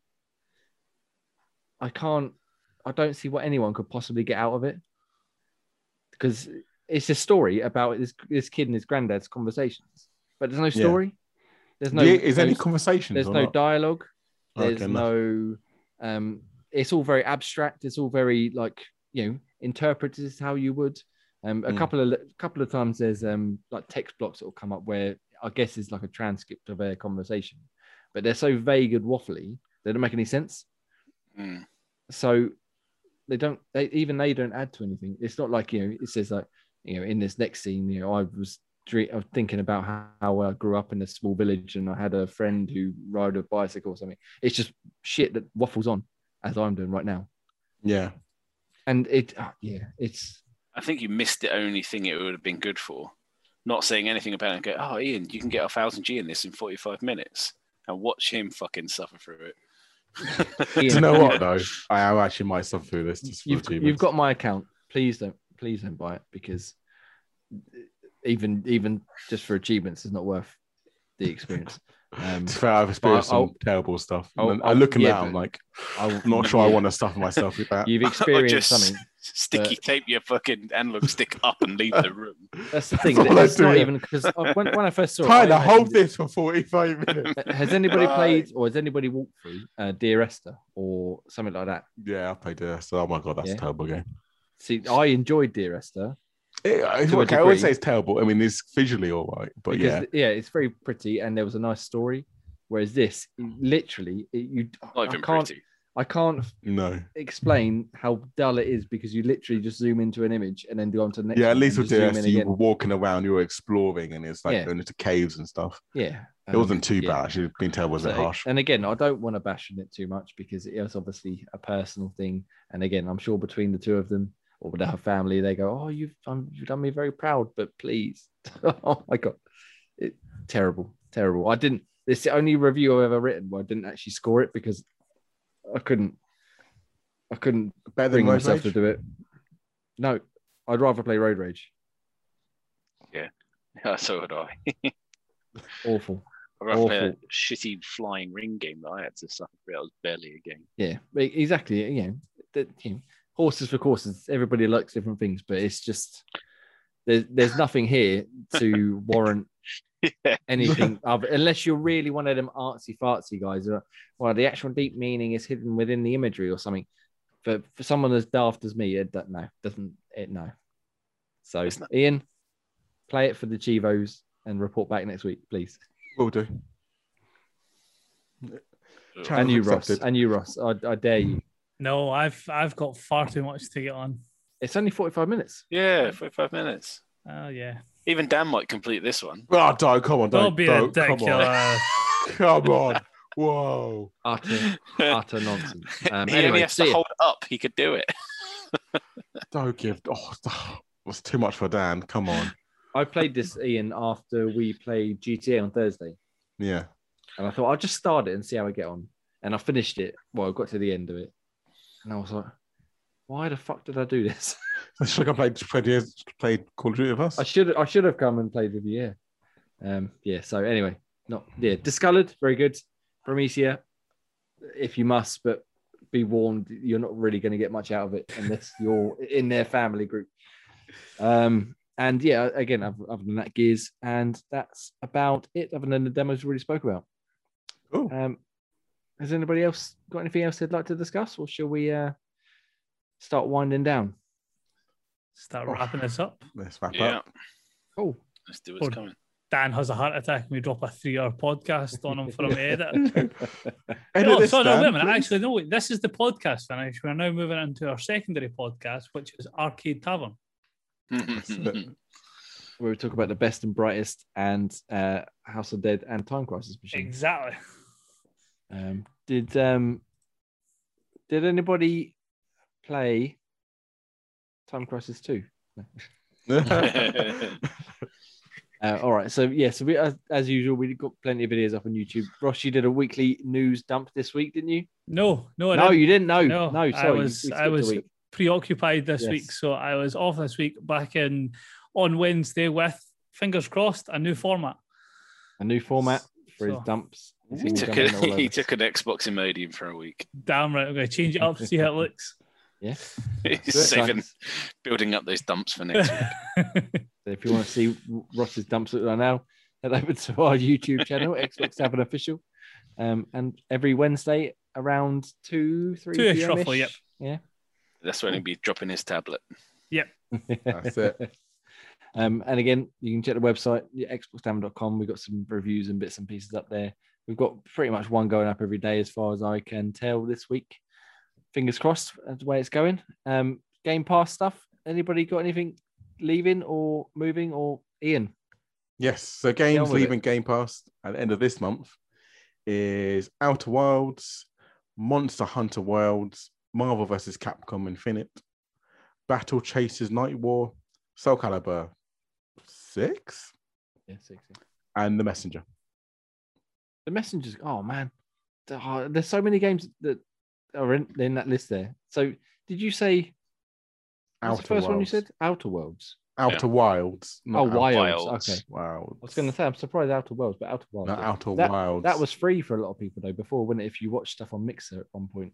[SPEAKER 1] I can't I don't see what anyone could possibly get out of it because it's a story about this this kid and his granddad's conversations but there's no
[SPEAKER 4] Yeah.
[SPEAKER 1] story there's no
[SPEAKER 4] Yeah, is there any
[SPEAKER 1] there's-
[SPEAKER 4] conversations?
[SPEAKER 1] there's
[SPEAKER 4] or
[SPEAKER 1] no
[SPEAKER 4] not?
[SPEAKER 1] dialogue there's
[SPEAKER 4] Okay, no.
[SPEAKER 1] no um it's all very abstract it's all very like you know interpreted as how you would um a
[SPEAKER 4] Mm.
[SPEAKER 1] couple of a couple of times there's um like text blocks that will come up where i guess is like a transcript of a conversation but they're so vague and waffly they don't make any sense
[SPEAKER 3] Mm.
[SPEAKER 1] so they don't they even they don't add to anything it's not like you know it says like you know in this next scene you know i was dre- I was thinking about how, how i grew up in a small village and i had a friend who rode a bicycle or something it's just shit that waffles on as i'm doing right now
[SPEAKER 4] Yeah.
[SPEAKER 1] and it ah, yeah it's
[SPEAKER 3] I think you missed the only thing it would have been good for. Not saying anything about it. And go, oh, Ian, you can get a thousand G in this in forty-five minutes, and watch him fucking suffer through it.
[SPEAKER 4] Do
[SPEAKER 1] Ian,
[SPEAKER 4] you know what though? I am actually might suffer through this. Just for
[SPEAKER 1] you've,
[SPEAKER 4] achievements.
[SPEAKER 1] you've got my account please don't please don't buy it because even even just for achievements is not worth the experience um,
[SPEAKER 4] To be fair, I've experienced
[SPEAKER 1] I'll-
[SPEAKER 4] some terrible stuff.
[SPEAKER 1] I'll-
[SPEAKER 4] and
[SPEAKER 1] I'll-
[SPEAKER 4] I look at
[SPEAKER 1] yeah,
[SPEAKER 4] that, I'm
[SPEAKER 1] but-
[SPEAKER 4] like,
[SPEAKER 1] I'll,
[SPEAKER 4] I'm not sure I
[SPEAKER 1] yeah.
[SPEAKER 4] want to suffer myself with that.
[SPEAKER 1] you've
[SPEAKER 3] Or
[SPEAKER 1] experienced
[SPEAKER 3] just
[SPEAKER 1] something
[SPEAKER 3] Sticky tape your fucking analog stick up and leave the room.
[SPEAKER 1] That's the thing.
[SPEAKER 4] That's all I
[SPEAKER 1] It's
[SPEAKER 4] do,
[SPEAKER 1] not
[SPEAKER 4] yeah.
[SPEAKER 1] even because when, when I first saw it,
[SPEAKER 4] Tyler,
[SPEAKER 1] I
[SPEAKER 4] hold
[SPEAKER 1] imagined-
[SPEAKER 4] this for 45 minutes.
[SPEAKER 1] Has anybody
[SPEAKER 4] Right.
[SPEAKER 1] played or has anybody walked through uh, Dear Esther or something like that?
[SPEAKER 4] yeah, I played this. Oh my god, that's
[SPEAKER 1] Yeah.
[SPEAKER 4] a terrible game.
[SPEAKER 1] See, I enjoyed Dear Esther.
[SPEAKER 4] It- uh, it's
[SPEAKER 1] To a
[SPEAKER 4] okay, I would
[SPEAKER 1] degree.
[SPEAKER 4] say it's terrible. I mean, it's visually all right, but
[SPEAKER 1] because
[SPEAKER 4] yeah,
[SPEAKER 1] th- yeah, it's very pretty and there was a nice story. Whereas this, literally, it, you
[SPEAKER 3] Not
[SPEAKER 1] I
[SPEAKER 3] even
[SPEAKER 1] can't
[SPEAKER 3] pretty.
[SPEAKER 1] I can't
[SPEAKER 4] no.
[SPEAKER 1] explain how dull it is because you literally just zoom into an image and then go on to the next.
[SPEAKER 4] Yeah, at
[SPEAKER 1] one
[SPEAKER 4] least
[SPEAKER 1] and
[SPEAKER 4] with
[SPEAKER 1] just zoom
[SPEAKER 4] DS,
[SPEAKER 1] in
[SPEAKER 4] you
[SPEAKER 1] again.
[SPEAKER 4] were walking around, you were exploring, and it's like
[SPEAKER 1] Yeah.
[SPEAKER 4] going into caves and stuff.
[SPEAKER 1] yeah,
[SPEAKER 4] It wasn't too
[SPEAKER 1] yeah. Um,
[SPEAKER 4] bad. Actually, being terrible was a bit
[SPEAKER 1] So,
[SPEAKER 4] harsh.
[SPEAKER 1] And again, I don't want to bash on it too much because it is obviously a personal thing. And again, I'm sure between the two of them or with her family, they go, "Oh, you've um, you've done me very proud," but please, oh my god, it terrible, terrible. I didn't. It's the only review I've ever written where I didn't actually score it because I couldn't. I couldn't
[SPEAKER 4] Better than
[SPEAKER 1] bring
[SPEAKER 4] Road
[SPEAKER 1] myself to
[SPEAKER 4] Rage?
[SPEAKER 1] do it. No, I'd rather play Road Rage.
[SPEAKER 3] so would I.
[SPEAKER 1] Awful.
[SPEAKER 3] I rather play that
[SPEAKER 1] Awful.
[SPEAKER 3] shitty flying ring game that I had to suffer through. That was barely a game.
[SPEAKER 1] Yeah, e- exactly. You know, that you know, horses for courses. Everybody likes different things, but it's just there's there's nothing here to warrant
[SPEAKER 3] Yeah.
[SPEAKER 1] anything other, unless you're really one of them artsy fartsy guys. who are, Well, the actual deep meaning is hidden within the imagery or something. But for someone as daft as me, it doesn't. No, doesn't it? No. So
[SPEAKER 3] It's not-
[SPEAKER 1] Ian, play it for the Chivos and report back next week, please.
[SPEAKER 4] Will do. Challenge
[SPEAKER 1] And you, Ross.
[SPEAKER 4] accepted.
[SPEAKER 1] And you, Ross. I, I dare you.
[SPEAKER 2] No, I've I've got far too much to get on.
[SPEAKER 1] It's only forty-five minutes.
[SPEAKER 3] Yeah, 45 minutes.
[SPEAKER 2] Oh yeah,
[SPEAKER 3] Even Dan might complete this one.
[SPEAKER 4] Oh, don't come on,
[SPEAKER 2] don't,
[SPEAKER 4] don't
[SPEAKER 2] be
[SPEAKER 4] don't,
[SPEAKER 2] a dick.
[SPEAKER 4] Come
[SPEAKER 2] you'll,
[SPEAKER 4] on,
[SPEAKER 2] uh,
[SPEAKER 4] come on. Whoa.
[SPEAKER 3] Ah,
[SPEAKER 1] utter utter nonsense. Um,
[SPEAKER 3] he
[SPEAKER 1] Ah, anyway,
[SPEAKER 3] only has
[SPEAKER 1] see
[SPEAKER 3] to
[SPEAKER 1] ya.
[SPEAKER 3] hold up. He could do it.
[SPEAKER 4] Don't give. Oh, it's too much for Dan. Come on.
[SPEAKER 1] I played this Ian after we played GTA on Thursday,
[SPEAKER 4] Yeah.
[SPEAKER 1] and I thought I'll just start it and see how I get on. And I finished it. Well, I got to the end of it, and I was like, "Why the fuck did I do this?
[SPEAKER 4] Should I play, play, play Call of Duty with us?
[SPEAKER 1] I should I should have come and played with you." Yeah. Um, yeah. So anyway, not yeah. Discolored, very good. Prometheus, if you must, but be warned, you're not really going to get much out of it unless you're in their family group. Um, and yeah, again, other other than that, gears, and that's about it. Other than the demos we already spoke about.
[SPEAKER 4] Cool.
[SPEAKER 1] Um, has anybody else got anything else they'd like to discuss, or shall we uh, start winding down?
[SPEAKER 2] start wrapping this up.
[SPEAKER 4] Let's wrap
[SPEAKER 3] Yeah.
[SPEAKER 4] up.
[SPEAKER 1] Oh,
[SPEAKER 3] Let's do what's
[SPEAKER 2] Or-
[SPEAKER 3] coming.
[SPEAKER 2] Dan has a heart attack and we drop a three-hour podcast on him for him to edit.
[SPEAKER 4] Edit
[SPEAKER 1] Oh,
[SPEAKER 2] No,
[SPEAKER 4] this,
[SPEAKER 2] sorry, no,
[SPEAKER 4] Dan,
[SPEAKER 2] wait a minute.
[SPEAKER 4] please.
[SPEAKER 2] Actually, no, wait, this is the podcast finish. We're now moving into our secondary podcast, which is Arcade Tavern.
[SPEAKER 1] where we talk about the best and brightest, and uh, House of Dead and Time Crisis Machine.
[SPEAKER 2] Exactly.
[SPEAKER 1] Um, did um, did anybody play Time Crisis Two? Mm-hmm. Uh, all right, so yeah, so we as, as usual we got plenty of videos up on YouTube. Ross, you did a weekly news dump this week, didn't you?
[SPEAKER 2] No, no, I
[SPEAKER 1] no,
[SPEAKER 2] didn't.
[SPEAKER 1] you didn't. No,
[SPEAKER 2] No,
[SPEAKER 1] no,
[SPEAKER 2] I
[SPEAKER 1] sorry, you-
[SPEAKER 2] was-
[SPEAKER 1] we
[SPEAKER 2] I
[SPEAKER 1] skipped a
[SPEAKER 2] was-
[SPEAKER 1] week.
[SPEAKER 2] preoccupied this
[SPEAKER 1] Yes.
[SPEAKER 2] week, so I was off this week. Back in on Wednesday with fingers crossed a new format.
[SPEAKER 1] A new format for his
[SPEAKER 2] So-
[SPEAKER 1] dumps. He's
[SPEAKER 3] He
[SPEAKER 1] all
[SPEAKER 3] took,
[SPEAKER 1] jumping all
[SPEAKER 3] a, he
[SPEAKER 1] over.
[SPEAKER 3] took an Xbox Imodium for a week.
[SPEAKER 2] Damn right, I'm going to change it up, see how it looks.
[SPEAKER 1] Yeah.
[SPEAKER 3] He's
[SPEAKER 1] That's
[SPEAKER 3] saving,
[SPEAKER 1] nice.
[SPEAKER 3] building up those dumps for next week.
[SPEAKER 1] So if you want to see Ross's dumps look like now, head over to our YouTube channel, Xbox Seven Official. Um, and every Wednesday around two, three
[SPEAKER 2] Two-ish,
[SPEAKER 1] PM -ish.
[SPEAKER 2] roughly, yep.
[SPEAKER 1] Yeah.
[SPEAKER 3] That's when he'll be dropping his tablet.
[SPEAKER 4] That's it.
[SPEAKER 1] Um, and again, you can check the website, xboxdam.com. We've got some reviews and bits and pieces up there. We've got pretty much one going up every day, as far as I can tell this week. Fingers crossed, that's the way it's going. Um, Game Pass stuff. Anybody got anything leaving or moving or Ian?
[SPEAKER 4] Yes, so games
[SPEAKER 1] with it.
[SPEAKER 4] leaving Game Pass at the end of this month is Outer Worlds, Monster Hunter Worlds, Marvel vs. Capcom Infinite, Battle Chasers Night War, Soul Calibur 6,
[SPEAKER 1] Yeah, six. yeah.
[SPEAKER 4] and The Messenger.
[SPEAKER 1] The messengers. Oh man, There are- there's so many games that are in, in that list there. So did you say what's
[SPEAKER 4] Outer
[SPEAKER 1] the first
[SPEAKER 4] Worlds.
[SPEAKER 1] one you said? Outer Worlds.
[SPEAKER 4] Outer Wilds. Not
[SPEAKER 1] oh,
[SPEAKER 4] Outer
[SPEAKER 1] Wilds.
[SPEAKER 3] Wilds.
[SPEAKER 1] Okay.
[SPEAKER 4] Wilds.
[SPEAKER 1] I was going to say, I'm surprised Outer Worlds, but Outer Worlds.
[SPEAKER 4] Not
[SPEAKER 1] yeah.
[SPEAKER 4] Outer
[SPEAKER 1] that,
[SPEAKER 4] Wilds.
[SPEAKER 1] That was free for a lot of people though before, wasn't it? If you watched stuff on Mixer at one point,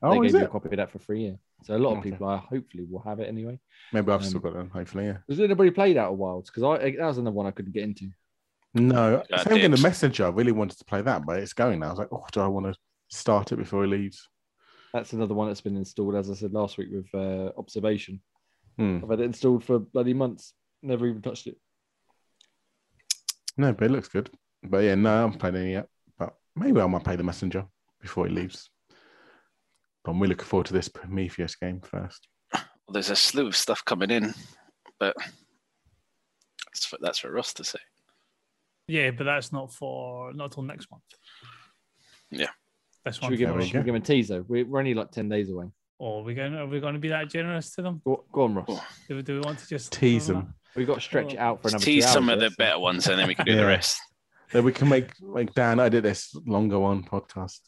[SPEAKER 4] Oh,
[SPEAKER 1] they
[SPEAKER 4] is
[SPEAKER 1] gave you
[SPEAKER 4] it?
[SPEAKER 1] a copy of that for free. Yeah. So a lot of
[SPEAKER 4] Okay.
[SPEAKER 1] people, I hopefully, will have it anyway.
[SPEAKER 4] Maybe I've
[SPEAKER 1] um,
[SPEAKER 4] still got them. Hopefully, yeah.
[SPEAKER 1] Has anybody played Outer Wilds? Because I that was another one I couldn't get into.
[SPEAKER 4] No,
[SPEAKER 3] Uh,
[SPEAKER 4] same thing. The
[SPEAKER 3] Dibs.
[SPEAKER 4] messenger. I really wanted to play that, but it's going now. I was like, oh, do I want to start it before he leaves?
[SPEAKER 1] That's another one that's been installed, as I said last week, with uh, Observation.
[SPEAKER 4] Hmm.
[SPEAKER 1] I've had it installed for bloody months, never even touched it.
[SPEAKER 4] No, but it looks good. But yeah, no, I haven't played any yet. But maybe I might play the messenger before he leaves. But I'm really looking forward to this Prometheus game first.
[SPEAKER 3] Well, there's a slew of stuff coming in, but that's for, that's for Ross to say.
[SPEAKER 2] yeah, but that's not for not till next month.
[SPEAKER 3] Yeah.
[SPEAKER 2] this
[SPEAKER 1] Should
[SPEAKER 2] one.
[SPEAKER 1] we give,
[SPEAKER 4] There we
[SPEAKER 1] should we
[SPEAKER 4] go.
[SPEAKER 1] give him a teaser? We're, we're only like 10 days away.
[SPEAKER 2] Oh, are we going? Are we going to be that generous to them?
[SPEAKER 1] Go, go on, Ross.
[SPEAKER 3] Oh.
[SPEAKER 2] Do we, do we want to just
[SPEAKER 4] Tease
[SPEAKER 2] throw
[SPEAKER 4] them.
[SPEAKER 1] We've got to stretch it out for another
[SPEAKER 3] Just tease
[SPEAKER 1] two hours,
[SPEAKER 3] some of the
[SPEAKER 1] yes?
[SPEAKER 3] better ones and then we can do
[SPEAKER 4] Yeah.
[SPEAKER 3] the rest.
[SPEAKER 4] Then we can make like Dan. I did this longer one podcast.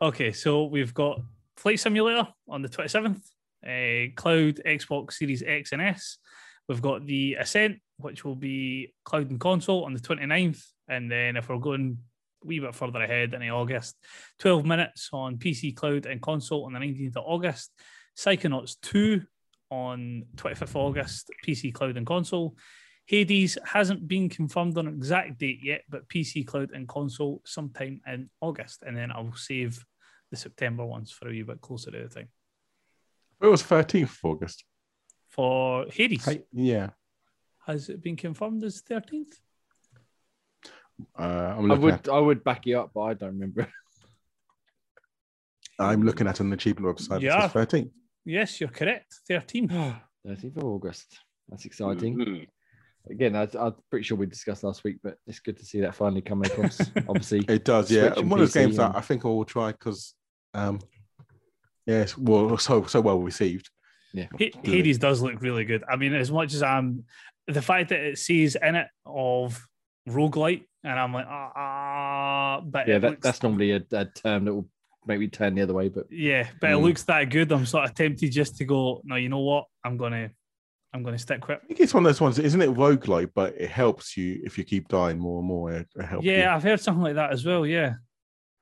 [SPEAKER 2] that? Okay, so we've got Flight Simulator on the twenty seventh, uh, Cloud Xbox Series X and S. We've got the Ascent, which will be Cloud and console on the 29th. and then if we're going a wee bit further ahead in August, twelve minutes on PC, Cloud and console on the nineteenth of August. Psychonauts two on 25th August, PC, cloud, and console. Hades hasn't been confirmed on an exact date yet, but PC, cloud, and console sometime in August. And then I'll save the September ones for a wee bit closer to the time.
[SPEAKER 4] It was 13th of August.
[SPEAKER 2] For Hades,
[SPEAKER 4] Hey, yeah,
[SPEAKER 2] has it been confirmed as 13th?
[SPEAKER 4] uh, I'm
[SPEAKER 1] I
[SPEAKER 4] looking. at,
[SPEAKER 1] would, I would back you up, but I don't remember.
[SPEAKER 4] I'm looking at an achievement website.
[SPEAKER 2] Yeah.
[SPEAKER 4] Yeah, 13th.
[SPEAKER 2] Yes, you're correct.
[SPEAKER 1] Oh,
[SPEAKER 2] 13th.
[SPEAKER 1] 13th of August. That's exciting.
[SPEAKER 3] Mhm.
[SPEAKER 1] Again, I, I'm pretty sure we discussed last week, but it's good to see that finally coming across. Obviously,
[SPEAKER 4] It does, yeah.
[SPEAKER 1] Switch and
[SPEAKER 4] One of those
[SPEAKER 1] PC
[SPEAKER 4] games that
[SPEAKER 1] and-
[SPEAKER 4] I think I will try because, um, yes, well, so so well received.
[SPEAKER 2] H- Hades does look really good. I mean, as much as I'm the fact that it says in it of roguelite, and I'm like, ah, ah but
[SPEAKER 1] yeah,
[SPEAKER 2] it
[SPEAKER 1] that,
[SPEAKER 2] looks-
[SPEAKER 1] that's normally a, a term that will make me turn the other way, but
[SPEAKER 2] Yeah, but it
[SPEAKER 1] Hmm.
[SPEAKER 4] Mm.
[SPEAKER 2] looks that good. I'm sort of tempted just to go. No, you know what? I'm gonna, I'm gonna stick with.
[SPEAKER 4] I
[SPEAKER 2] It.
[SPEAKER 4] think it's one of those ones, isn't it? Roguelike, but it helps you if you keep dying more and more. It, it helps.
[SPEAKER 2] Yeah, I've heard something like that as well. Yeah,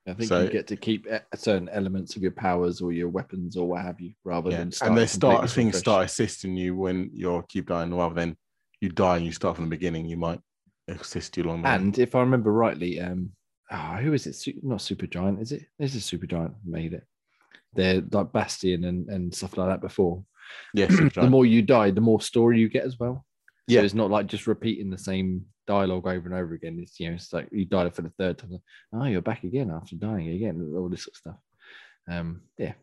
[SPEAKER 1] I think
[SPEAKER 4] So-
[SPEAKER 1] you get to keep e- certain elements of your powers or your weapons or what have you, rather
[SPEAKER 4] you. yeah.
[SPEAKER 1] than start
[SPEAKER 4] and they
[SPEAKER 1] completely
[SPEAKER 4] start
[SPEAKER 1] from
[SPEAKER 4] things
[SPEAKER 1] fresh.
[SPEAKER 4] start assisting you when you keep dying, rather than you die and you start from the beginning. You might assist you along the way.
[SPEAKER 1] And if I remember rightly, um, ah, who is it? Su- not Super Giant, is it? This is Super Giant made it. They're like Bastion and, and stuff like that before.
[SPEAKER 4] yes,
[SPEAKER 1] The more you die, the more story you get as well. So
[SPEAKER 4] Yeah.
[SPEAKER 1] it's not like just repeating the same dialogue over and over again. It's you know, it's like you died for the third time. Oh, you're back again after dying again, all this sort of stuff. Um, yeah,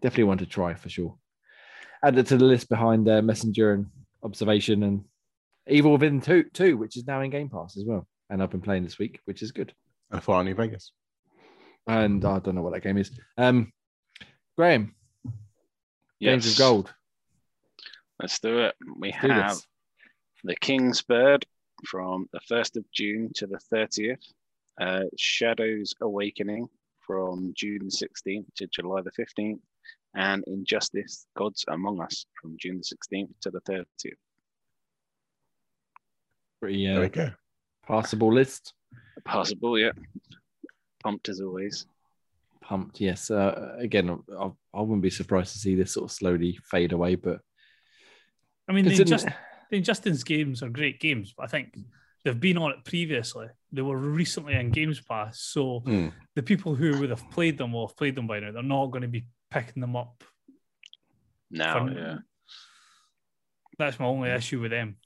[SPEAKER 1] definitely one to try for sure. Add it to the list behind uh, Messenger and Observation and Evil Within 2, 2, which is now in Game Pass as well. And I've been playing this week, which is good.
[SPEAKER 4] and finally Vegas.
[SPEAKER 1] And I don't know what that game is. Um, Graham, Games
[SPEAKER 3] Yes.
[SPEAKER 1] of Gold.
[SPEAKER 3] Let's do it. We
[SPEAKER 1] Do
[SPEAKER 3] have
[SPEAKER 1] this.
[SPEAKER 3] The King's Bird from the 1st of June to the 30th. Uh, Shadows Awakening from June 16th to July the 15th. and Injustice Gods Among Us from June the 16th to the 30th.
[SPEAKER 1] Pretty
[SPEAKER 4] There
[SPEAKER 1] uh,
[SPEAKER 4] we go.
[SPEAKER 1] passable list.
[SPEAKER 3] Possible, yeah. Pumped as always.
[SPEAKER 1] Pumped, yes. Uh, again, I, I wouldn't be surprised to see this sort of slowly fade away, but
[SPEAKER 2] I mean, the,
[SPEAKER 1] Considering-
[SPEAKER 2] Injust- the Injustice games are great games, but I think they've been on it previously. They were recently in Games Pass, so
[SPEAKER 4] Hmm.
[SPEAKER 2] the people who would have played them will have played them by now. They're not going to be picking them up.
[SPEAKER 3] Now,
[SPEAKER 2] Fun.
[SPEAKER 3] Oh, yeah.
[SPEAKER 2] That's my only issue with them.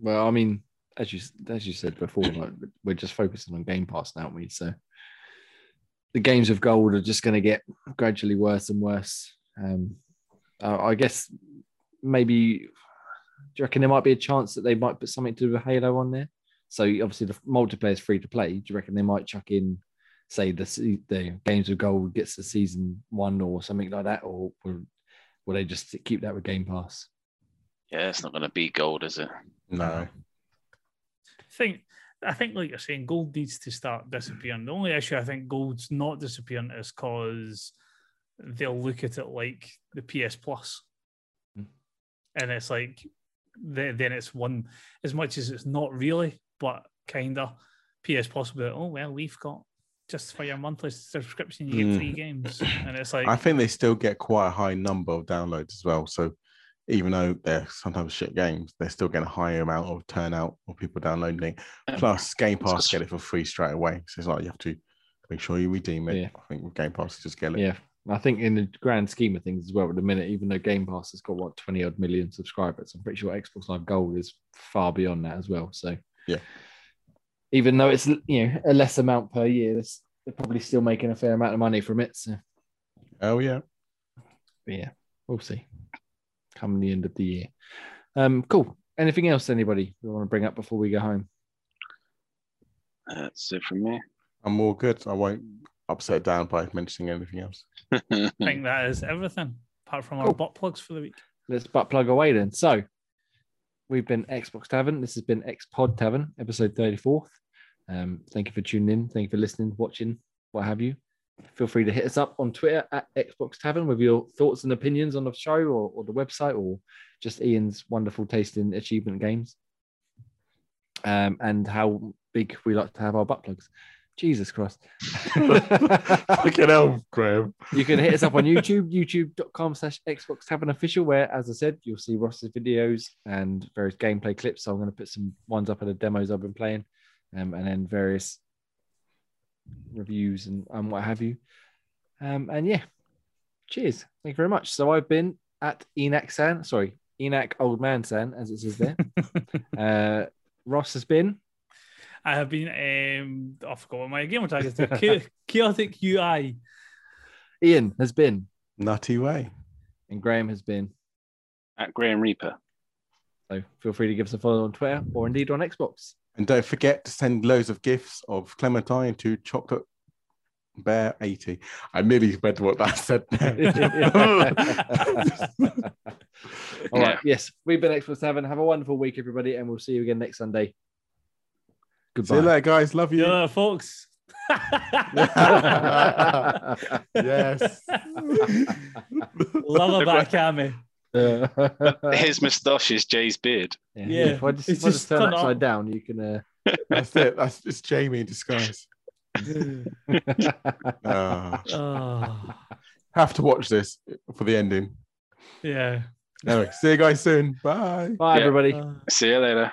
[SPEAKER 1] well, I mean, as you as you said before, like, we're just focusing on Game Pass now, aren't we? So the games of gold are just going to get gradually worse and worse. Um, uh, I guess maybe do you reckon there might be a chance that they might put something to do with Halo on there? So obviously the multiplayer is free to play. Do you reckon they might chuck in, say the se- the games of gold gets the season one or something like that, or will, will they just keep that with Game Pass?
[SPEAKER 3] Yeah, it's not going to be gold, is it?
[SPEAKER 4] No.
[SPEAKER 2] I think I think like you're saying, gold needs to start disappearing. The only issue I think gold's not disappearing is because they'll look at it like the PS Plus,
[SPEAKER 1] Hmm.
[SPEAKER 2] and it's like then, then it's one as much as it's not really, but kinda PS Plus. will be like, oh well, we've got just for your monthly subscription, you
[SPEAKER 4] Hmm.
[SPEAKER 2] get three games, and it's like
[SPEAKER 4] I think they still get quite a high number of downloads as well. So even though they're sometimes shit games, they're still getting a higher amount of turnout of people downloading it. Plus, Game
[SPEAKER 3] It's
[SPEAKER 4] Pass
[SPEAKER 3] just-
[SPEAKER 4] get it for free straight away. So it's like you have to make sure you redeem it.
[SPEAKER 1] Yeah.
[SPEAKER 4] I think with Game Pass, you just get it.
[SPEAKER 1] Yeah. And I think in the grand scheme of things as well, at the minute, even though Game Pass has got what 20 odd million subscribers, I'm pretty sure Xbox Live Gold is far beyond that as well. So
[SPEAKER 4] Yeah.
[SPEAKER 1] Even though it's you know a less amount per year, it's- they're probably still making a fair amount of money from it. So
[SPEAKER 4] Oh, yeah.
[SPEAKER 1] but yeah, we'll see. Come the end of the year. Um, cool. Anything else anybody we want to bring up before we go home?
[SPEAKER 3] Uh, That's it from me.
[SPEAKER 4] I'm all good. I won't upset down by mentioning anything else.
[SPEAKER 2] I think that is everything apart from our
[SPEAKER 1] Cool.
[SPEAKER 2] butt plugs for the week.
[SPEAKER 1] let's butt plug away then. So we've been Xbox Tavern. This has been X Pod Tavern, episode 34th. Um, thank you for tuning in. Thank you for listening, watching, what have you. Feel free to hit us up on Twitter at Xbox Tavern with your thoughts and opinions on the show or, or the website or just Ian's wonderful taste in achievement games um, and how big we like to have our butt plugs. Jesus Christ.
[SPEAKER 4] Fucking hell, Graham.
[SPEAKER 1] You can hit us up on YouTube, youtube.com slash Xbox Tavern Official, where, as I said, you'll see Ross's videos and various gameplay clips. So I'm going to put some ones up of the demos I've been playing um, and then various reviews and, and what have you. Um, and yeah, cheers. Thank you very much. So I've been at Enac San, sorry, Enac Old Man San, as it says there. uh, Ross has been.
[SPEAKER 2] I have been um I forgot what my gamer tag is now. Cha- chaotic UI.
[SPEAKER 1] Ian has been.
[SPEAKER 4] Nutty way.
[SPEAKER 1] And Graham has been.
[SPEAKER 3] At Graham Reaper.
[SPEAKER 1] So feel free to give us a follow on Twitter or indeed on Xbox.
[SPEAKER 4] And don't forget to send loads of gifts of Clementine to Chocolate Bear 80. I nearly read what that said.
[SPEAKER 1] All right. Yes, we've been Xbox Seven. Have a wonderful week, everybody, and we'll see you again next Sunday.
[SPEAKER 4] See you
[SPEAKER 1] Goodbye.
[SPEAKER 4] later, guys. Love you.
[SPEAKER 2] Yeah, folks.
[SPEAKER 4] yes.
[SPEAKER 2] Love a back hammy.
[SPEAKER 1] yeah.
[SPEAKER 3] His moustache is Jay's beard.
[SPEAKER 2] Yeah,
[SPEAKER 1] If I just,
[SPEAKER 2] it's
[SPEAKER 1] if I just
[SPEAKER 2] just
[SPEAKER 1] turn
[SPEAKER 2] turn
[SPEAKER 1] upside
[SPEAKER 2] up.
[SPEAKER 1] down, you can. Uh...
[SPEAKER 4] That's it. That's it's Jamie in disguise.
[SPEAKER 1] uh,
[SPEAKER 4] Ah.
[SPEAKER 2] Oh,
[SPEAKER 4] have to watch this for the ending.
[SPEAKER 2] yeah.
[SPEAKER 4] Anyway, see you guys soon. Bye.
[SPEAKER 1] Bye,
[SPEAKER 3] Yeah.
[SPEAKER 1] everybody.
[SPEAKER 2] Uh,
[SPEAKER 3] See you later.